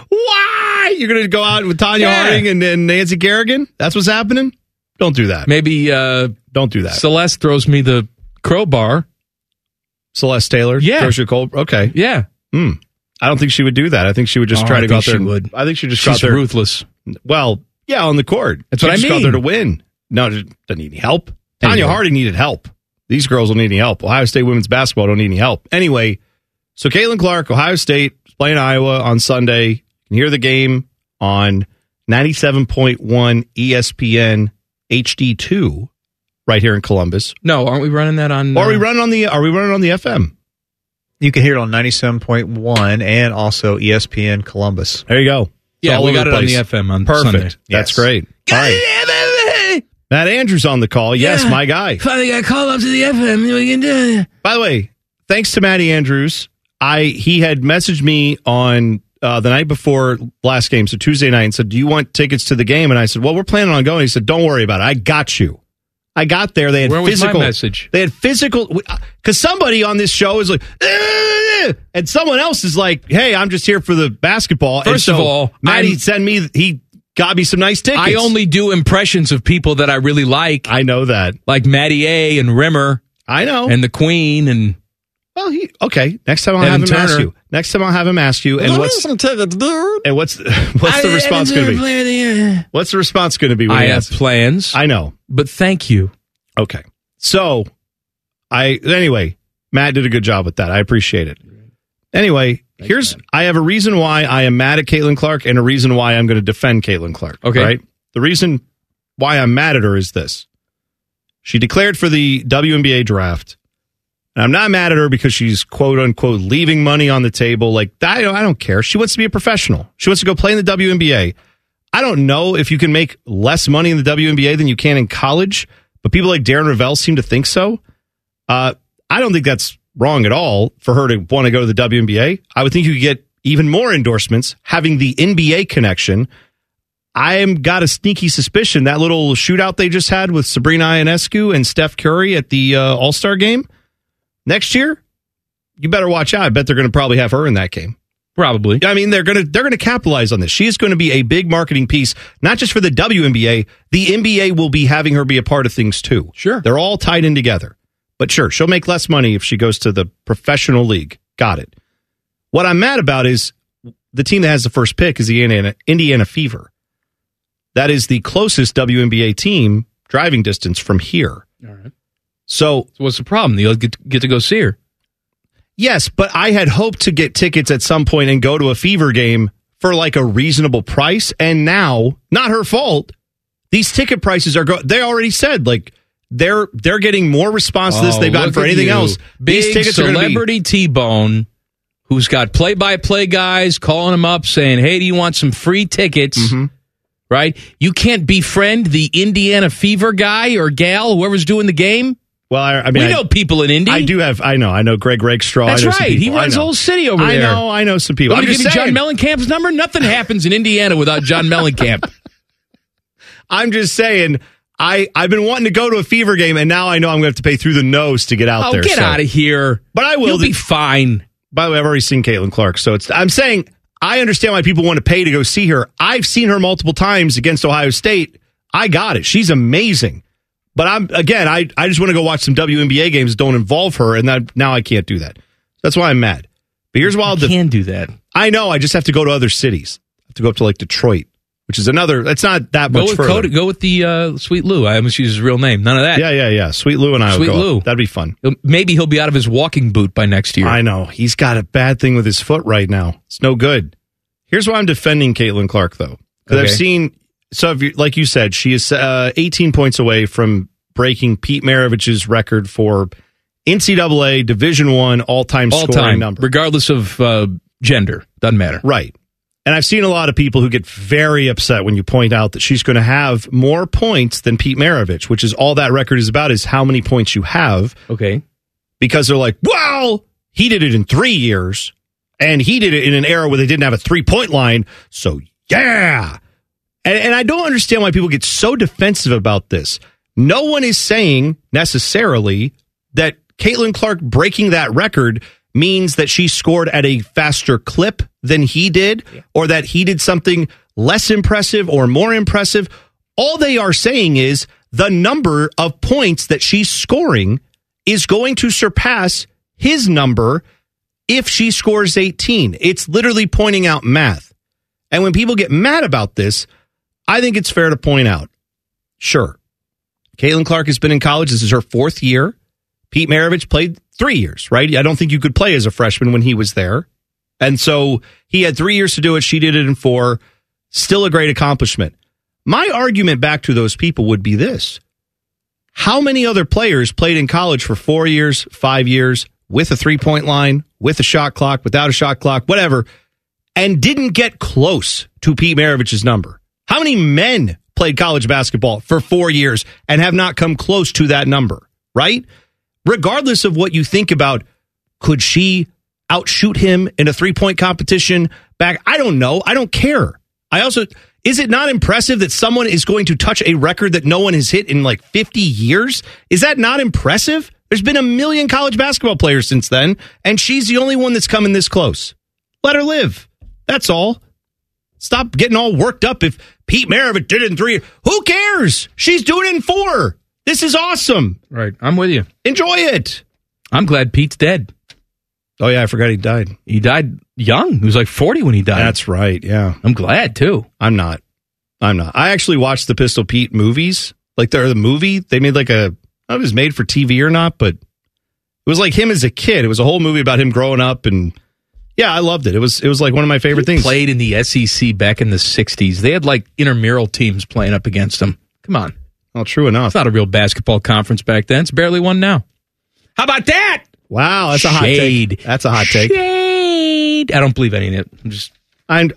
[SPEAKER 3] Why? You're going to go out with Tanya
[SPEAKER 4] Yeah.
[SPEAKER 3] Harding and, and Nancy Kerrigan? That's what's happening? Don't do that.
[SPEAKER 4] Maybe uh,
[SPEAKER 3] don't do that.
[SPEAKER 4] Celeste throws me the crowbar.
[SPEAKER 3] Celeste Taylor?
[SPEAKER 4] Yeah.
[SPEAKER 3] Throws you a cold- Okay.
[SPEAKER 4] Yeah.
[SPEAKER 3] Hmm. I don't think she would do that. I think she would just
[SPEAKER 4] Oh,
[SPEAKER 3] try
[SPEAKER 4] I
[SPEAKER 3] to go
[SPEAKER 4] think
[SPEAKER 3] out there.
[SPEAKER 4] she would.
[SPEAKER 3] I think she just
[SPEAKER 4] She's
[SPEAKER 3] got there.
[SPEAKER 4] ruthless.
[SPEAKER 3] Well, yeah, on the court.
[SPEAKER 4] That's
[SPEAKER 3] She
[SPEAKER 4] what I
[SPEAKER 3] just got
[SPEAKER 4] mean.
[SPEAKER 3] there to win. No, it doesn't need any help. Tanya
[SPEAKER 4] Anyway.
[SPEAKER 3] Harding needed help. These girls don't need any help. Ohio State women's basketball don't need any help. Anyway, so Caitlin Clark, Ohio State, is playing Iowa on Sunday. You can hear the game on 97.1 ESPN HD2 right here in Columbus.
[SPEAKER 4] No, aren't we running that on? uh,
[SPEAKER 3] Or are we running on the are we running on the FM?
[SPEAKER 11] You can hear it on 97.1 and also E ESPN Columbus.
[SPEAKER 3] There you go. It's
[SPEAKER 4] Yeah,
[SPEAKER 3] all
[SPEAKER 4] we
[SPEAKER 3] over
[SPEAKER 4] got
[SPEAKER 3] the
[SPEAKER 4] it on
[SPEAKER 3] place.
[SPEAKER 4] the FM on
[SPEAKER 3] Perfect.
[SPEAKER 4] Sunday.
[SPEAKER 3] That's great. All right. Matt Andrews on the call. Yes,
[SPEAKER 4] Yeah.
[SPEAKER 3] my guy.
[SPEAKER 4] Finally got called up to the FM. We can do it.
[SPEAKER 3] By the way, thanks to Matty Andrews, I he had messaged me on uh, the night before last game, so Tuesday night, and said, "Do you want tickets to the game?" And I said, "Well, we're planning on going." He said, "Don't worry about it. I got you." I got there. They had
[SPEAKER 4] Where was my
[SPEAKER 3] physical
[SPEAKER 4] message?
[SPEAKER 3] They had physical because somebody on this show is like, "Eh," and someone else is like, "Hey, I'm just here for the basketball." And
[SPEAKER 4] First of
[SPEAKER 3] so
[SPEAKER 4] all,
[SPEAKER 3] Matty
[SPEAKER 4] I'm-
[SPEAKER 3] sent me. He got me some nice tickets.
[SPEAKER 4] I only do impressions of people that I really like.
[SPEAKER 3] I know that,
[SPEAKER 4] like Matty A and Rimmer.
[SPEAKER 3] I know.
[SPEAKER 4] and the Queen and
[SPEAKER 3] Well, he okay. Next time I'll
[SPEAKER 4] Evan
[SPEAKER 3] have him ask
[SPEAKER 4] Turner.
[SPEAKER 3] you. Next time I'll have him ask you. And what's and what's what's the response going to be? What's the response going to be? When
[SPEAKER 4] I
[SPEAKER 3] he
[SPEAKER 4] have
[SPEAKER 3] asks?
[SPEAKER 4] plans,
[SPEAKER 3] I know.
[SPEAKER 4] but thank you.
[SPEAKER 3] Okay. So, I anyway, Matt did a good job with that. I appreciate it. Anyway, here's I have a reason why I am mad at Caitlin Clark and a reason why I'm going to defend Caitlin Clark.
[SPEAKER 4] Okay.
[SPEAKER 3] Right. The reason why I'm mad at her is this: she declared for the WNBA draft. And I'm not mad at her because she's quote unquote leaving money on the table. Like I don't, I don't care. She wants to be a professional. She wants to go play in the WNBA. I don't know if you can make less money in the WNBA than you can in college, but people like Darren Ravel seem to think so. Uh, I don't think that's wrong at all for her to want to go to the WNBA. I would think you could get even more endorsements having the NBA connection. I am got a sneaky suspicion that little shootout they just had with Sabrina Ionescu and Steph Curry at the uh, All Star game next year. You better watch out. I bet they're going to probably have her in that game.
[SPEAKER 4] Probably.
[SPEAKER 3] I mean, they're going to they're going to capitalize on this. She is going to be a big marketing piece, not just for the WNBA. The NBA will be having her be a part of things too. Sure, they're all tied in together. But sure, she'll make less money if she goes to the professional league. Got it. What I'm mad about is the team that has the first pick is the Indiana, Indiana Fever. That is the closest WNBA team driving distance from here.
[SPEAKER 4] All right.
[SPEAKER 3] So
[SPEAKER 4] So what's the problem? You'll get get to go see her.
[SPEAKER 3] Yes, but I had hoped to get tickets at some point and go to a fever game for like a reasonable price. And now, not her fault. These ticket prices are go they already said like they're they're getting more response to this
[SPEAKER 4] Oh,
[SPEAKER 3] they've gotten
[SPEAKER 4] look
[SPEAKER 3] for
[SPEAKER 4] at
[SPEAKER 3] anything
[SPEAKER 4] you.
[SPEAKER 3] else.
[SPEAKER 4] Big
[SPEAKER 3] These tickets are gonna be
[SPEAKER 4] celebrity T Bone, who's got play by play guys calling him up saying, "Hey, do you want some free tickets?"
[SPEAKER 3] Mm-hmm.
[SPEAKER 4] Right? You can't befriend the Indiana Fever guy or gal, whoever's doing the game.
[SPEAKER 3] Well, I, I mean,
[SPEAKER 4] we
[SPEAKER 3] I-
[SPEAKER 4] know people in Indy.
[SPEAKER 3] I do have I know, I know Greg Rakestraw.
[SPEAKER 4] That's
[SPEAKER 3] I know some
[SPEAKER 4] right. He
[SPEAKER 3] people. I
[SPEAKER 4] runs
[SPEAKER 3] know.
[SPEAKER 4] the whole city over there.
[SPEAKER 3] I know, I know some people.
[SPEAKER 4] Want
[SPEAKER 3] I'm
[SPEAKER 4] me to
[SPEAKER 3] just
[SPEAKER 4] give you John
[SPEAKER 3] saying.
[SPEAKER 4] Mellencamp's number? Nothing happens in Indiana without John Mellencamp.
[SPEAKER 3] I'm just saying I, I've been wanting to go to a fever game and now I know I'm gonna have to pay through the nose to get out
[SPEAKER 4] oh,
[SPEAKER 3] there.
[SPEAKER 4] get
[SPEAKER 3] so.
[SPEAKER 4] out of here!
[SPEAKER 3] But I will.
[SPEAKER 4] You'll be fine.
[SPEAKER 3] By the way, I've already seen Caitlin Clark, so it's. I'm saying I understand why people want to pay to go see her. I've seen her multiple times against Ohio State. I got it. She's amazing. But I'm again. I I just want to go watch some WNBA games that don't involve her, and that now I can't do that. That's why I'm mad. But here's why I'll
[SPEAKER 4] You
[SPEAKER 3] def-
[SPEAKER 4] can do that.
[SPEAKER 3] I know. I just have to go to other cities. I have to go up to like Detroit, which is another. That's not that
[SPEAKER 4] Go
[SPEAKER 3] much
[SPEAKER 4] with
[SPEAKER 3] further.
[SPEAKER 4] Cody, go with the uh, Sweet Lou. I almost used his real name. None of that.
[SPEAKER 3] Yeah, yeah, yeah. Sweet Lou and I.
[SPEAKER 4] Sweet
[SPEAKER 3] will go up.
[SPEAKER 4] Lou.
[SPEAKER 3] That'd be fun.
[SPEAKER 4] He'll- Maybe he'll be out of his walking boot by next year.
[SPEAKER 3] I know. He's got a bad thing with his foot right now. It's no good. Here's why I'm defending Caitlin Clark, though. Because I've
[SPEAKER 4] Okay.
[SPEAKER 3] seen, so if you, like you said, she is uh, 18 points away from breaking Pete Maravich's record for NCAA Division One all-time
[SPEAKER 4] All
[SPEAKER 3] scoring
[SPEAKER 4] time,
[SPEAKER 3] number.
[SPEAKER 4] regardless of uh, gender, doesn't matter.
[SPEAKER 3] Right. And I've seen a lot of people who get very upset when you point out that she's going to have more points than Pete Maravich, which is all that record is about is how many points you have
[SPEAKER 4] Okay.
[SPEAKER 3] because they're like, well, he did it in three years and he did it in an era where they didn't have a three point line. So, yeah. And, and I don't understand why people get so defensive about this. No one is saying necessarily that Caitlin Clark breaking that record means that she scored at a faster clip than he did, or that he did something less impressive or more impressive. All they are saying is the number of points that she's scoring is going to surpass his number if she scores 18. It's literally pointing out math. And when people get mad about this, I think it's fair to point out sure, Caitlin Clark has been in college. This is her fourth year. Pete Maravich played three years, right? I don't think you could play as a freshman when he was there. And so he had three years to do it. She did it in four. Still a great accomplishment. My argument back to those people would be this How many other players played in college for four years, five years, with a three point line, with a shot clock, without a shot clock, whatever, and didn't get close to Pete Maravich's number? How many men played college basketball for four years and have not come close to that number, right? Regardless of what you think about, could she outshoot him in a three point competition back? I don't know. I don't care. I also, is it not impressive that someone is going to touch a record that no one has hit in like 50 years? Is that not impressive? There's been a million college basketball players since then, and she's the only one that's coming this close. Let her live. That's all. Stop getting all worked up if Pete Maravich did it in three. Who cares? She's doing it in four. This is awesome.
[SPEAKER 4] Right. I'm with you.
[SPEAKER 3] Enjoy it.
[SPEAKER 4] I'm glad Pete's dead.
[SPEAKER 3] Oh, yeah. I forgot he died.
[SPEAKER 4] He died young. He was like 40 when he died.
[SPEAKER 3] That's right. Yeah.
[SPEAKER 4] I'm glad too.
[SPEAKER 3] I'm not. I'm not. I actually watched the Pistol Pete movies. Like they're the movie. They made like a I don't know if it was made for TV or not, but it was like him as a kid. It was a whole movie about him growing up and yeah, I loved it. It was it was like one of my favorite things.
[SPEAKER 4] Played in the SEC back in the 60s. They had like intramural teams playing up against them. Come on.
[SPEAKER 3] Well, true enough.
[SPEAKER 4] It's not a real basketball conference back then. It's barely one now. How about that?
[SPEAKER 3] Wow, that's a hot
[SPEAKER 4] Shade.
[SPEAKER 3] take. That's a hot take.
[SPEAKER 15] Hmm.
[SPEAKER 4] Shade. I don't believe any of it. I'm just
[SPEAKER 3] And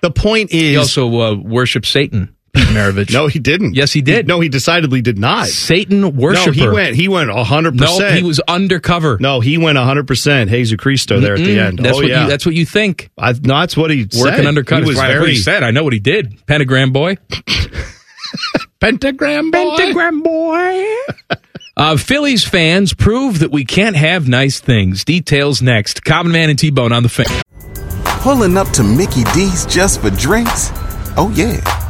[SPEAKER 3] the point is
[SPEAKER 4] He also uh, worshipped Satan, Pete Maravich.
[SPEAKER 3] No, he didn't.
[SPEAKER 4] Yes, he did.
[SPEAKER 3] no, he decidedly did not.
[SPEAKER 4] Satan worshiper.
[SPEAKER 3] No, he went. He went hundred
[SPEAKER 4] No,
[SPEAKER 3] percent.
[SPEAKER 4] he was undercover.
[SPEAKER 3] No, he went hundred percent. Jesus Cristo there at the
[SPEAKER 4] Mm-mm.
[SPEAKER 3] end.
[SPEAKER 4] Mm, That's
[SPEAKER 3] oh
[SPEAKER 4] what
[SPEAKER 3] yeah,
[SPEAKER 4] you, that's what you think.
[SPEAKER 3] I, no, that's what he said.
[SPEAKER 4] Working undercover.
[SPEAKER 3] He was
[SPEAKER 4] That's what
[SPEAKER 3] very
[SPEAKER 4] he said. I know what he did. Pentagram boy.
[SPEAKER 3] pentagram boy.
[SPEAKER 4] Pentagram boy. Uh, Phillies fans prove that we can't have nice things. Details next. Common Man and T Bone on the fan.
[SPEAKER 9] Pulling up to Mickey D's just for drinks? Oh, yeah,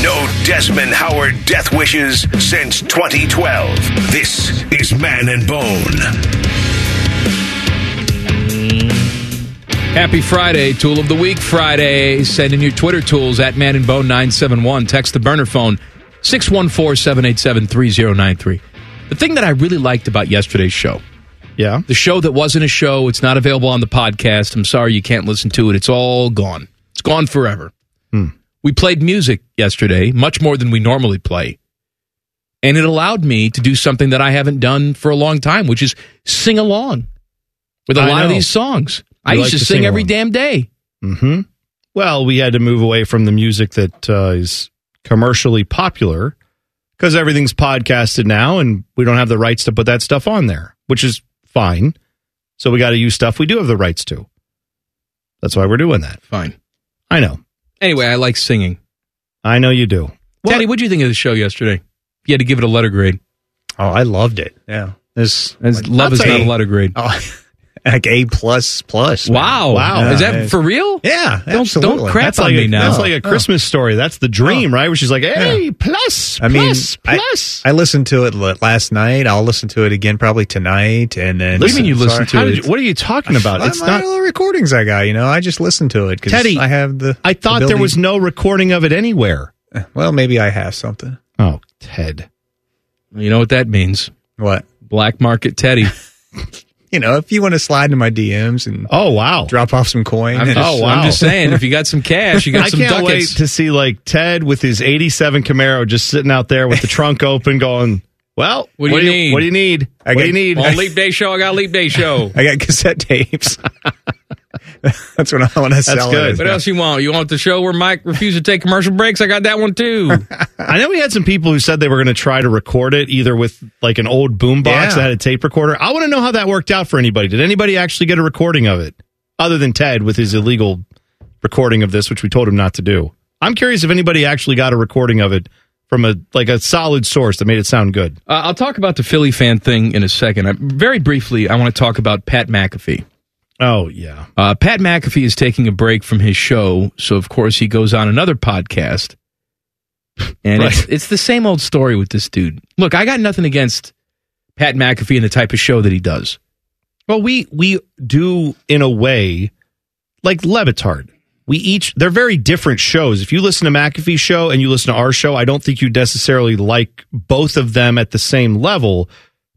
[SPEAKER 2] No Desmond Howard death wishes since 2012. This is Man and Bone.
[SPEAKER 4] Happy Friday, Tool of the Week Friday. Send in your Twitter tools at Man and Bone 971. Text the burner phone 614 787 3093. The thing that I really liked about yesterday's show.
[SPEAKER 3] Yeah.
[SPEAKER 4] The show that wasn't a show, it's not available on the podcast. I'm sorry you can't listen to it. It's all gone. It's gone forever.
[SPEAKER 3] Hmm.
[SPEAKER 4] We played music yesterday, much more than we normally play. And it allowed me to do something that I haven't done for a long time, which is sing along with a
[SPEAKER 3] I
[SPEAKER 4] lot of
[SPEAKER 3] know.
[SPEAKER 4] these songs. I
[SPEAKER 3] You
[SPEAKER 4] used
[SPEAKER 3] like
[SPEAKER 4] to,
[SPEAKER 3] to
[SPEAKER 4] sing
[SPEAKER 3] sing
[SPEAKER 4] every
[SPEAKER 3] along.
[SPEAKER 4] damn day.
[SPEAKER 3] hmm Well, we had to move away from the music that uh, is commercially popular because everything's podcasted now, and we don't have the rights to put that stuff on there, which is fine. So we got to use stuff we do have the rights to. That's why we're doing that.
[SPEAKER 4] Fine.
[SPEAKER 3] I know.
[SPEAKER 4] Anyway, I like singing.
[SPEAKER 3] I know you do.
[SPEAKER 4] Daddy, what would you think of the show yesterday? If You had to give it a letter grade.
[SPEAKER 11] Oh, I loved it. Yeah. This
[SPEAKER 4] As love is not a letter grade.
[SPEAKER 11] Oh, like A plus plus. man.
[SPEAKER 4] Wow.
[SPEAKER 3] Wow.
[SPEAKER 4] Is
[SPEAKER 11] Yeah,
[SPEAKER 4] that
[SPEAKER 11] it-
[SPEAKER 4] for real?
[SPEAKER 11] Yeah.
[SPEAKER 4] Don't- don't
[SPEAKER 11] absolutely.
[SPEAKER 4] crap
[SPEAKER 3] That's
[SPEAKER 4] on
[SPEAKER 3] like
[SPEAKER 4] me
[SPEAKER 3] a,
[SPEAKER 4] now.
[SPEAKER 3] That's like a
[SPEAKER 11] Oh.
[SPEAKER 3] Christmas story. That's the dream, right? Where she's like, "Hey,
[SPEAKER 11] Yeah.
[SPEAKER 3] plus,
[SPEAKER 11] I mean,
[SPEAKER 3] plus,
[SPEAKER 11] I-
[SPEAKER 3] plus."
[SPEAKER 11] I listened to it l- last night. I'll listen to it again probably tonight, and then.
[SPEAKER 4] What do you mean you listen to
[SPEAKER 3] How
[SPEAKER 4] it?
[SPEAKER 3] did you, what are you talking about?
[SPEAKER 11] It's not all the recordings I got. You know, I just listened to it because
[SPEAKER 3] Teddy,
[SPEAKER 11] I have the.
[SPEAKER 3] I thought there
[SPEAKER 11] ability- Eh,
[SPEAKER 3] was no recording of it anywhere.
[SPEAKER 11] Well, maybe I have something.
[SPEAKER 3] Oh, Ted.
[SPEAKER 4] You know what that means?
[SPEAKER 11] What
[SPEAKER 4] Black market Teddy.
[SPEAKER 11] you know, if you want to slide into my DMs and
[SPEAKER 3] Oh wow.
[SPEAKER 11] drop off some coin.
[SPEAKER 4] I'm just,
[SPEAKER 3] Oh, wow.
[SPEAKER 4] I'm just saying, if you got some cash, you got
[SPEAKER 3] I
[SPEAKER 4] some
[SPEAKER 3] can't
[SPEAKER 4] ducats.
[SPEAKER 3] wait to see like Ted with his '87 Camaro just sitting out there with the trunk open, going, Well,
[SPEAKER 4] What do you need?
[SPEAKER 3] What do you need?
[SPEAKER 4] I
[SPEAKER 3] what do
[SPEAKER 4] got-
[SPEAKER 3] you need?
[SPEAKER 4] On leap day show, I got leap day show.
[SPEAKER 11] I got cassette tapes. That's what I want to sell. it as
[SPEAKER 4] What
[SPEAKER 11] now.
[SPEAKER 4] else you want? You want the show where Mike refused to take commercial breaks? I got that one too.
[SPEAKER 3] I know we had some people who said they were going to try to record it either with like an old boom box
[SPEAKER 4] Yeah.
[SPEAKER 3] that had a tape recorder. I want to know how that worked out for anybody. Did anybody actually get a recording of it other than Ted with his illegal recording of this, which we told him not to do? I'm curious if anybody actually got a recording of it from a like a solid source that made it sound good.
[SPEAKER 4] Uh, I'll talk about the Philly fan thing in a second. I, very briefly, I want to talk about Pat McAfee.
[SPEAKER 3] Oh, yeah.
[SPEAKER 4] Uh, Pat McAfee is taking a break from his show. So, of course, he goes on another podcast. And it's, it's the same old story with this dude. Look, I got nothing against Pat McAfee and the type of show that he does.
[SPEAKER 3] Well, we we do in a way like Levitard. We each they're very different shows. If you listen to McAfee's show and you listen to our show, I don't think you necessarily like both of them at the same level.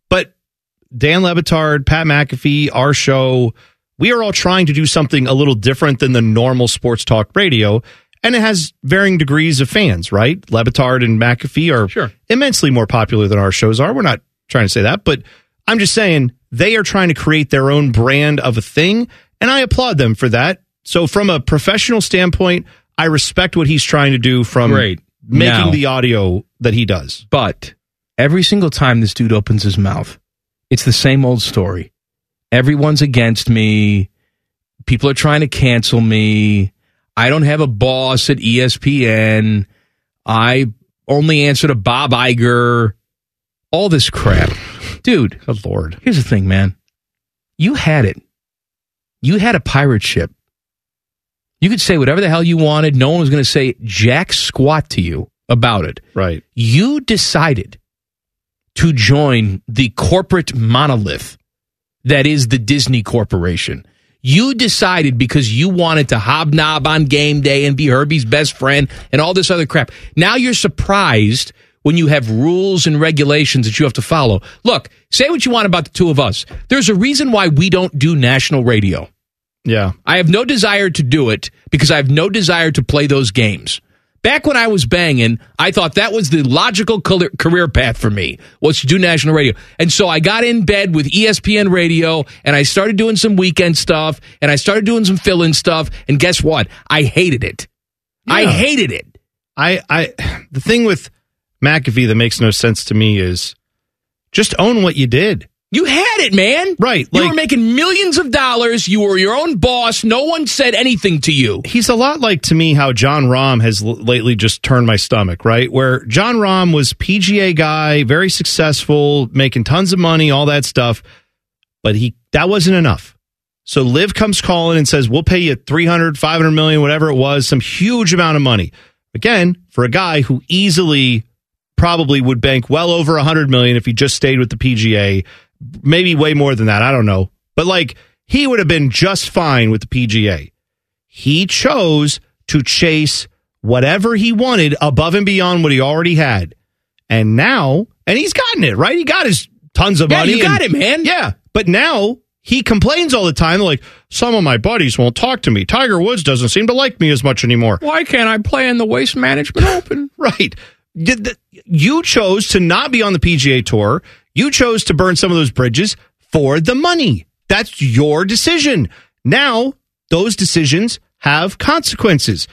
[SPEAKER 3] But Dan Levitard, Pat McAfee, our show, we are all trying to do something a little different than the normal sports talk radio. And it has varying degrees of fans, right? Levitard and McAfee are immensely more popular than our shows are. We're not trying to say that, but I'm just saying they are trying to create their own brand of a thing. And I applaud them for that. So, from a professional standpoint, I respect what he's trying to do from
[SPEAKER 4] Great.
[SPEAKER 3] making
[SPEAKER 4] Now-
[SPEAKER 3] the audio that he does.
[SPEAKER 4] But every single time this dude opens his mouth, it's the same old story. Everyone's against me. People are trying to cancel me. I don't have a boss at E ESPN. I only answer to Bob Iger. All this crap. Dude.
[SPEAKER 3] Good Lord.
[SPEAKER 4] Here's the thing, man. You had it. You had a pirate ship. You could say whatever the hell you wanted. No one was going to say jack squat to you about it.
[SPEAKER 3] Right.
[SPEAKER 4] You decided to join the corporate monolith that is the Disney Corporation. You decided because you wanted to hobnob on game day and be Herbie's best friend and all this other crap. Now you're surprised when you have rules and regulations that you have to follow. Look, say what you want about the two of us. There's a reason why we don't do national radio.
[SPEAKER 3] Yeah.
[SPEAKER 4] I have no desire to do it because I have no desire to play those games. Back when I was banging, I thought that was the logical col- career path for me was to do national radio. And so I got in bed with E ESPN radio and I started doing some weekend stuff and I started doing some fill-in stuff and guess what? I hated it. I hated it.
[SPEAKER 3] I, I, the thing with McAfee that makes no sense to me is just own what you did.
[SPEAKER 4] You had it, man.
[SPEAKER 3] Right.
[SPEAKER 4] you were making millions of dollars. You were your own boss. No one said anything to you.
[SPEAKER 3] He's a lot like to me how John Rahm has l- lately just turned my stomach, right? Where John Rahm was PGA guy, very successful, making tons of money, all that stuff, but he that wasn't enough. So Liv comes calling and says, "We'll pay you 300, 500 million, whatever it was, some huge amount of money." Again, for a guy who easily probably would bank well over 100 million if he just stayed with the PGA, maybe way more than that, I don't know. But like he would have been just fine with the PGA he chose to chase whatever he wanted above and beyond what he already had. And now, and he's gotten it, right? He got his tons of
[SPEAKER 4] Yeah,
[SPEAKER 3] money.
[SPEAKER 4] you got
[SPEAKER 3] and-
[SPEAKER 4] it, man.
[SPEAKER 3] Yeah. But now he complains all the time like, some of my buddies won't talk to me. Tiger Woods doesn't seem to like me as much anymore.
[SPEAKER 4] Why can't I play in the Waste Management Open?
[SPEAKER 3] right. Did the, you chose to not be on the PGA Tour. You chose to burn some of those bridges for the money. That's your decision. Now, those decisions have consequences,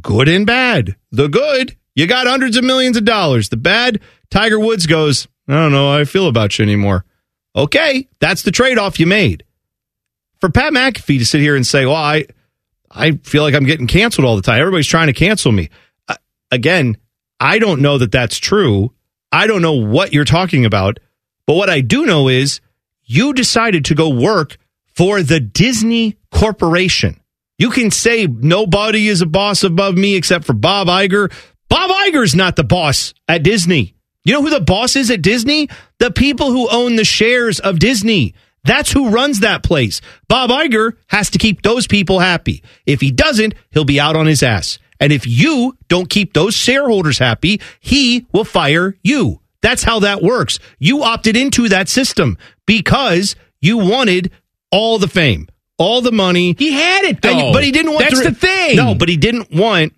[SPEAKER 3] good and bad. The good, you got hundreds of millions of dollars. The bad, Tiger Woods goes, I don't know how I feel about you anymore. Okay, that's the trade off you made for Pat McAfee to sit here and say, "Well, I, I feel like I'm getting canceled all the time. Everybody's trying to cancel me." Uh, again, I don't know that that's true. I don't know what you're talking about, but what I do know is you decided to go work for the Disney Corporation. You can say nobody is a boss above me except for Bob Iger. Bob Iger's not the boss at Disney. You know who the boss is at Disney? The people who own the shares of Disney. That's who runs that place. Bob Iger has to keep those people happy. If he doesn't, he'll be out on his ass. And if you don't keep those shareholders happy, he will fire you. That's how that works. You opted into that system because you wanted all the fame, all the money.
[SPEAKER 4] He had it though.
[SPEAKER 3] but he didn't want
[SPEAKER 4] That's the thing.
[SPEAKER 3] No, but he didn't want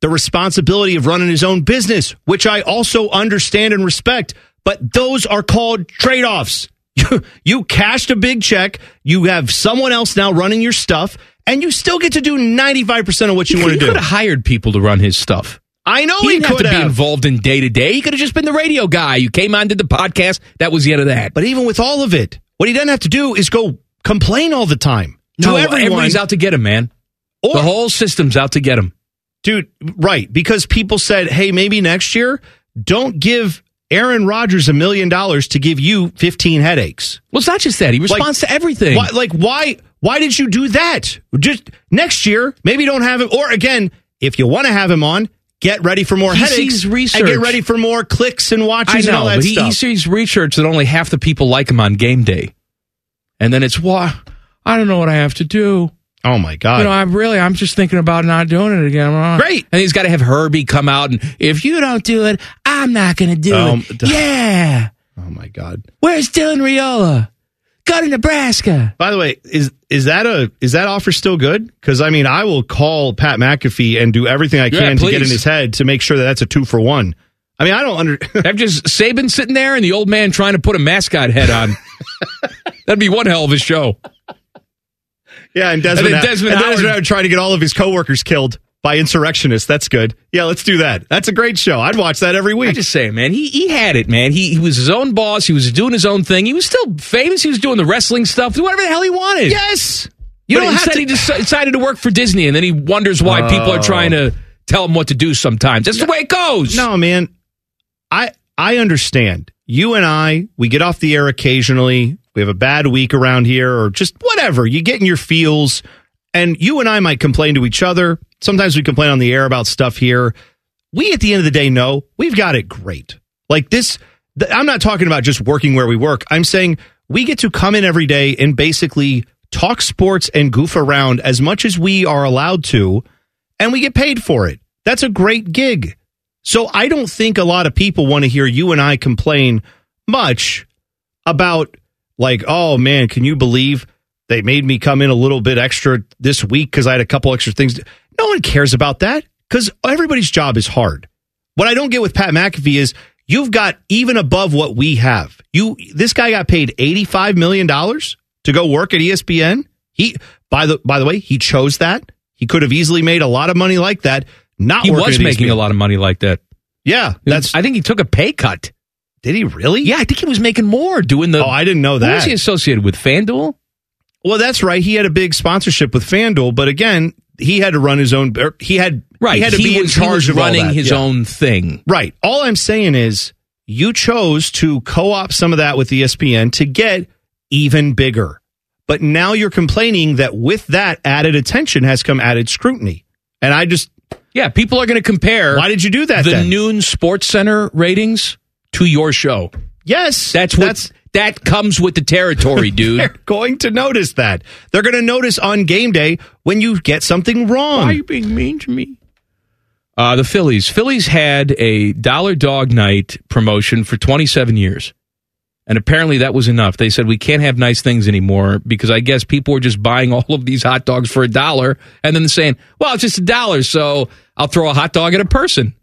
[SPEAKER 3] the responsibility of running his own business, which I also understand and respect. But those are called trade offs. You, you cashed a big check. You have someone else now running your stuff, and you still get to do 95% of what you want to do.
[SPEAKER 4] could have hired people to run his stuff.
[SPEAKER 3] I know
[SPEAKER 4] he,
[SPEAKER 3] he
[SPEAKER 4] didn't have to
[SPEAKER 3] could
[SPEAKER 4] be
[SPEAKER 3] have.
[SPEAKER 4] involved in day to day. He could have just been the radio guy. You came on, did the podcast. That was the end of that.
[SPEAKER 3] But even with all of it, what he doesn't have to do is go complain all the time to
[SPEAKER 4] No,
[SPEAKER 3] everyone.
[SPEAKER 4] everybody's out to get him, man.
[SPEAKER 3] the
[SPEAKER 4] whole system's out to get him.
[SPEAKER 3] Dude, right. Because people said, hey, maybe next year, don't give Aaron Rodgers a million dollars to give you 15 headaches.
[SPEAKER 4] Well, it's not just that. He responds to everything.
[SPEAKER 3] Why, like, why Why did you do that? Just next year, maybe don't have him. Or again, if you want to have him on, get ready for more
[SPEAKER 4] He
[SPEAKER 3] headaches.
[SPEAKER 4] sees research.
[SPEAKER 3] And get ready for more clicks and
[SPEAKER 4] I
[SPEAKER 3] watches
[SPEAKER 4] know,
[SPEAKER 3] and all that
[SPEAKER 4] but he,
[SPEAKER 3] stuff.
[SPEAKER 4] he sees research that only half the people like him on game day, and then it's why I don't know what I have to do.
[SPEAKER 3] Oh my god!
[SPEAKER 4] You know, I'm really I'm just thinking about not doing it again. Uh,
[SPEAKER 3] Great.
[SPEAKER 4] and he's got to have Herbie come out and if you don't do it, I'm not going to do
[SPEAKER 3] Um,
[SPEAKER 4] it.
[SPEAKER 3] d-
[SPEAKER 4] yeah.
[SPEAKER 3] oh my god.
[SPEAKER 4] Where's Dylan Riola? Go to Nebraska.
[SPEAKER 3] By the way, is is that a is that offer still good? Because I mean, I will call Pat McAfee and do everything I
[SPEAKER 4] Yeah,
[SPEAKER 3] can to get in
[SPEAKER 4] please.
[SPEAKER 3] his head to make sure that that's a two for one. I mean, I don't under.
[SPEAKER 4] I'm just Saban sitting there and the old man trying to put a mascot head on. That'd be one hell of a show.
[SPEAKER 3] yeah, and
[SPEAKER 4] And
[SPEAKER 3] Desmond,
[SPEAKER 4] then Desmond
[SPEAKER 3] and Desmond
[SPEAKER 4] Howard-
[SPEAKER 3] Howard trying to get all of his coworkers killed by insurrectionists. That's good. Yeah, let's do that. That's a great show. I'd watch that every week.
[SPEAKER 4] I just say, man, he he had it, man. He he was his own boss. He was doing his own thing. He was still famous. He was doing the wrestling stuff, doing whatever the hell he wanted.
[SPEAKER 3] Yes.
[SPEAKER 4] You
[SPEAKER 3] But
[SPEAKER 4] know,
[SPEAKER 3] he
[SPEAKER 4] instead
[SPEAKER 3] had to-
[SPEAKER 4] he just decided to work for Disney, and then he wonders why people are
[SPEAKER 3] Oh.
[SPEAKER 4] trying to tell him what to do. Sometimes that's the way it goes.
[SPEAKER 3] No, man. I I understand. You and I, we get off the air occasionally. We have a bad week around here or just whatever. You get in your feels and you and I might complain to each other. Sometimes we complain on the air about stuff here. We at the end of the day know we've got it great. Like this th- I'm not talking about just working where we work. I'm saying we get to come in every day and basically talk sports and goof around as much as we are allowed to and we get paid for it. That's a great gig. So I don't think a lot of people want to hear you and I complain much about like, oh man, can you believe they made me come in a little bit extra this week because I had a couple extra things? to-" No one cares about that because everybody's job is hard. What I don't get with Pat McAfee is you've got even above what we have. You this guy got paid eighty five million dollars to go work at E ESPN. He by the by the way, he chose that. He could have easily made a lot of money like that. Not
[SPEAKER 4] he
[SPEAKER 3] working
[SPEAKER 4] was
[SPEAKER 3] at E
[SPEAKER 4] making
[SPEAKER 3] ESPN.
[SPEAKER 4] a lot of money like that.
[SPEAKER 3] Yeah, that's.
[SPEAKER 4] I think he took a pay cut.
[SPEAKER 3] Did he really?
[SPEAKER 4] Yeah, I think he was making more doing the.
[SPEAKER 3] Oh, I didn't know
[SPEAKER 4] Who was
[SPEAKER 3] that.
[SPEAKER 4] he associated with? FanDuel.
[SPEAKER 3] Well, that's right. He had a big sponsorship with FanDuel, but again, he had to run his own. er, He had
[SPEAKER 4] Right,
[SPEAKER 3] He had to
[SPEAKER 4] he
[SPEAKER 3] be
[SPEAKER 4] was- he
[SPEAKER 3] in charge
[SPEAKER 4] was
[SPEAKER 3] of all
[SPEAKER 4] running
[SPEAKER 3] that,
[SPEAKER 4] his
[SPEAKER 3] yeah.
[SPEAKER 4] own thing.
[SPEAKER 3] Right. All I'm saying is you chose to co-op some of that with E ESPN to get even bigger. But now you're complaining that with that added attention has come added scrutiny. And I just
[SPEAKER 4] Yeah, people are going to compare.
[SPEAKER 3] Why did you do that
[SPEAKER 4] The
[SPEAKER 3] then?
[SPEAKER 4] noon Sports Center ratings to your show.
[SPEAKER 3] Yes,
[SPEAKER 4] that's what that's, that comes with the territory, dude.
[SPEAKER 3] they're going to notice that. They're going to notice on game day when you get something wrong.
[SPEAKER 4] Why are you being mean to me? Uh, the Phillies. Phillies had a dollar dog night promotion for 27 years. And apparently that was enough. They said, we can't have nice things anymore because I guess people were just buying all of these hot dogs for a dollar and then saying, well, it's just a dollar. So I'll throw a hot dog at a person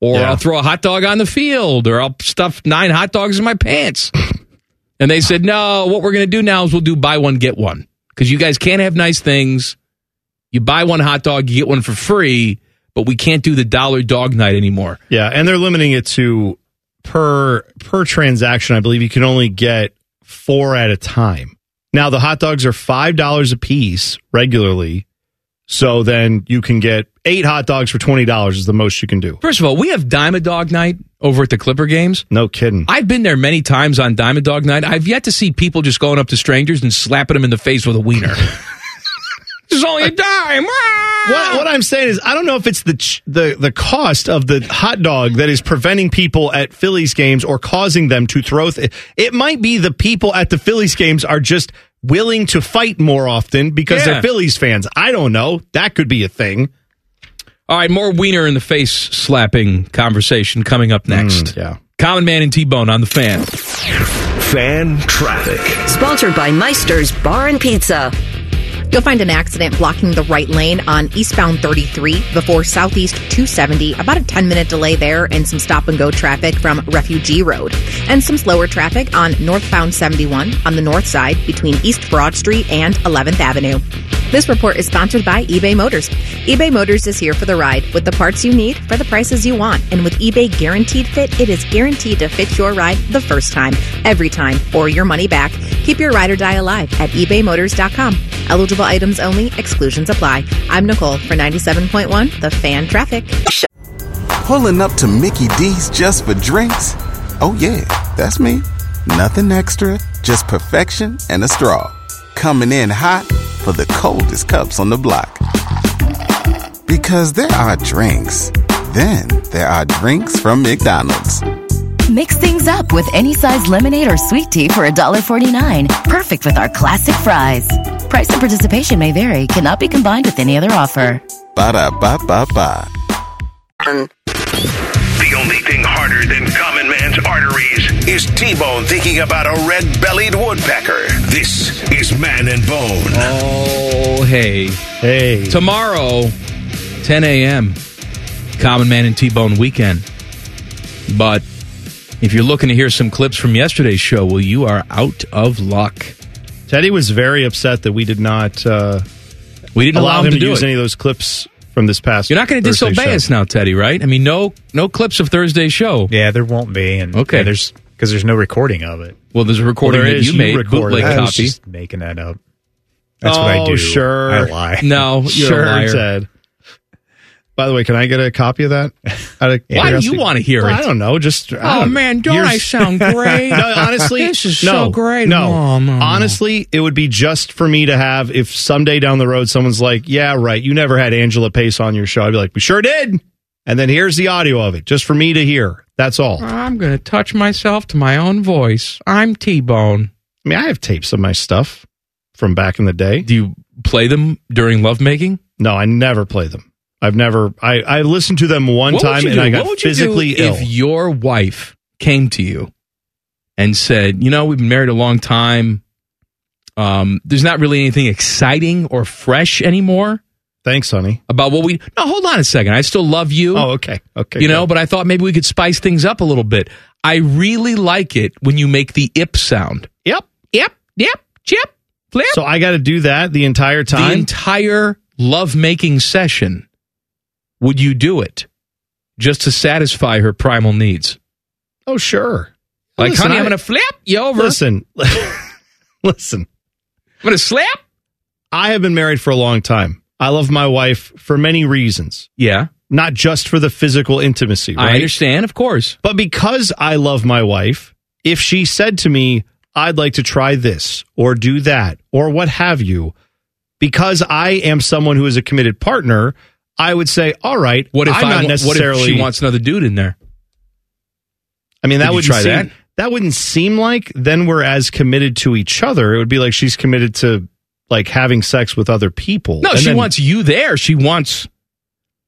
[SPEAKER 4] or
[SPEAKER 3] Yeah.
[SPEAKER 4] I'll throw a hot dog on the field or I'll stuff nine hot dogs in my pants. and they said, no, what we're going to do now is we'll do buy one, get one because you guys can't have nice things. You buy one hot dog, you get one for free, but we can't do the dollar dog night anymore.
[SPEAKER 3] Yeah, and they're limiting it to per per transaction. I believe you can only get four at a time. Now the hot dogs are five dollars a piece regularly, so then you can get eight hot dogs for twenty dollars is the most you can do.
[SPEAKER 4] First of all, we have Dime a Dog Night over at the Clipper games.
[SPEAKER 3] No kidding.
[SPEAKER 4] I've been there many times on Dime a Dog Night. I've yet to see people just going up to strangers and slapping them in the face with a wiener. this is only a dime.
[SPEAKER 3] What, what I'm saying is, I don't know if it's the ch- the the cost of the hot dog that is preventing people at Phillies games or causing them to throw. Th- it might be the people at the Phillies games are just willing to fight more often because
[SPEAKER 4] Yeah.
[SPEAKER 3] they're Phillies fans. I don't know. That could be a thing.
[SPEAKER 4] All right, more wiener in the face slapping conversation coming up next.
[SPEAKER 3] Mm, yeah.
[SPEAKER 4] Common Man and T Bone on the fan.
[SPEAKER 2] Fan traffic.
[SPEAKER 7] Sponsored by Meister's Bar and Pizza.
[SPEAKER 8] You'll find an accident blocking the right lane on eastbound 33 before southeast 270, about a 10 minute delay there, and some stop and go traffic from Refugee Road, and some slower traffic on northbound 71 on the north side between East Broad Street and 11th Avenue. This report is sponsored by eBay Motors. eBay Motors is here for the ride with the parts you need for the prices you want. And with eBay Guaranteed Fit, it is guaranteed to fit your ride the first time, every time, or your money back. Keep your ride or die alive at ebaymotors.com. Eligible items only, exclusions apply. I'm Nicole for 97.1, The Fan Traffic.
[SPEAKER 9] Pulling up to Mickey D's just for drinks? Oh, yeah, that's me. Nothing extra, just perfection and a straw. Coming in hot for the coldest cups on the block. Because there are drinks, then there are drinks from McDonald's.
[SPEAKER 10] Mix things up with any size lemonade or sweet tea for $1.49. Perfect with our classic fries. Price and participation may vary, cannot be combined with any other offer.
[SPEAKER 9] Ba da ba ba ba.
[SPEAKER 2] The only thing harder than common man's arteries is T-Bone thinking about a red-bellied woodpecker. This is Man and Bone.
[SPEAKER 4] Oh, hey. Hey. Tomorrow, 10 a.m., Common Man and T Bone weekend. But if you're looking to hear some clips from yesterday's show, well, you are out of luck.
[SPEAKER 3] Teddy was very upset that we did not. Uh,
[SPEAKER 4] we didn't allow him
[SPEAKER 3] to
[SPEAKER 4] to do
[SPEAKER 3] use
[SPEAKER 4] it.
[SPEAKER 3] any of those clips from this past.
[SPEAKER 4] You're not going to
[SPEAKER 3] Thursday's
[SPEAKER 4] disobey
[SPEAKER 3] show.
[SPEAKER 4] us now, Teddy, right? I mean, no no clips of Thursday's show.
[SPEAKER 11] Yeah, there won't be. And
[SPEAKER 4] okay,
[SPEAKER 11] yeah, there's because there's no recording of it.
[SPEAKER 4] Well, there's a recording
[SPEAKER 11] Well, there
[SPEAKER 4] that
[SPEAKER 11] is.
[SPEAKER 4] you made,
[SPEAKER 11] recorded
[SPEAKER 4] bootleg
[SPEAKER 11] it. I was
[SPEAKER 4] copy.
[SPEAKER 11] just making that up. That's what I
[SPEAKER 3] Oh,
[SPEAKER 11] do.
[SPEAKER 3] Sure,
[SPEAKER 11] I lie.
[SPEAKER 4] No, you're a
[SPEAKER 3] sure,
[SPEAKER 4] liar.
[SPEAKER 3] Ted. By the way, can I get a copy of that?
[SPEAKER 4] Why
[SPEAKER 3] Out of
[SPEAKER 4] do you
[SPEAKER 3] curiosity?
[SPEAKER 4] wanna hear
[SPEAKER 3] Well,
[SPEAKER 4] it?
[SPEAKER 3] I don't know. Just I
[SPEAKER 4] Oh,
[SPEAKER 3] don't-
[SPEAKER 4] man, don't
[SPEAKER 3] you're-
[SPEAKER 4] I sound great?
[SPEAKER 3] no, honestly,
[SPEAKER 4] This is
[SPEAKER 3] no,
[SPEAKER 4] so great.
[SPEAKER 3] No,
[SPEAKER 4] No, no, no.
[SPEAKER 3] honestly, it would be just for me to have. If someday down the road someone's like, "Yeah, right, you never had Angela Pace on your show," I'd be like, "We sure did." And then here's the audio of it, just for me to hear. That's all.
[SPEAKER 4] I'm going to touch myself to my own voice. I'm T Bone.
[SPEAKER 3] I mean, I have tapes of my stuff from back in the day.
[SPEAKER 4] Do you play them during lovemaking?
[SPEAKER 3] No, I never play them. I've never. I I listened to them one
[SPEAKER 4] What would
[SPEAKER 3] time
[SPEAKER 4] you
[SPEAKER 3] and
[SPEAKER 4] do?
[SPEAKER 3] I got
[SPEAKER 4] What would you do
[SPEAKER 3] physically ill.
[SPEAKER 4] If your wife came to you and said, "You know, we've been married a long time. Um, there's not really anything exciting or fresh anymore."
[SPEAKER 3] Thanks, honey.
[SPEAKER 4] About what we no, hold on a second. I still love you.
[SPEAKER 3] Oh, okay, okay.
[SPEAKER 4] You know, but I thought maybe we could spice things up a little bit. I really like it when you make the ip sound.
[SPEAKER 3] Yep.
[SPEAKER 4] Yep. Yep. Chip. Flip.
[SPEAKER 3] So I got to do that the entire
[SPEAKER 4] The
[SPEAKER 3] time.
[SPEAKER 4] entire lovemaking session, would you do it just to satisfy her primal needs?
[SPEAKER 3] oh, sure.
[SPEAKER 4] Like,
[SPEAKER 3] Listen,
[SPEAKER 4] honey, I'm
[SPEAKER 3] I-
[SPEAKER 4] gonna flip you over.
[SPEAKER 3] Listen, listen.
[SPEAKER 4] I'm gonna slap.
[SPEAKER 3] I have been married for a long time. I love my wife for many reasons,
[SPEAKER 4] Yeah,
[SPEAKER 3] not just for the physical intimacy.
[SPEAKER 4] I
[SPEAKER 3] Right?
[SPEAKER 4] understand, of course.
[SPEAKER 3] But because I love my wife, if she said to me, I'd like to try this or do that or what have you, because I am someone who is a committed partner, I would say, all right,
[SPEAKER 4] What if
[SPEAKER 3] I'm
[SPEAKER 4] I
[SPEAKER 3] not
[SPEAKER 4] wa-
[SPEAKER 3] necessarily.
[SPEAKER 4] What if she wants another dude in there?
[SPEAKER 3] I mean, that
[SPEAKER 4] Would
[SPEAKER 3] would
[SPEAKER 4] you try
[SPEAKER 3] seem,
[SPEAKER 4] that?
[SPEAKER 3] wouldn't seem like then we're as committed to each other. It would be like she's committed to like having sex with other people.
[SPEAKER 4] No,
[SPEAKER 3] And
[SPEAKER 4] she
[SPEAKER 3] then-
[SPEAKER 4] wants you there. She wants.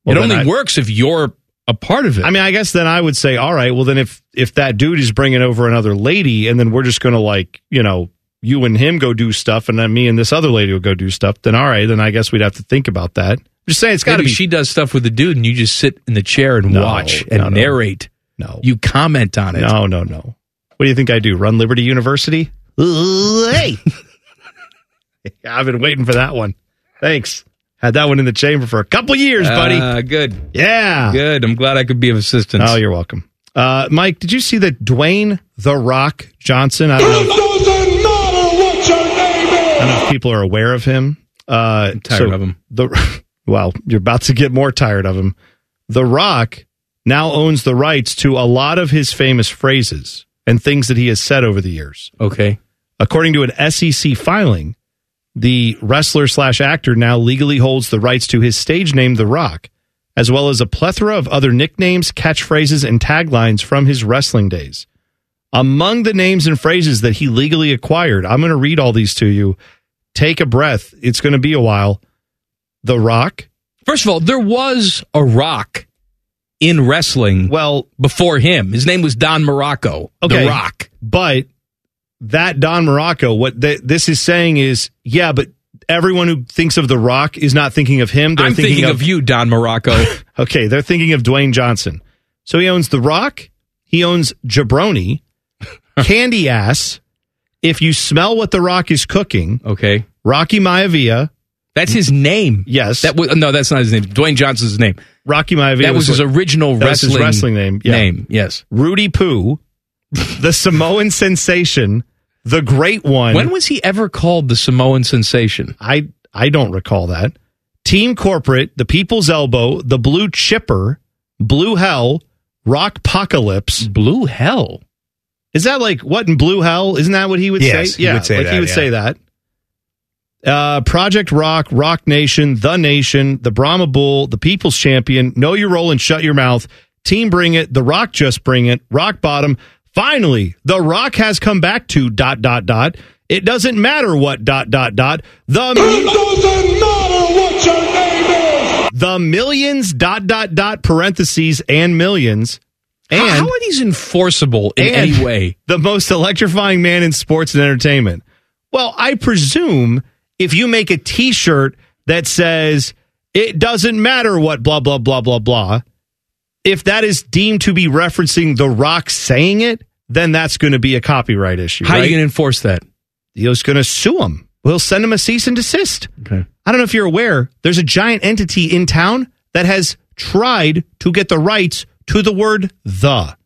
[SPEAKER 3] Well,
[SPEAKER 4] it
[SPEAKER 3] then
[SPEAKER 4] only
[SPEAKER 3] I-
[SPEAKER 4] works if you're a part of it.
[SPEAKER 3] I mean, I guess then I would say, all right, well then if if that dude is bringing over another lady, and then we're just going to like you know you and him go do stuff, and then me and this other lady will go do stuff. Then all right, then I guess we'd have to think about that. I'm just saying, it's got to
[SPEAKER 4] Maybe
[SPEAKER 3] be
[SPEAKER 4] she does stuff with the dude, and you just sit in the chair and
[SPEAKER 3] No,
[SPEAKER 4] watch
[SPEAKER 3] no,
[SPEAKER 4] and
[SPEAKER 3] no.
[SPEAKER 4] narrate.
[SPEAKER 3] No.
[SPEAKER 4] you comment on it.
[SPEAKER 3] No, no, no. What do you think I do? Run Liberty University? Ooh, hey. I've been waiting for that one. Thanks. Had that one in the chamber for a couple years, buddy.
[SPEAKER 4] Ah, good.
[SPEAKER 3] yeah.
[SPEAKER 4] Good. I'm glad I could be of assistance.
[SPEAKER 3] Ah. Oh, you're welcome. Uh, Mike, did you see that Dwayne The Rock Johnson? I don't know.
[SPEAKER 5] doesn't matter what your name
[SPEAKER 3] I don't know if people are aware of him. Uh,
[SPEAKER 4] tired of him.
[SPEAKER 3] The well, you're about to get more tired of him. The Rock now owns the rights to a lot of his famous phrases and things that he has said over the years.
[SPEAKER 4] okay.
[SPEAKER 3] According to an SEC filing, the wrestler slash actor now legally holds the rights to his stage name, The Rock, as well as a plethora of other nicknames, catchphrases, and taglines from his wrestling days. Among the names and phrases that he legally acquired, I'm going to read all these to you. Take a breath. It's going to be a while. The Rock.
[SPEAKER 4] First of all, there was a rock in wrestling
[SPEAKER 3] Well,
[SPEAKER 4] before him. His name was Don Morocco.
[SPEAKER 3] Okay.
[SPEAKER 4] The Rock.
[SPEAKER 3] but that Don Morocco, what th- this is saying is, yeah, but everyone who thinks of The Rock is not thinking of him. They're
[SPEAKER 4] I'm thinking, of, you, Don Morocco.
[SPEAKER 3] okay, they're thinking of Dwayne Johnson. So he owns The Rock. He owns Jabroni, Candy Ass. If you smell what The Rock is cooking,
[SPEAKER 4] okay,
[SPEAKER 3] Rocky Maivia.
[SPEAKER 4] That's his name.
[SPEAKER 3] Yes.
[SPEAKER 4] That was, no, that's not his name. Dwayne Johnson's name.
[SPEAKER 3] Rocky Maivia.
[SPEAKER 4] That was his
[SPEAKER 3] what-
[SPEAKER 4] original
[SPEAKER 3] that was his
[SPEAKER 4] wrestling
[SPEAKER 3] wrestling name. yeah.
[SPEAKER 4] name, yes.
[SPEAKER 3] Rudy Poo, the Samoan sensation, the great one.
[SPEAKER 4] When was he ever called the Samoan sensation?
[SPEAKER 3] I I don't recall that. Team Corporate, the People's Elbow, the Blue Chipper, Blue Hell, Rock Apocalypse.
[SPEAKER 4] Blue Hell.
[SPEAKER 3] Is that like what in Blue Hell? Isn't that what he would
[SPEAKER 11] Yes,
[SPEAKER 3] say?
[SPEAKER 11] he would say
[SPEAKER 3] like he
[SPEAKER 11] that,
[SPEAKER 3] would
[SPEAKER 11] yeah.
[SPEAKER 3] say that. Uh, Project Rock, Rock Nation, The Nation, The Brahma Bull, The People's Champion, Know Your Role and Shut Your Mouth, Team Bring It, The Rock Just Bring It, Rock Bottom. Finally, The Rock has come back to dot dot dot. It doesn't matter what dot dot dot. The
[SPEAKER 5] doesn't matter what your name is.
[SPEAKER 3] the millions dot dot dot parentheses and millions and
[SPEAKER 4] how are these enforceable in
[SPEAKER 3] and
[SPEAKER 4] any way?
[SPEAKER 3] the most electrifying man in sports and entertainment well i presume if you make a t-shirt that says it doesn't matter what blah blah blah blah blah if that is deemed to be referencing the rock saying it then that's going to be a copyright issue
[SPEAKER 4] How are you
[SPEAKER 3] right?
[SPEAKER 4] going to enforce that?
[SPEAKER 3] he was going to sue him. We'll send him a cease and desist.
[SPEAKER 4] Okay.
[SPEAKER 3] I don't know if you're aware, there's a giant entity in town that has tried to get the rights to the word the.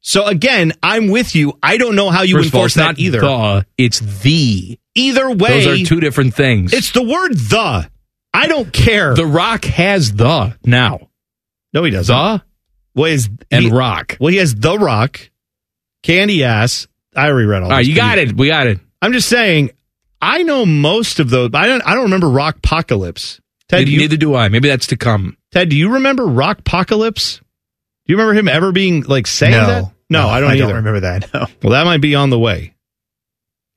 [SPEAKER 3] So again, I'm with you. I don't know how Oh, you
[SPEAKER 4] First of all,
[SPEAKER 3] enforce
[SPEAKER 4] it's not
[SPEAKER 3] that either.
[SPEAKER 4] The, it's the.
[SPEAKER 3] Either way,
[SPEAKER 4] Those are two different things.
[SPEAKER 3] it's the word the. I don't care.
[SPEAKER 4] the Rock has the now.
[SPEAKER 3] no, he doesn't.
[SPEAKER 4] The
[SPEAKER 3] Well, is
[SPEAKER 4] and
[SPEAKER 3] he,
[SPEAKER 4] Rock.
[SPEAKER 3] Well, he has the rock, candy ass. I already read all.
[SPEAKER 4] All right,
[SPEAKER 3] this.
[SPEAKER 4] you
[SPEAKER 3] Can
[SPEAKER 4] got it. We got it.
[SPEAKER 3] I'm just saying, I know most of those. but I don't. I don't remember Rock Apocalypse. Ted, do you,
[SPEAKER 4] Neither do I. Maybe that's to come.
[SPEAKER 3] Ted, do you remember Rock Apocalypse? Do you remember him ever being like saying
[SPEAKER 11] no,
[SPEAKER 3] that? No, I don't
[SPEAKER 11] I
[SPEAKER 3] either.
[SPEAKER 11] don't remember that. No.
[SPEAKER 3] Well, that might be on the way.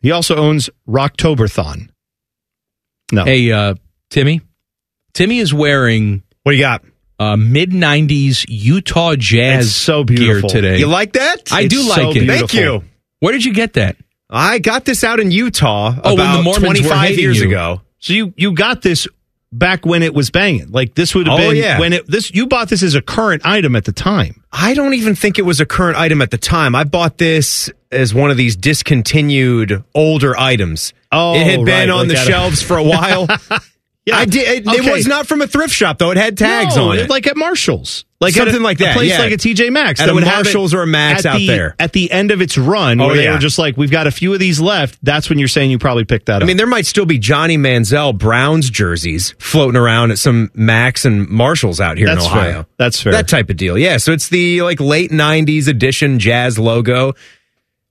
[SPEAKER 3] He also owns Rocktoberthon. No,
[SPEAKER 4] Hey, uh, Timmy. Timmy is wearing
[SPEAKER 11] What do you got?
[SPEAKER 4] uh, mid '90s Utah Jazz
[SPEAKER 3] It's so beautiful.
[SPEAKER 4] gear today.
[SPEAKER 15] You like that?
[SPEAKER 4] I do
[SPEAKER 3] It's
[SPEAKER 4] like
[SPEAKER 3] so
[SPEAKER 4] it.
[SPEAKER 3] beautiful.
[SPEAKER 15] Thank you.
[SPEAKER 4] Where did you get that?
[SPEAKER 15] I got this out in Utah
[SPEAKER 4] Oh, when the
[SPEAKER 15] about
[SPEAKER 4] Mormons were
[SPEAKER 15] 25
[SPEAKER 4] hitting
[SPEAKER 15] years
[SPEAKER 4] you.
[SPEAKER 15] ago.
[SPEAKER 3] so you you got this back when it was banging. Like this would have
[SPEAKER 15] Oh,
[SPEAKER 3] been
[SPEAKER 15] yeah.
[SPEAKER 3] when it this you bought this as a current item at the time.
[SPEAKER 15] I don't even think it was a current item at the time. I bought this as one of these discontinued older items.
[SPEAKER 3] Oh,
[SPEAKER 15] it had
[SPEAKER 3] right,
[SPEAKER 15] been on
[SPEAKER 3] like
[SPEAKER 15] the
[SPEAKER 3] that-
[SPEAKER 15] shelves for a while.
[SPEAKER 3] Yeah,
[SPEAKER 15] I did. It,
[SPEAKER 3] Okay.
[SPEAKER 15] it was not from a thrift shop though. It had tags
[SPEAKER 3] No,
[SPEAKER 15] on it.
[SPEAKER 3] like at Marshalls, like
[SPEAKER 15] Something
[SPEAKER 3] at a,
[SPEAKER 15] like
[SPEAKER 3] a
[SPEAKER 15] that,
[SPEAKER 3] place
[SPEAKER 15] yeah.
[SPEAKER 3] like a TJ Maxx,
[SPEAKER 15] At
[SPEAKER 3] that
[SPEAKER 15] a
[SPEAKER 3] would have
[SPEAKER 15] Marshalls
[SPEAKER 3] it
[SPEAKER 15] or a Maxx
[SPEAKER 3] at
[SPEAKER 15] out
[SPEAKER 3] the-
[SPEAKER 15] there.
[SPEAKER 3] at the end of its run,
[SPEAKER 15] Oh,
[SPEAKER 3] where they
[SPEAKER 15] yeah.
[SPEAKER 3] were just like, "We've got a few of these left." That's when you're saying you probably picked that
[SPEAKER 15] I
[SPEAKER 3] up.
[SPEAKER 15] mean, there might still be Johnny Manziel Browns jerseys floating around at some Max and Marshalls out here
[SPEAKER 3] That's
[SPEAKER 15] in
[SPEAKER 3] fair.
[SPEAKER 15] Ohio.
[SPEAKER 3] That's fair.
[SPEAKER 15] That type of deal. Yeah. So it's the like late '90s edition jazz logo,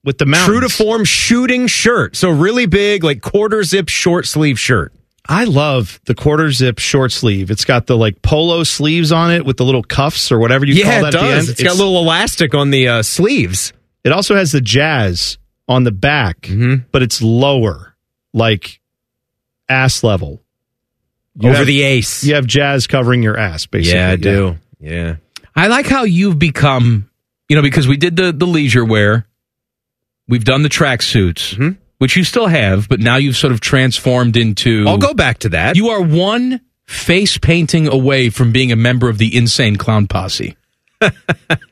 [SPEAKER 3] with the mountains.
[SPEAKER 15] true to form shooting shirt. So really big, like quarter zip short sleeve shirt.
[SPEAKER 3] I love the quarter zip short sleeve. It's got the like polo sleeves on it with the little cuffs or whatever you
[SPEAKER 15] yeah,
[SPEAKER 3] call
[SPEAKER 15] it
[SPEAKER 3] that at the end.
[SPEAKER 15] does. it's got a
[SPEAKER 3] It's-
[SPEAKER 15] little elastic on the uh, sleeves.
[SPEAKER 3] It also has the jazz on the back,
[SPEAKER 15] Mm-hmm.
[SPEAKER 3] but it's lower, like ass level. You
[SPEAKER 15] over
[SPEAKER 3] have-
[SPEAKER 15] the ace.
[SPEAKER 3] You have jazz covering your ass, basically.
[SPEAKER 15] yeah, I do. Yeah.
[SPEAKER 4] I like how you've become, you know, because we did the the leisure wear, we've done the tracksuits,
[SPEAKER 15] Mhm.
[SPEAKER 4] which you still have, but now you've sort of transformed into.
[SPEAKER 15] I'll go back to that.
[SPEAKER 4] You are one face painting away from being a member of the insane clown posse.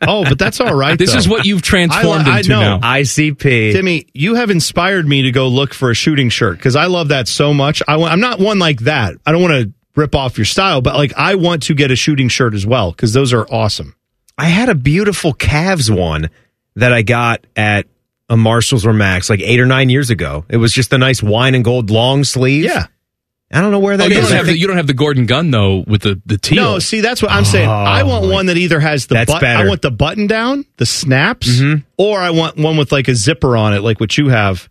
[SPEAKER 3] Oh, but that's all right.
[SPEAKER 4] This
[SPEAKER 3] though.
[SPEAKER 4] is what you've transformed
[SPEAKER 3] I- I
[SPEAKER 4] into
[SPEAKER 3] know.
[SPEAKER 4] now.
[SPEAKER 15] ICP.
[SPEAKER 3] Timmy, you have inspired me to go look for a shooting shirt because I love that so much. I want, I'm not one like that. I don't want to rip off your style, but like I want to get a shooting shirt as well because those are awesome.
[SPEAKER 15] I had a beautiful Cavs one that I got at a Marshalls or Max like eight or nine years ago. It was just a nice wine and gold long sleeve.
[SPEAKER 3] Yeah.
[SPEAKER 15] I don't know where
[SPEAKER 4] Oh,
[SPEAKER 15] that
[SPEAKER 4] you,
[SPEAKER 15] is.
[SPEAKER 4] don't
[SPEAKER 15] I
[SPEAKER 4] have the,
[SPEAKER 15] think-
[SPEAKER 4] you don't have the Gordon gun though with the the teal. Oh
[SPEAKER 3] No, see, that's what I'm saying. I want one that either has the
[SPEAKER 15] That's
[SPEAKER 3] button. I
[SPEAKER 15] better.
[SPEAKER 3] want the button down, the snaps,
[SPEAKER 4] Mm-hmm.
[SPEAKER 3] or I want one with like a zipper on it, like what you have.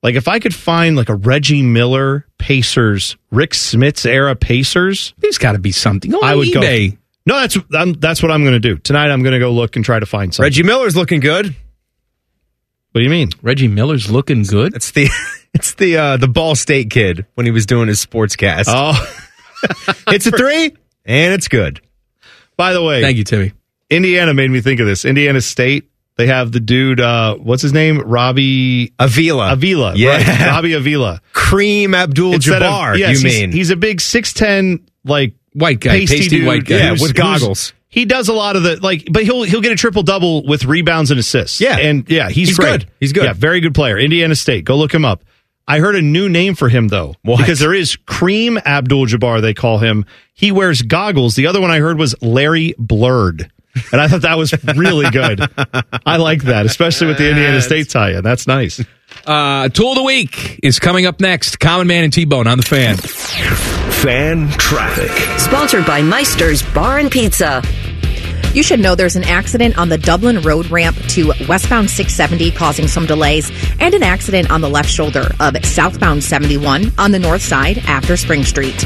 [SPEAKER 3] Like if I could find like a Reggie Miller Pacers, Rick Smith's era Pacers,
[SPEAKER 4] There's got to be something. Go on
[SPEAKER 3] I would
[SPEAKER 4] eBay.
[SPEAKER 3] go. No, that's I'm, that's what I'm going to do tonight. I'm going to go look and try to find something.
[SPEAKER 15] Reggie Miller's looking good.
[SPEAKER 3] What do you mean?
[SPEAKER 4] Reggie Miller's looking good.
[SPEAKER 15] It's the it's the uh, the Ball State kid when he was doing his sportscast.
[SPEAKER 3] Oh,
[SPEAKER 15] it's a three and it's good.
[SPEAKER 3] by the way,
[SPEAKER 4] Thank you, Timmy.
[SPEAKER 3] Indiana made me think of this. Indiana State They have the dude, uh, what's his name? Robbie
[SPEAKER 15] Avila.
[SPEAKER 3] Avila.
[SPEAKER 15] Yeah.
[SPEAKER 3] right. Robbie Avila.
[SPEAKER 15] Cream Abdul
[SPEAKER 3] Instead of-
[SPEAKER 15] Jabbar,
[SPEAKER 3] yes,
[SPEAKER 15] you
[SPEAKER 3] he's-
[SPEAKER 15] mean?
[SPEAKER 3] He's a big 6'10, like
[SPEAKER 4] white guy, pasty white guy. Yeah, with goggles.
[SPEAKER 3] He does a lot of the like, but he'll he'll get a triple double with rebounds and assists. Yeah, and yeah, he's,
[SPEAKER 15] He's
[SPEAKER 3] great.
[SPEAKER 15] good. He's good.
[SPEAKER 3] Yeah, very good player. Indiana State. Go look him up. I heard a new name for him though, because there is Cream Abdul Jabbar. They call him. He wears goggles. The other one I heard was Larry Blurred, and I thought that was really good. I like that, especially with the Indiana State tie-in. That's nice.
[SPEAKER 4] Uh, Tool of the Week is coming up next. Common Man and T Bone on the fan.
[SPEAKER 2] Fan traffic.
[SPEAKER 7] Sponsored by Meister's Bar and Pizza.
[SPEAKER 8] You should know there's an accident on the Dublin Road ramp to westbound 670 causing some delays and an accident on the left shoulder of southbound 71 on the north side after Spring Street.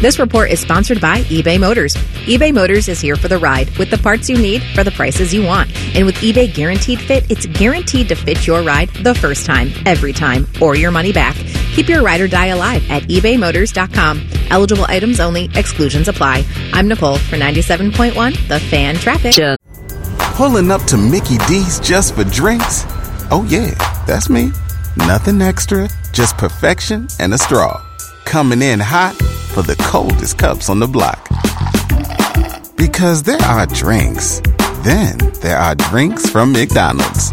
[SPEAKER 8] This report is sponsored by eBay Motors. eBay Motors is here for the ride with the parts you need for the prices you want. And with eBay Guaranteed Fit, it's guaranteed to fit your ride the first time, every time, or your money back. Keep your ride or die alive at ebaymotors.com. Eligible items only, exclusions apply. I'm Nicole for 97.1 The Fan Traffic.
[SPEAKER 9] Pulling up to Mickey D's just for drinks? Oh, yeah, that's me. Nothing extra, just perfection and a straw. Coming in hot for the coldest cups on the block. Because there are drinks, then there are drinks from McDonald's.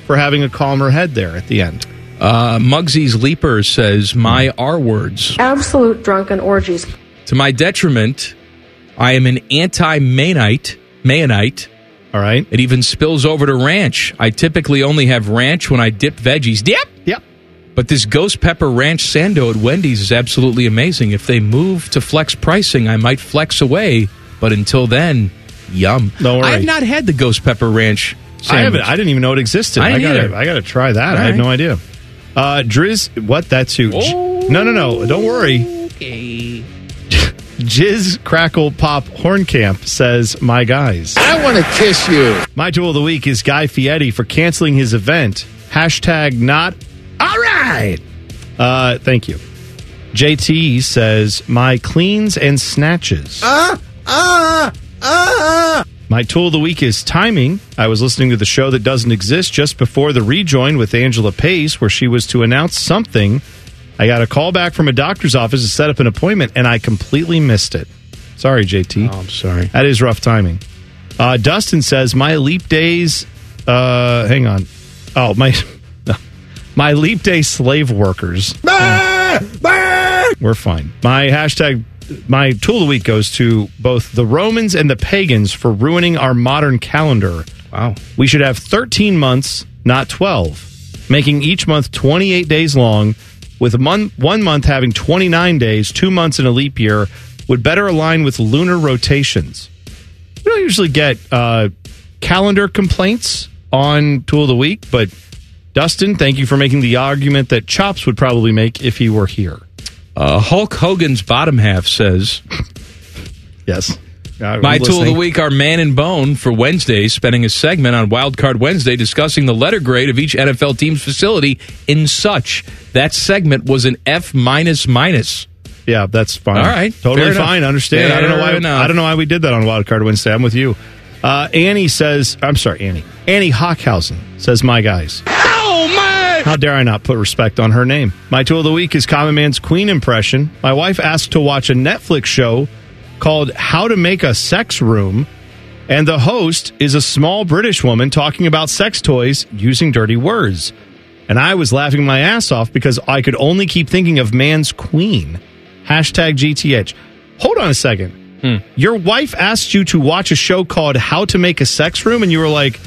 [SPEAKER 3] for having a calmer head there at the end.
[SPEAKER 4] Uh, Muggsy's Leaper says, My R words.
[SPEAKER 16] Absolute drunken orgies.
[SPEAKER 4] To my detriment, I am an anti Mayanite. Mayanite.
[SPEAKER 3] All right.
[SPEAKER 4] It even spills over to ranch. I typically only have ranch when I dip veggies. Dip!
[SPEAKER 3] Yep.
[SPEAKER 4] But this ghost pepper ranch sando at Wendy's is absolutely amazing. If they move to flex pricing, I might flex away. But until then, yum.
[SPEAKER 3] No worry.
[SPEAKER 4] I have not had the ghost pepper ranch
[SPEAKER 3] I
[SPEAKER 4] sandwich.
[SPEAKER 3] haven't. I didn't even know it existed.
[SPEAKER 4] I
[SPEAKER 3] I,
[SPEAKER 4] didn't
[SPEAKER 3] gotta.
[SPEAKER 4] either.
[SPEAKER 3] I gotta try that.
[SPEAKER 4] All
[SPEAKER 3] I had no
[SPEAKER 4] right.
[SPEAKER 3] idea. Uh, Driz, what? That's who? J- No, no, no. Don't worry.
[SPEAKER 4] Okay.
[SPEAKER 3] Jizz Crackle Pop Horncamp says, "My guys, I want to kiss you." My tool of the week is Guy Fieri for canceling his event. Hashtag not. All right. Uh, thank you. JT says, "My cleans and snatches."
[SPEAKER 5] Ah, ah, ah.
[SPEAKER 3] My tool of the week is timing. I was listening to the show that doesn't exist just before the rejoin with Angela Pace, where she was to announce something, I got a call back from a doctor's office to set up an appointment, and I completely missed it. Sorry, JT. Oh, I'm sorry. That is rough timing. Uh, Dustin says my leap days. Uh, hang on. Oh my, my leap day slave workers. Ah! We're fine. My hashtag, my tool of the week goes to both the Romans and the pagans for ruining our modern calendar. Wow. We should have 13 months, not 12, making each month 28 days long, with mon- one month having 29 days, two months in a leap year, would better align with lunar rotations. We don't usually get uh, calendar complaints on Tool of the Week, but Dustin, thank you for making the argument that Chops would probably make if he were here.
[SPEAKER 4] Uh, Hulk Hogan's bottom half says,
[SPEAKER 3] "Yes,
[SPEAKER 4] my tool of the week are Man and Bone for Wednesday, spending a segment on Wild Card Wednesday discussing the letter grade of each NFL team's facility in such. That segment was an F minus minus.
[SPEAKER 3] Yeah, that's fine.
[SPEAKER 4] All right,
[SPEAKER 3] totally
[SPEAKER 4] fair enough.
[SPEAKER 3] fine. Understand? I don't know
[SPEAKER 4] Fair
[SPEAKER 3] why.
[SPEAKER 4] enough.
[SPEAKER 3] I don't know why we did that on Wild Card Wednesday. I'm with you. Uh, Annie says, "I'm sorry, Annie." Annie Hockhausen says, "My guys." Oh my! How dare I not put respect on her name? My tool of the week is Common Man's Queen impression. My wife asked to watch a Netflix show called "How to Make a Sex Room," and the host is a small British woman talking about sex toys using dirty words. And I was laughing my ass off because I could only keep thinking of man's queen. Hashtag GTH. Hold on a second. Your wife asked you to watch a show called How to Make a Sex Room, and you were like,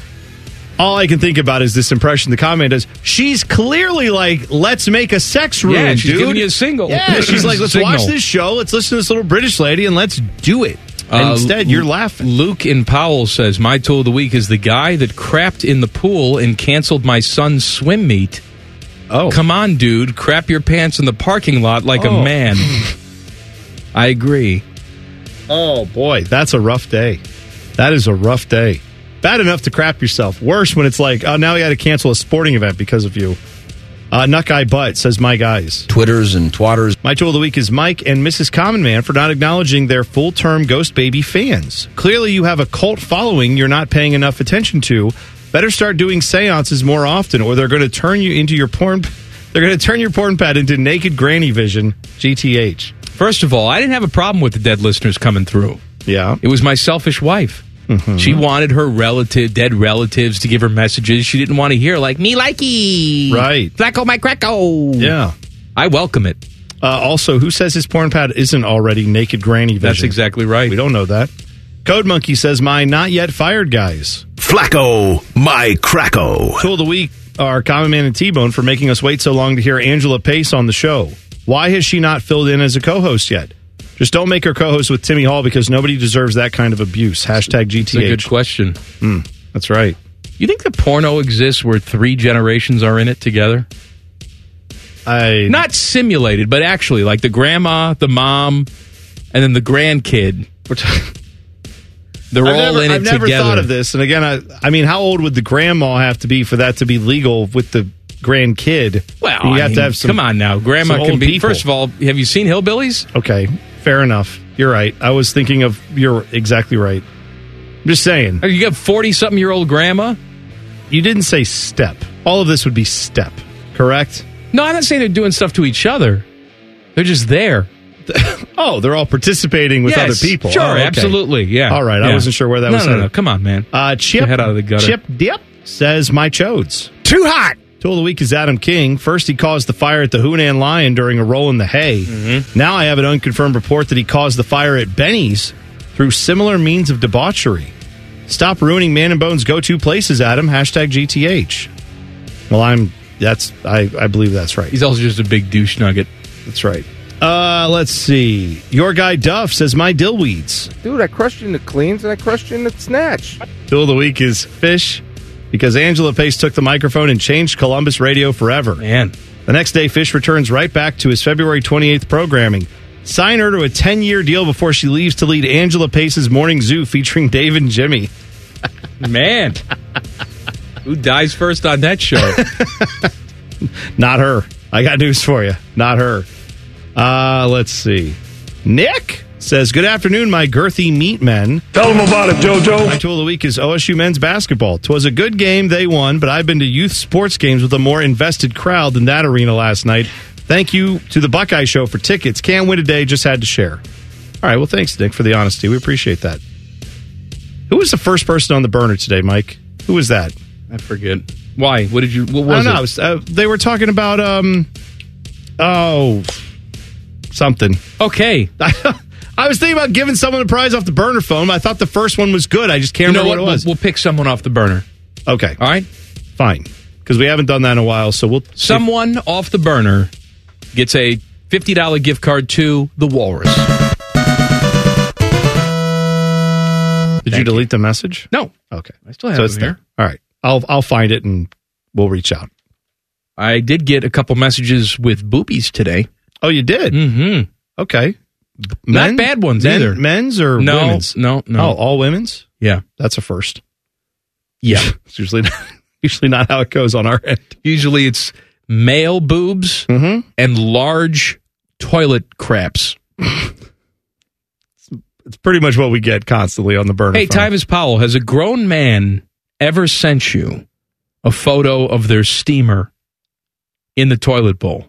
[SPEAKER 3] all I can think about is this impression. The comment is, she's clearly like, let's make a sex room.
[SPEAKER 4] Yeah, she's
[SPEAKER 3] dude.
[SPEAKER 4] giving you a single.
[SPEAKER 3] Yeah, she's like, let's
[SPEAKER 4] Signal.
[SPEAKER 3] watch this show. Let's listen to this little British lady and let's do it. And
[SPEAKER 4] Uh,
[SPEAKER 3] instead, you're laughing.
[SPEAKER 4] Luke in Powell says, My tool of the week is the guy that crapped in the pool and canceled my son's swim meet.
[SPEAKER 3] Oh.
[SPEAKER 4] Come on, dude. Crap your pants in the parking lot like
[SPEAKER 3] Oh.
[SPEAKER 4] a man. I agree.
[SPEAKER 3] Oh boy, that's a rough day. That is a rough day. Bad enough to crap yourself. Worse when it's like, oh, now we got to cancel a sporting event because of you. Uh, Nutguy Butt says, my guys. Twitters and twatters. My tool of the week is Mike and Mrs. Common Man for not acknowledging their full term Ghost Baby fans. Clearly, you have a cult following you're not paying enough attention to. Better start doing seances more often, or they're going to turn you into your porn. They're going to turn your porn pad into naked granny vision. GTH.
[SPEAKER 4] First of all, I didn't have a problem with the dead listeners coming through.
[SPEAKER 3] Yeah. Mm-hmm.
[SPEAKER 4] It was my selfish wife. She wanted her relative, dead relatives, to give her messages she didn't want to hear, like me likey,
[SPEAKER 3] Right.
[SPEAKER 4] Flacco my cracko.
[SPEAKER 3] Yeah.
[SPEAKER 4] I welcome it.
[SPEAKER 3] Uh, also, who says his porn pad isn't already naked granny vision?
[SPEAKER 4] That's exactly right.
[SPEAKER 3] We don't know that. Code Monkey says, my not yet fired guys.
[SPEAKER 2] Flacco, my cracko.
[SPEAKER 3] Tool of the week are Common Man and T Bone for making us wait so long to hear Angela Pace on the show. Why has she not filled in as a co host yet? Just don't make her co host with Timmy Hall because nobody deserves that kind of abuse. Hashtag GTH.
[SPEAKER 4] It's a good question.
[SPEAKER 3] Hmm, that's right.
[SPEAKER 4] You think the porno exists where three generations are in it together?
[SPEAKER 3] I
[SPEAKER 4] not simulated, but actually, like the grandma, the mom, and then the grandkid. They're
[SPEAKER 3] I've
[SPEAKER 4] all
[SPEAKER 3] never,
[SPEAKER 4] in it
[SPEAKER 3] I've never
[SPEAKER 4] together.
[SPEAKER 3] thought of this. And again, I, I mean, how old would the grandma have to be for that to be legal with the grandkid?
[SPEAKER 4] Well,
[SPEAKER 3] you
[SPEAKER 4] I
[SPEAKER 3] have
[SPEAKER 4] mean,
[SPEAKER 3] to have some.
[SPEAKER 4] Come on now, grandma
[SPEAKER 3] some
[SPEAKER 4] can
[SPEAKER 3] old
[SPEAKER 4] be.
[SPEAKER 3] people.
[SPEAKER 4] First of all, have you seen Hillbillies?
[SPEAKER 3] Okay, fair enough. You're right. I was thinking of you're exactly right. I'm just saying.
[SPEAKER 4] Oh, You got forty something year old grandma.
[SPEAKER 3] You didn't say step. All of this would be step, correct?
[SPEAKER 4] No, I'm not saying they're doing stuff to each other. They're just there.
[SPEAKER 3] oh, they're all participating with
[SPEAKER 4] Yes,
[SPEAKER 3] other people.
[SPEAKER 4] Sure,
[SPEAKER 3] Oh, okay.
[SPEAKER 4] absolutely. Yeah.
[SPEAKER 3] All right. I
[SPEAKER 4] Yeah.
[SPEAKER 3] wasn't sure where that
[SPEAKER 4] No,
[SPEAKER 3] was.
[SPEAKER 4] No, no,
[SPEAKER 3] headed.
[SPEAKER 4] Come on, man.
[SPEAKER 3] Uh, Chip,
[SPEAKER 4] Get your head out of the gutter.
[SPEAKER 3] Chip Dip says, My chodes. Too hot. Tool of the week is Adam King. First, he caused the fire at the Hunan Lion during a roll in the hay.
[SPEAKER 4] Mm-hmm.
[SPEAKER 3] Now I have an unconfirmed report that he caused the fire at Benny's through similar means of debauchery. Stop ruining Man and Bone's go to places, Adam. Hashtag GTH. Well, I'm. That's. I, I believe that's right.
[SPEAKER 4] He's also just a big douche nugget.
[SPEAKER 3] That's right. Uh, let's see. Your guy Duff says, My dillweeds.
[SPEAKER 17] Dude, I crushed you in the cleans and I crushed you in the snatch.
[SPEAKER 3] Tool of the week is fish because Angela Pace took the microphone and changed Columbus radio forever.
[SPEAKER 4] Man.
[SPEAKER 3] The next day, Fish returns right back to his February 28th programming. Sign her to a 10 year deal before she leaves to lead Angela Pace's Morning Zoo featuring Dave and Jimmy.
[SPEAKER 4] Man. Who dies first on that show?
[SPEAKER 3] Not her. I got news for you. Not her. Uh, let's see. Nick says, Good afternoon, my girthy meat men. Tell them about it, JoJo. My tool of the week is OSU men's basketball. Twas a good game they won, but I've been to youth sports games with a more invested crowd than that arena last night. Thank you to the Buckeye Show for tickets. Can't win today, just had to share. All right, well, thanks, Nick, for the honesty. We appreciate that. Who was the first person on the burner today, Mike? Who was that?
[SPEAKER 4] I forget. Why? What did you? What
[SPEAKER 3] I
[SPEAKER 4] was
[SPEAKER 3] don't know.
[SPEAKER 4] it?
[SPEAKER 3] I was- uh, they were talking about um, oh, something.
[SPEAKER 4] Okay.
[SPEAKER 3] I was thinking about giving someone a prize off the burner phone. I thought the first one was good. I just can't
[SPEAKER 4] You know
[SPEAKER 3] remember
[SPEAKER 4] what?
[SPEAKER 3] what it was.
[SPEAKER 4] We'll, we'll pick someone off the burner.
[SPEAKER 3] Okay.
[SPEAKER 4] All right.
[SPEAKER 3] Fine. Because we haven't done that in a while, so we'll.
[SPEAKER 4] Someone off the burner gets a fifty dollar gift card to the Walrus.
[SPEAKER 3] Did you delete the message?
[SPEAKER 4] No.
[SPEAKER 3] Okay.
[SPEAKER 4] I still have
[SPEAKER 3] So
[SPEAKER 4] them
[SPEAKER 3] it's
[SPEAKER 4] here.
[SPEAKER 3] there. All right. I'll I'll find it and we'll reach out.
[SPEAKER 4] I did get a couple messages with boobies today.
[SPEAKER 3] Oh, you did?
[SPEAKER 4] Mm-hmm.
[SPEAKER 3] Okay.
[SPEAKER 4] Not
[SPEAKER 3] Men-
[SPEAKER 4] bad ones
[SPEAKER 3] men-
[SPEAKER 4] either.
[SPEAKER 3] Men's or
[SPEAKER 4] no,
[SPEAKER 3] women's?
[SPEAKER 4] No, no.
[SPEAKER 3] Oh, all women's?
[SPEAKER 4] Yeah.
[SPEAKER 3] That's a first.
[SPEAKER 4] Yeah.
[SPEAKER 3] it's usually not, usually not how it goes on our end. Mm-hmm.
[SPEAKER 4] Usually it's male boobs and large toilet craps.
[SPEAKER 3] It's pretty much what we get constantly on the burner.
[SPEAKER 4] Hey,
[SPEAKER 3] phone.
[SPEAKER 4] Tyvis Powell, has a grown man ever sent you a photo of their steamer in the toilet bowl?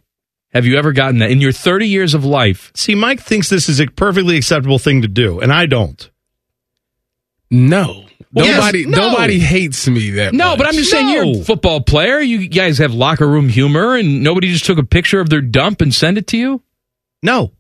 [SPEAKER 4] Have you ever gotten that in your 30 years of life?
[SPEAKER 3] See, Mike thinks this is a perfectly acceptable thing to do, and I don't.
[SPEAKER 18] No.
[SPEAKER 4] Well, yes,
[SPEAKER 18] nobody
[SPEAKER 4] no.
[SPEAKER 18] nobody hates me that
[SPEAKER 4] No,
[SPEAKER 18] much.
[SPEAKER 4] but I'm just saying you're a football player. You guys have locker room humor, and nobody just took a picture of their dump and send it to you?
[SPEAKER 3] No.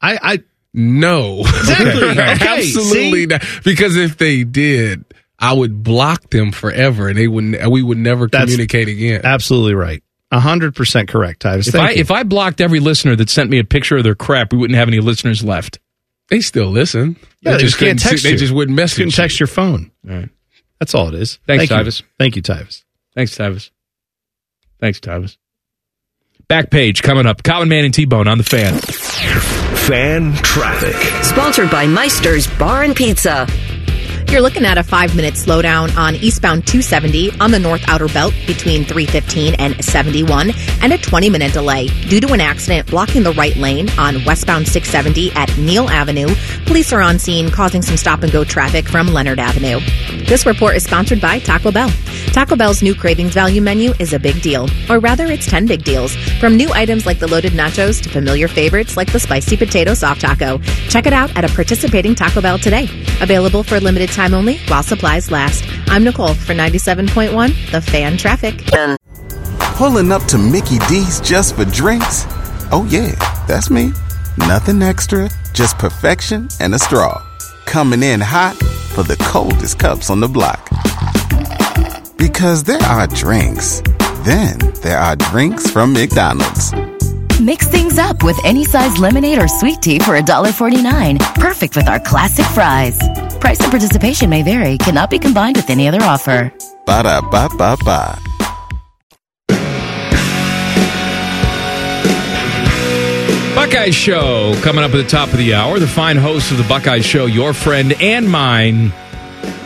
[SPEAKER 3] I, I
[SPEAKER 18] No.
[SPEAKER 3] Exactly. Okay,
[SPEAKER 18] Absolutely
[SPEAKER 3] see?
[SPEAKER 18] not. Because if they did, I would block them forever and they wouldn't we would never communicate again.
[SPEAKER 3] Absolutely right. hundred percent correct, Tyvis.
[SPEAKER 4] If
[SPEAKER 3] Thank
[SPEAKER 4] I,
[SPEAKER 3] you.
[SPEAKER 4] if I blocked every listener that sent me a picture of their crap, we wouldn't have any listeners left.
[SPEAKER 18] They still listen.
[SPEAKER 3] yeah, they just
[SPEAKER 18] couldn't
[SPEAKER 3] can't
[SPEAKER 18] see-
[SPEAKER 3] text.
[SPEAKER 18] They
[SPEAKER 3] you.
[SPEAKER 18] just wouldn't message.
[SPEAKER 3] Couldn't text your phone.
[SPEAKER 4] All right.
[SPEAKER 3] That's all it is.
[SPEAKER 4] Thanks,
[SPEAKER 3] Thank you.
[SPEAKER 4] Tyvis.
[SPEAKER 3] Thank you, Tyvis.
[SPEAKER 4] Thanks, Tavis. Thanks, Tavis. Back page coming up. Common Man and T Bone on the fan.
[SPEAKER 2] Fan traffic.
[SPEAKER 7] Sponsored by Meister's Bar and Pizza.
[SPEAKER 8] You're looking at a five minute slowdown on eastbound 270 on the north outer belt between 315 and 71, and a 20 minute delay due to an accident blocking the right lane on westbound 670 at Neal Avenue. Police are on scene causing some stop and go traffic from Leonard Avenue. This report is sponsored by Taco Bell. Taco Bell's new cravings value menu is a big deal, or rather, it's 10 big deals, from new items like the loaded nachos to familiar favorites like the spicy potato soft taco. Check it out at a participating Taco Bell today. Available for a limited time only while supplies last. I'm Nicole for 97.1 The Fan Traffic.
[SPEAKER 9] Pulling up to Mickey D's just for drinks? Oh, yeah, that's me. Nothing extra, just perfection and a straw. Coming in hot for the coldest cups on the block. Because there are drinks, then there are drinks from McDonald's.
[SPEAKER 10] Mix things up with any size lemonade or sweet tea for $1.49. Perfect with our classic fries. Price and participation may vary, cannot be combined with any other offer.
[SPEAKER 9] Ba da ba ba ba.
[SPEAKER 4] Buckeye Show coming up at the top of the hour. The fine host of the Buckeye Show, your friend and mine,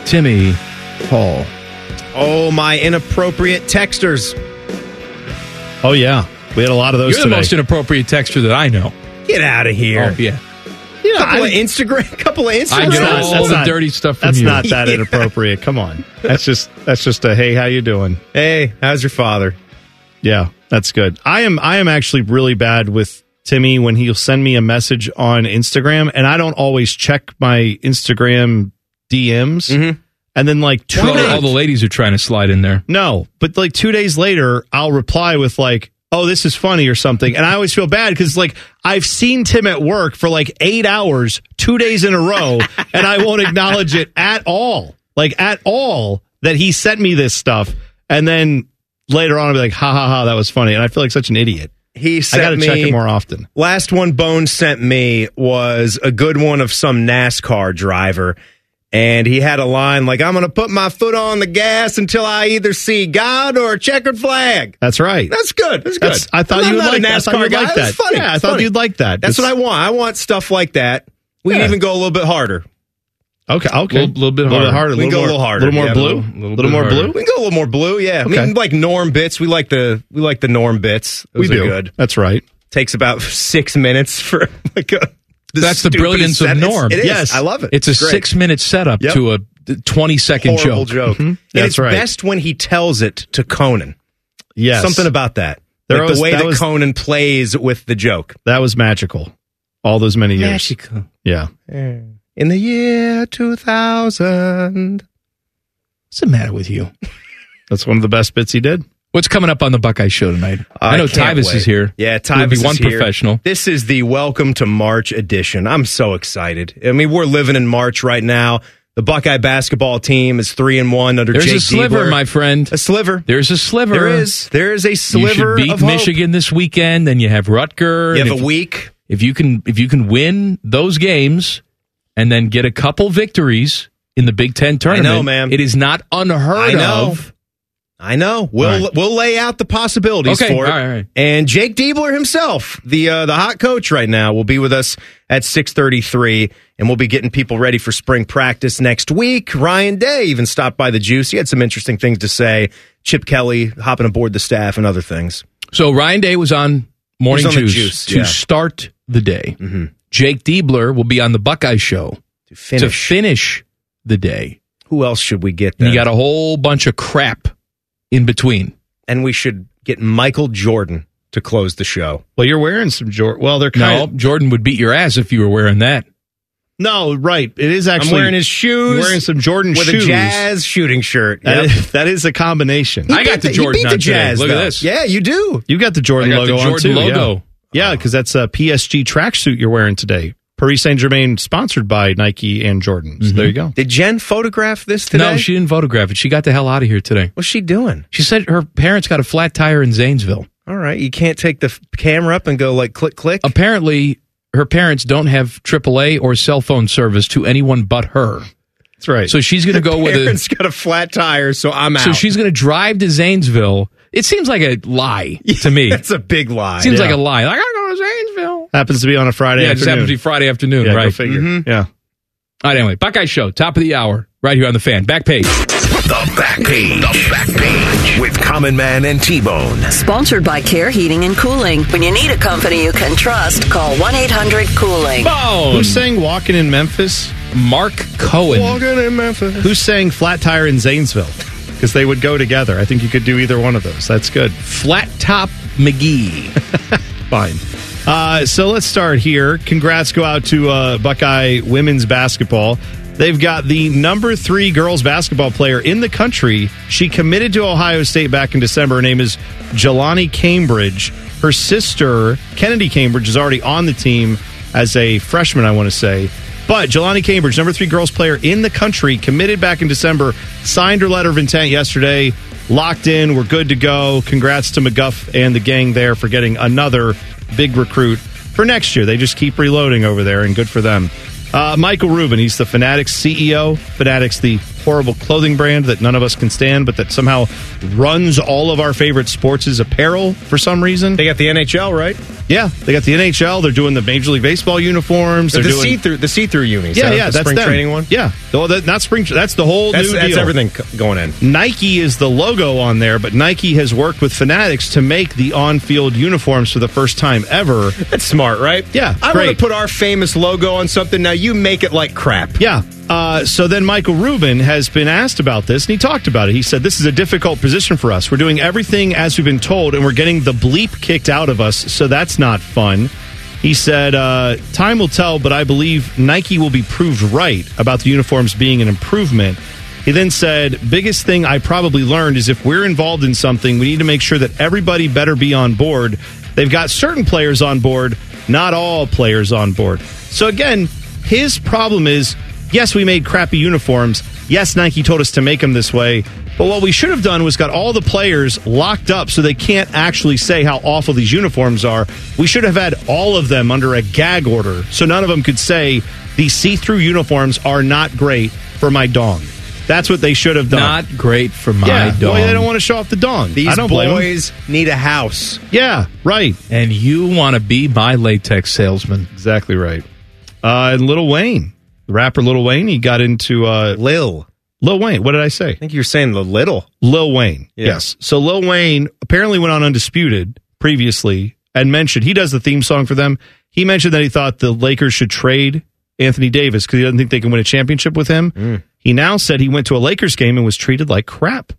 [SPEAKER 4] Timmy Hall.
[SPEAKER 15] Oh, my inappropriate texters.
[SPEAKER 3] Oh yeah, we had a lot of those
[SPEAKER 4] You're the
[SPEAKER 3] today.
[SPEAKER 4] most inappropriate texture that I know.
[SPEAKER 15] Get out of here.
[SPEAKER 4] Oh, yeah.
[SPEAKER 15] You know, couple of Instagram, couple of Instagram.
[SPEAKER 4] I get all
[SPEAKER 3] that's
[SPEAKER 4] the
[SPEAKER 3] not-
[SPEAKER 4] dirty stuff from
[SPEAKER 3] that's
[SPEAKER 4] you.
[SPEAKER 3] not that
[SPEAKER 15] Yeah.
[SPEAKER 3] inappropriate. Come on, that's just that's just a hey, how you doing?
[SPEAKER 15] Hey, how's your father?
[SPEAKER 3] Yeah, that's good. I am I am actually really bad with Timmy when he'll send me a message on Instagram, and I don't always check my Instagram DMs, and then like two
[SPEAKER 4] Mm-hmm. All, the-
[SPEAKER 3] days-
[SPEAKER 4] all the ladies are trying to slide in there.
[SPEAKER 3] No, but like two days later, I'll reply with like, "Oh, this is funny" or something, and I always feel bad because like I've seen Tim at work for like eight hours, two days in a row, and I won't acknowledge it at all, like at all that he sent me this stuff, and then later on I'll be like, "Ha ha ha, that was funny," and I feel like such an idiot.
[SPEAKER 15] He
[SPEAKER 3] I
[SPEAKER 15] sent
[SPEAKER 3] got to check
[SPEAKER 15] me-
[SPEAKER 3] it more often.
[SPEAKER 15] Last one Bone sent me was a good one of some NASCAR driver. And he had a line like, I'm going to put my foot on the gas until I either see God or a checkered flag.
[SPEAKER 3] That's right.
[SPEAKER 15] That's good. That's good.
[SPEAKER 3] That's- I thought
[SPEAKER 15] I'm
[SPEAKER 3] you would
[SPEAKER 15] not
[SPEAKER 3] like
[SPEAKER 15] a
[SPEAKER 3] that. I thought you'd
[SPEAKER 15] NASCAR guy.
[SPEAKER 3] like
[SPEAKER 15] That's
[SPEAKER 3] that.
[SPEAKER 15] funny.
[SPEAKER 3] Yeah, I
[SPEAKER 15] That's
[SPEAKER 3] thought
[SPEAKER 15] funny.
[SPEAKER 3] you'd like that.
[SPEAKER 15] That's
[SPEAKER 3] It's-
[SPEAKER 15] what I want. I want stuff like that. We
[SPEAKER 3] Yeah.
[SPEAKER 15] can even go a little bit harder.
[SPEAKER 3] Okay, okay,
[SPEAKER 4] Little- little bit harder.
[SPEAKER 3] a
[SPEAKER 15] We
[SPEAKER 3] little,
[SPEAKER 15] can go a
[SPEAKER 3] more,
[SPEAKER 15] little harder.
[SPEAKER 3] little more
[SPEAKER 15] Yeah,
[SPEAKER 3] blue,
[SPEAKER 15] a little-
[SPEAKER 3] little,
[SPEAKER 4] little
[SPEAKER 3] little
[SPEAKER 4] bit
[SPEAKER 3] more
[SPEAKER 4] harder.
[SPEAKER 3] blue.
[SPEAKER 15] We can go a little more blue. Yeah, I
[SPEAKER 3] Okay.
[SPEAKER 15] mean, like norm bits. We like the we like the norm bits. Those
[SPEAKER 3] we
[SPEAKER 15] are
[SPEAKER 3] do.
[SPEAKER 15] good.
[SPEAKER 3] That's right.
[SPEAKER 15] Takes about six minutes for like a.
[SPEAKER 4] That's the
[SPEAKER 15] stupidest
[SPEAKER 4] brilliance of
[SPEAKER 15] sentence.
[SPEAKER 4] norm.
[SPEAKER 15] It is.
[SPEAKER 3] Yes.
[SPEAKER 15] I love it.
[SPEAKER 4] It's a
[SPEAKER 15] great.
[SPEAKER 4] six minute setup
[SPEAKER 15] Yep.
[SPEAKER 4] to a 20 second
[SPEAKER 15] horrible joke.
[SPEAKER 3] Mhm.
[SPEAKER 15] And
[SPEAKER 3] That's
[SPEAKER 15] it's
[SPEAKER 3] right.
[SPEAKER 15] best when he tells it to Conan.
[SPEAKER 3] Yes,
[SPEAKER 15] Something about that.
[SPEAKER 3] There
[SPEAKER 15] Like
[SPEAKER 3] was-
[SPEAKER 15] the way
[SPEAKER 3] that
[SPEAKER 15] that,
[SPEAKER 3] was-
[SPEAKER 15] Conan plays with the joke.
[SPEAKER 3] That was magical. All those many years.
[SPEAKER 15] Magical.
[SPEAKER 3] Yeah.
[SPEAKER 15] In the year 2000.
[SPEAKER 3] What's the matter with you? That's one of the best bits he did.
[SPEAKER 4] What's coming up on the Buckeye Show tonight? I, know
[SPEAKER 15] can't
[SPEAKER 4] Tyvis
[SPEAKER 15] wait.
[SPEAKER 4] is here.
[SPEAKER 15] Yeah,
[SPEAKER 4] Who would
[SPEAKER 15] Tyvis
[SPEAKER 4] be one
[SPEAKER 15] is here.
[SPEAKER 4] professional.
[SPEAKER 15] This is the Welcome to March edition. I'm so excited. I mean, we're living in March right now. The Buckeye basketball team is three and one under
[SPEAKER 4] There's
[SPEAKER 15] Jake
[SPEAKER 4] a sliver,
[SPEAKER 15] Diebler.
[SPEAKER 4] my friend.
[SPEAKER 15] A sliver.
[SPEAKER 4] There's a sliver.
[SPEAKER 15] There is. There is a sliver
[SPEAKER 4] You should beat
[SPEAKER 15] of hope.
[SPEAKER 4] Michigan this weekend. Then you have Rutger.
[SPEAKER 15] You
[SPEAKER 4] and
[SPEAKER 15] have
[SPEAKER 4] if-
[SPEAKER 15] a week.
[SPEAKER 4] If you can, if you can win those games, and then get a couple victories in the Big Ten tournament,
[SPEAKER 15] I know, man.
[SPEAKER 4] It is not unheard
[SPEAKER 15] I know.
[SPEAKER 4] of.
[SPEAKER 15] I know. We'll
[SPEAKER 4] All right.
[SPEAKER 15] we'll lay out the possibilities
[SPEAKER 4] Okay,
[SPEAKER 15] for it.
[SPEAKER 4] all right, all right.
[SPEAKER 15] And Jake Diebler himself, the uh, the hot coach right now, will be with us at six thirty three, and we'll be getting people ready for spring practice next week. Ryan Day even stopped by the juice. He had some interesting things to say. Chip Kelly hopping aboard the staff and other things.
[SPEAKER 4] So Ryan Day was on Morning
[SPEAKER 15] He was on the
[SPEAKER 4] Juice,
[SPEAKER 15] Juice,
[SPEAKER 4] to
[SPEAKER 15] yeah.
[SPEAKER 4] start the day.
[SPEAKER 15] Mm-hmm.
[SPEAKER 4] Jake Diebler will be on the Buckeye Show to
[SPEAKER 15] finish,
[SPEAKER 4] the day.
[SPEAKER 15] Who else should we get?
[SPEAKER 4] And
[SPEAKER 15] Then?
[SPEAKER 4] you got a whole bunch of crap in between.
[SPEAKER 15] and we should get Michael Jordan to close the show.
[SPEAKER 3] Well, you're wearing some Jordan. Well, they're kind
[SPEAKER 4] no,
[SPEAKER 3] of.
[SPEAKER 4] Jordan would beat your ass if you were wearing that.
[SPEAKER 3] No, right. It is actually.
[SPEAKER 15] I'm wearing his shoes,
[SPEAKER 3] You're wearing some Jordan
[SPEAKER 15] with
[SPEAKER 3] shoes.
[SPEAKER 15] a jazz shooting shirt.
[SPEAKER 3] That
[SPEAKER 15] Yep.
[SPEAKER 3] is- that is a combination.
[SPEAKER 15] He I got beat the the- he Jordan beat the on today. Jazz, Look at though. this. Yeah, you do.
[SPEAKER 3] You got the Jordan
[SPEAKER 4] I got the
[SPEAKER 3] logo on
[SPEAKER 4] Jordan
[SPEAKER 3] too.
[SPEAKER 4] logo.
[SPEAKER 3] Yeah, because that's uh, a PSG tracksuit you're wearing today. Paris Saint Germain sponsored by Nike and Jordan. So there you go.
[SPEAKER 15] Mm-hmm. Did Jen photograph this today?
[SPEAKER 4] No, she didn't photograph it. She got the hell out of here today.
[SPEAKER 15] What's she doing?
[SPEAKER 4] She said her parents got a flat tire in Zanesville.
[SPEAKER 15] All right, you can't take the f- camera up and go like click click.
[SPEAKER 4] Apparently, her parents don't have AAA or cell phone service to anyone but her.
[SPEAKER 3] That's right.
[SPEAKER 4] So she's going to go with a
[SPEAKER 15] Aaron's got a flat tire, so I'm out.
[SPEAKER 4] So she's going to drive to Zanesville. It seems like a lie to me.
[SPEAKER 15] That's a big lie.
[SPEAKER 4] Seems
[SPEAKER 3] Yeah.
[SPEAKER 4] like a lie. Like, I gotta go to Zanesville.
[SPEAKER 3] Happens to be on a Friday
[SPEAKER 4] yeah, it just
[SPEAKER 3] afternoon.
[SPEAKER 4] happens to be Friday afternoon,
[SPEAKER 3] Yeah, go
[SPEAKER 4] right?
[SPEAKER 3] figure. Yeah.
[SPEAKER 4] All right, anyway, Buckeye Show, top of the hour, right here on the fan. Back page.
[SPEAKER 2] The back page. The back page with Common Man and T Bone.
[SPEAKER 7] Sponsored by Care Heating and Cooling. When you need a company you can trust, call 1 800 Cooling.
[SPEAKER 3] Who sang Walking in Memphis?
[SPEAKER 4] Mark Cohen.
[SPEAKER 3] Walking in Memphis. Who sang Flat Tire in Zanesville? Because they would go together. I think you could do either one of those. That's good.
[SPEAKER 4] Flat Top McGee.
[SPEAKER 3] Fine. Uh, so let's start here. Congrats go out to uh, Buckeye women's basketball. They've got the number three girls basketball player in the country. She committed to Ohio State back in December. Her name is Jelani Cambridge. Her sister, Kennedy Cambridge, is already on the team as a freshman, I want to say. But Jelani Cambridge, number three girls player in the country, committed back in December, signed her letter of intent yesterday, locked in, we're good to go. Congrats to McGuff and the gang there for getting another big recruit for next year. They just keep reloading over there, and good for them. Uh, Michael Rubin, he's the Fanatics CEO. Fanatics, the horrible clothing brand that none of us can stand, but that somehow runs all of our favorite sports' apparel for some reason.
[SPEAKER 15] They got the NHL right.
[SPEAKER 3] Yeah, they got the NHL. They're doing the Major League Baseball uniforms.
[SPEAKER 15] The
[SPEAKER 3] They're doing
[SPEAKER 15] see through the see through unis.
[SPEAKER 3] yeah,
[SPEAKER 15] huh?
[SPEAKER 3] yeah,
[SPEAKER 15] The
[SPEAKER 3] that's
[SPEAKER 15] spring
[SPEAKER 3] them.
[SPEAKER 15] training one.
[SPEAKER 3] Yeah, well, that, not spring. tra- That's the whole
[SPEAKER 15] That's,
[SPEAKER 3] new
[SPEAKER 15] that's
[SPEAKER 3] deal.
[SPEAKER 15] everything c- going in.
[SPEAKER 3] Nike is the logo on there, but Nike has worked with Fanatics to make the on-field uniforms for the first time ever.
[SPEAKER 15] That's smart, right?
[SPEAKER 3] Yeah,
[SPEAKER 15] I
[SPEAKER 3] great.
[SPEAKER 15] want to put our famous logo on something. Now you make it like crap.
[SPEAKER 3] Yeah. Uh, so then Michael Rubin has been asked about this, and he talked about it. He said, This is a difficult position for us. We're doing everything as we've been told, and we're getting the bleep kicked out of us, so that's not fun. He said, uh, Time will tell, but I believe Nike will be proved right about the uniforms being an improvement. He then said, Biggest thing I probably learned is if we're involved in something, we need to make sure that everybody better be on board. They've got certain players on board, not all players on board. So again, his problem is yes, we made crappy uniforms. Yes, Nike told us to make them this way. But what we should have done was got all the players locked up so they can't actually say how awful these uniforms are. We should have had all of them under a gag order so none of them could say these see through uniforms are not great for my dong. That's what they should have done.
[SPEAKER 4] Not great for my
[SPEAKER 3] yeah,
[SPEAKER 4] dog.
[SPEAKER 3] Boy, they don't want to show off the dong.
[SPEAKER 15] These
[SPEAKER 3] I don't blame 'em.
[SPEAKER 15] boys need a house.
[SPEAKER 3] Yeah, right.
[SPEAKER 4] and you want to be my latex salesman.
[SPEAKER 3] Exactly right. Uh, and Little Wayne, the rapper Little Wayne, he got into uh,
[SPEAKER 15] Lil.
[SPEAKER 3] Lil Wayne. What did I say?
[SPEAKER 15] I think you're saying the little.
[SPEAKER 3] Lil Wayne.
[SPEAKER 15] Yeah.
[SPEAKER 3] Yes. So Lil Wayne apparently went on Undisputed previously and mentioned he does the theme song for them. He mentioned that he thought the Lakers should trade Anthony Davis because he doesn't think they can win a championship with him.
[SPEAKER 15] Mm.
[SPEAKER 3] He now said he went to a Lakers game and was treated like crap.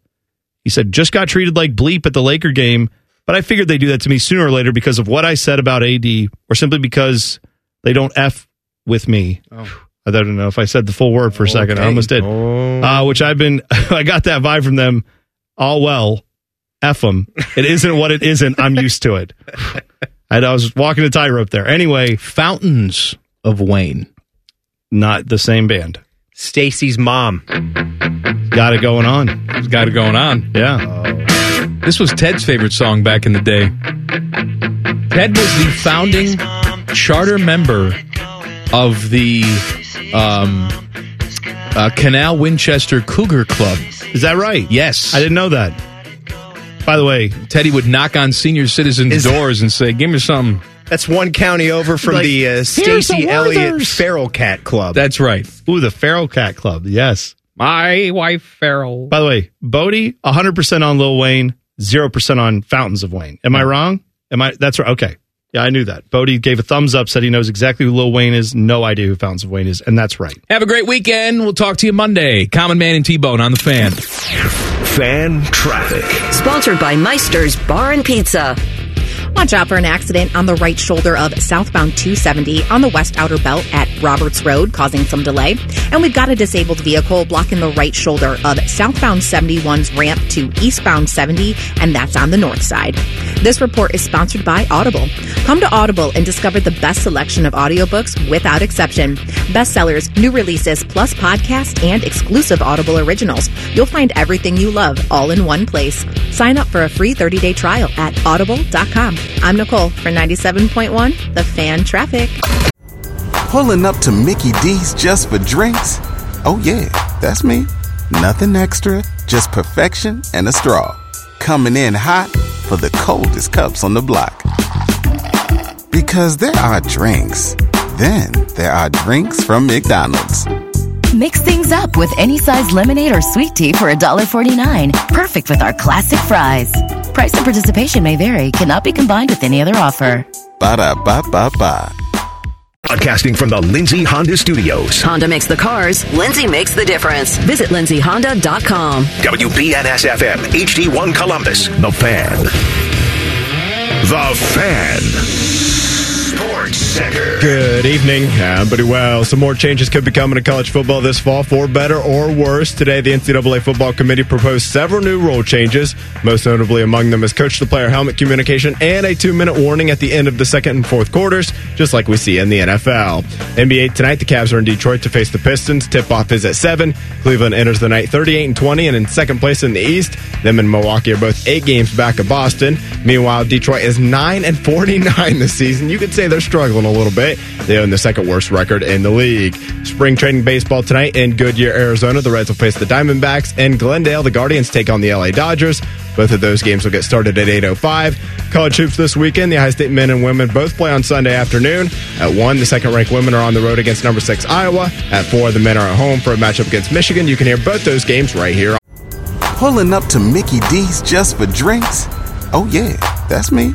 [SPEAKER 3] He said, just got treated like bleep at the Laker game, But I figured they do that to me sooner or later because of what I said about AD, or simply because they don't f with me. I don't know if I said the full word for a second. I
[SPEAKER 19] Okay.
[SPEAKER 3] almost did. Uh, which I've been. I got that vibe from them. All well, f them. It isn't what it isn't. I'm used to it. And I was walking a tightrope there. Anyway, Fountains of Wayne, not the same band.
[SPEAKER 15] Stacy's mom
[SPEAKER 3] got it going on.
[SPEAKER 4] Got it going on. Oh.
[SPEAKER 3] Yeah.
[SPEAKER 4] This was Ted's favorite song back in the day. Ted was the founding charter member of the um, uh, Canal Winchester Cougar Club.
[SPEAKER 3] Is that right?
[SPEAKER 4] Yes. I
[SPEAKER 3] didn't know that. By the way,
[SPEAKER 4] Teddy would knock on senior citizens' doors and say, Give me something.
[SPEAKER 15] That's one county over from
[SPEAKER 4] Like,
[SPEAKER 15] the uh,
[SPEAKER 4] here's
[SPEAKER 15] Stacy
[SPEAKER 4] the
[SPEAKER 15] Elliott
[SPEAKER 4] Werthers.
[SPEAKER 15] Feral Cat Club.
[SPEAKER 4] That's right.
[SPEAKER 3] Ooh, the Feral Cat Club. Yes.
[SPEAKER 4] My wife, Feral.
[SPEAKER 3] By the way, Bodie, 100% on Lil Wayne, 0% on Fountains of Wayne. Am I wrong? Am I? That's right. Okay. Yeah, I knew that. Bodie gave a thumbs up, said he knows exactly who Lil Wayne is, no idea who Fountains of Wayne is, and that's right.
[SPEAKER 4] Have a great weekend. We'll talk to you Monday. Common Man and T Bone on the fan. Fan traffic.
[SPEAKER 7] Sponsored by Meister's Bar and Pizza.
[SPEAKER 8] Watch out for an accident on the right shoulder of southbound 270 on the west outer belt at Roberts Road, causing some delay. And we've got a disabled vehicle blocking the right shoulder of southbound 71's ramp to eastbound 70, and that's on the north side. This report is sponsored by Audible. Come to Audible and discover the best selection of audiobooks without exception. Bestsellers, new releases, plus podcasts and exclusive Audible originals. You'll find everything you love all in one place. Sign up for a free 30-day trial at audible.com. I'm Nicole for 97.1 The Fan Traffic.
[SPEAKER 9] Pulling up to Mickey D's just for drinks? Oh, yeah, that's me. Nothing extra, just perfection and a straw. Coming in hot for the coldest cups on the block. Because there are drinks, then there are drinks from McDonald's.
[SPEAKER 10] Mix things up with any size lemonade or sweet tea for $1.49. Perfect with our classic fries. Price and participation may vary, cannot be combined with any other offer.
[SPEAKER 9] Ba da ba ba ba.
[SPEAKER 2] Broadcasting from the Lindsay Honda Studios.
[SPEAKER 7] Honda makes the cars, Lindsay makes the difference. Visit lindsayhonda.com.
[SPEAKER 2] WBNS FM, HD1 Columbus. The Fan. The Fan. Sports Center.
[SPEAKER 19] Good evening, everybody. Well, some more changes could be coming to college football this fall, for better or worse. Today, the NCAA Football Committee proposed several new rule changes. Most notably among them is coach to player helmet communication and a two minute warning at the end of the second and fourth quarters, just like we see in the NFL. NBA tonight, the Cavs are in Detroit to face the Pistons. Tip off is at 7. Cleveland enters the night 38 and 20 and in second place in the East. Them and Milwaukee are both eight games back of Boston. Meanwhile, Detroit is 9 and 49 this season. You could say they're struggling a little bit. They own the second worst record in the league. Spring training baseball tonight in Goodyear, Arizona. The Reds will face the Diamondbacks and Glendale. The Guardians take on the LA Dodgers. Both of those games will get started at 8.05. College hoops this weekend. The Ohio State men and women both play on Sunday afternoon. At 1, the second-ranked women are on the road against number 6 Iowa. At 4, the men are at home for a matchup against Michigan. You can hear both those games right here.
[SPEAKER 9] Pulling up to Mickey D's just for drinks? Oh, yeah, that's me.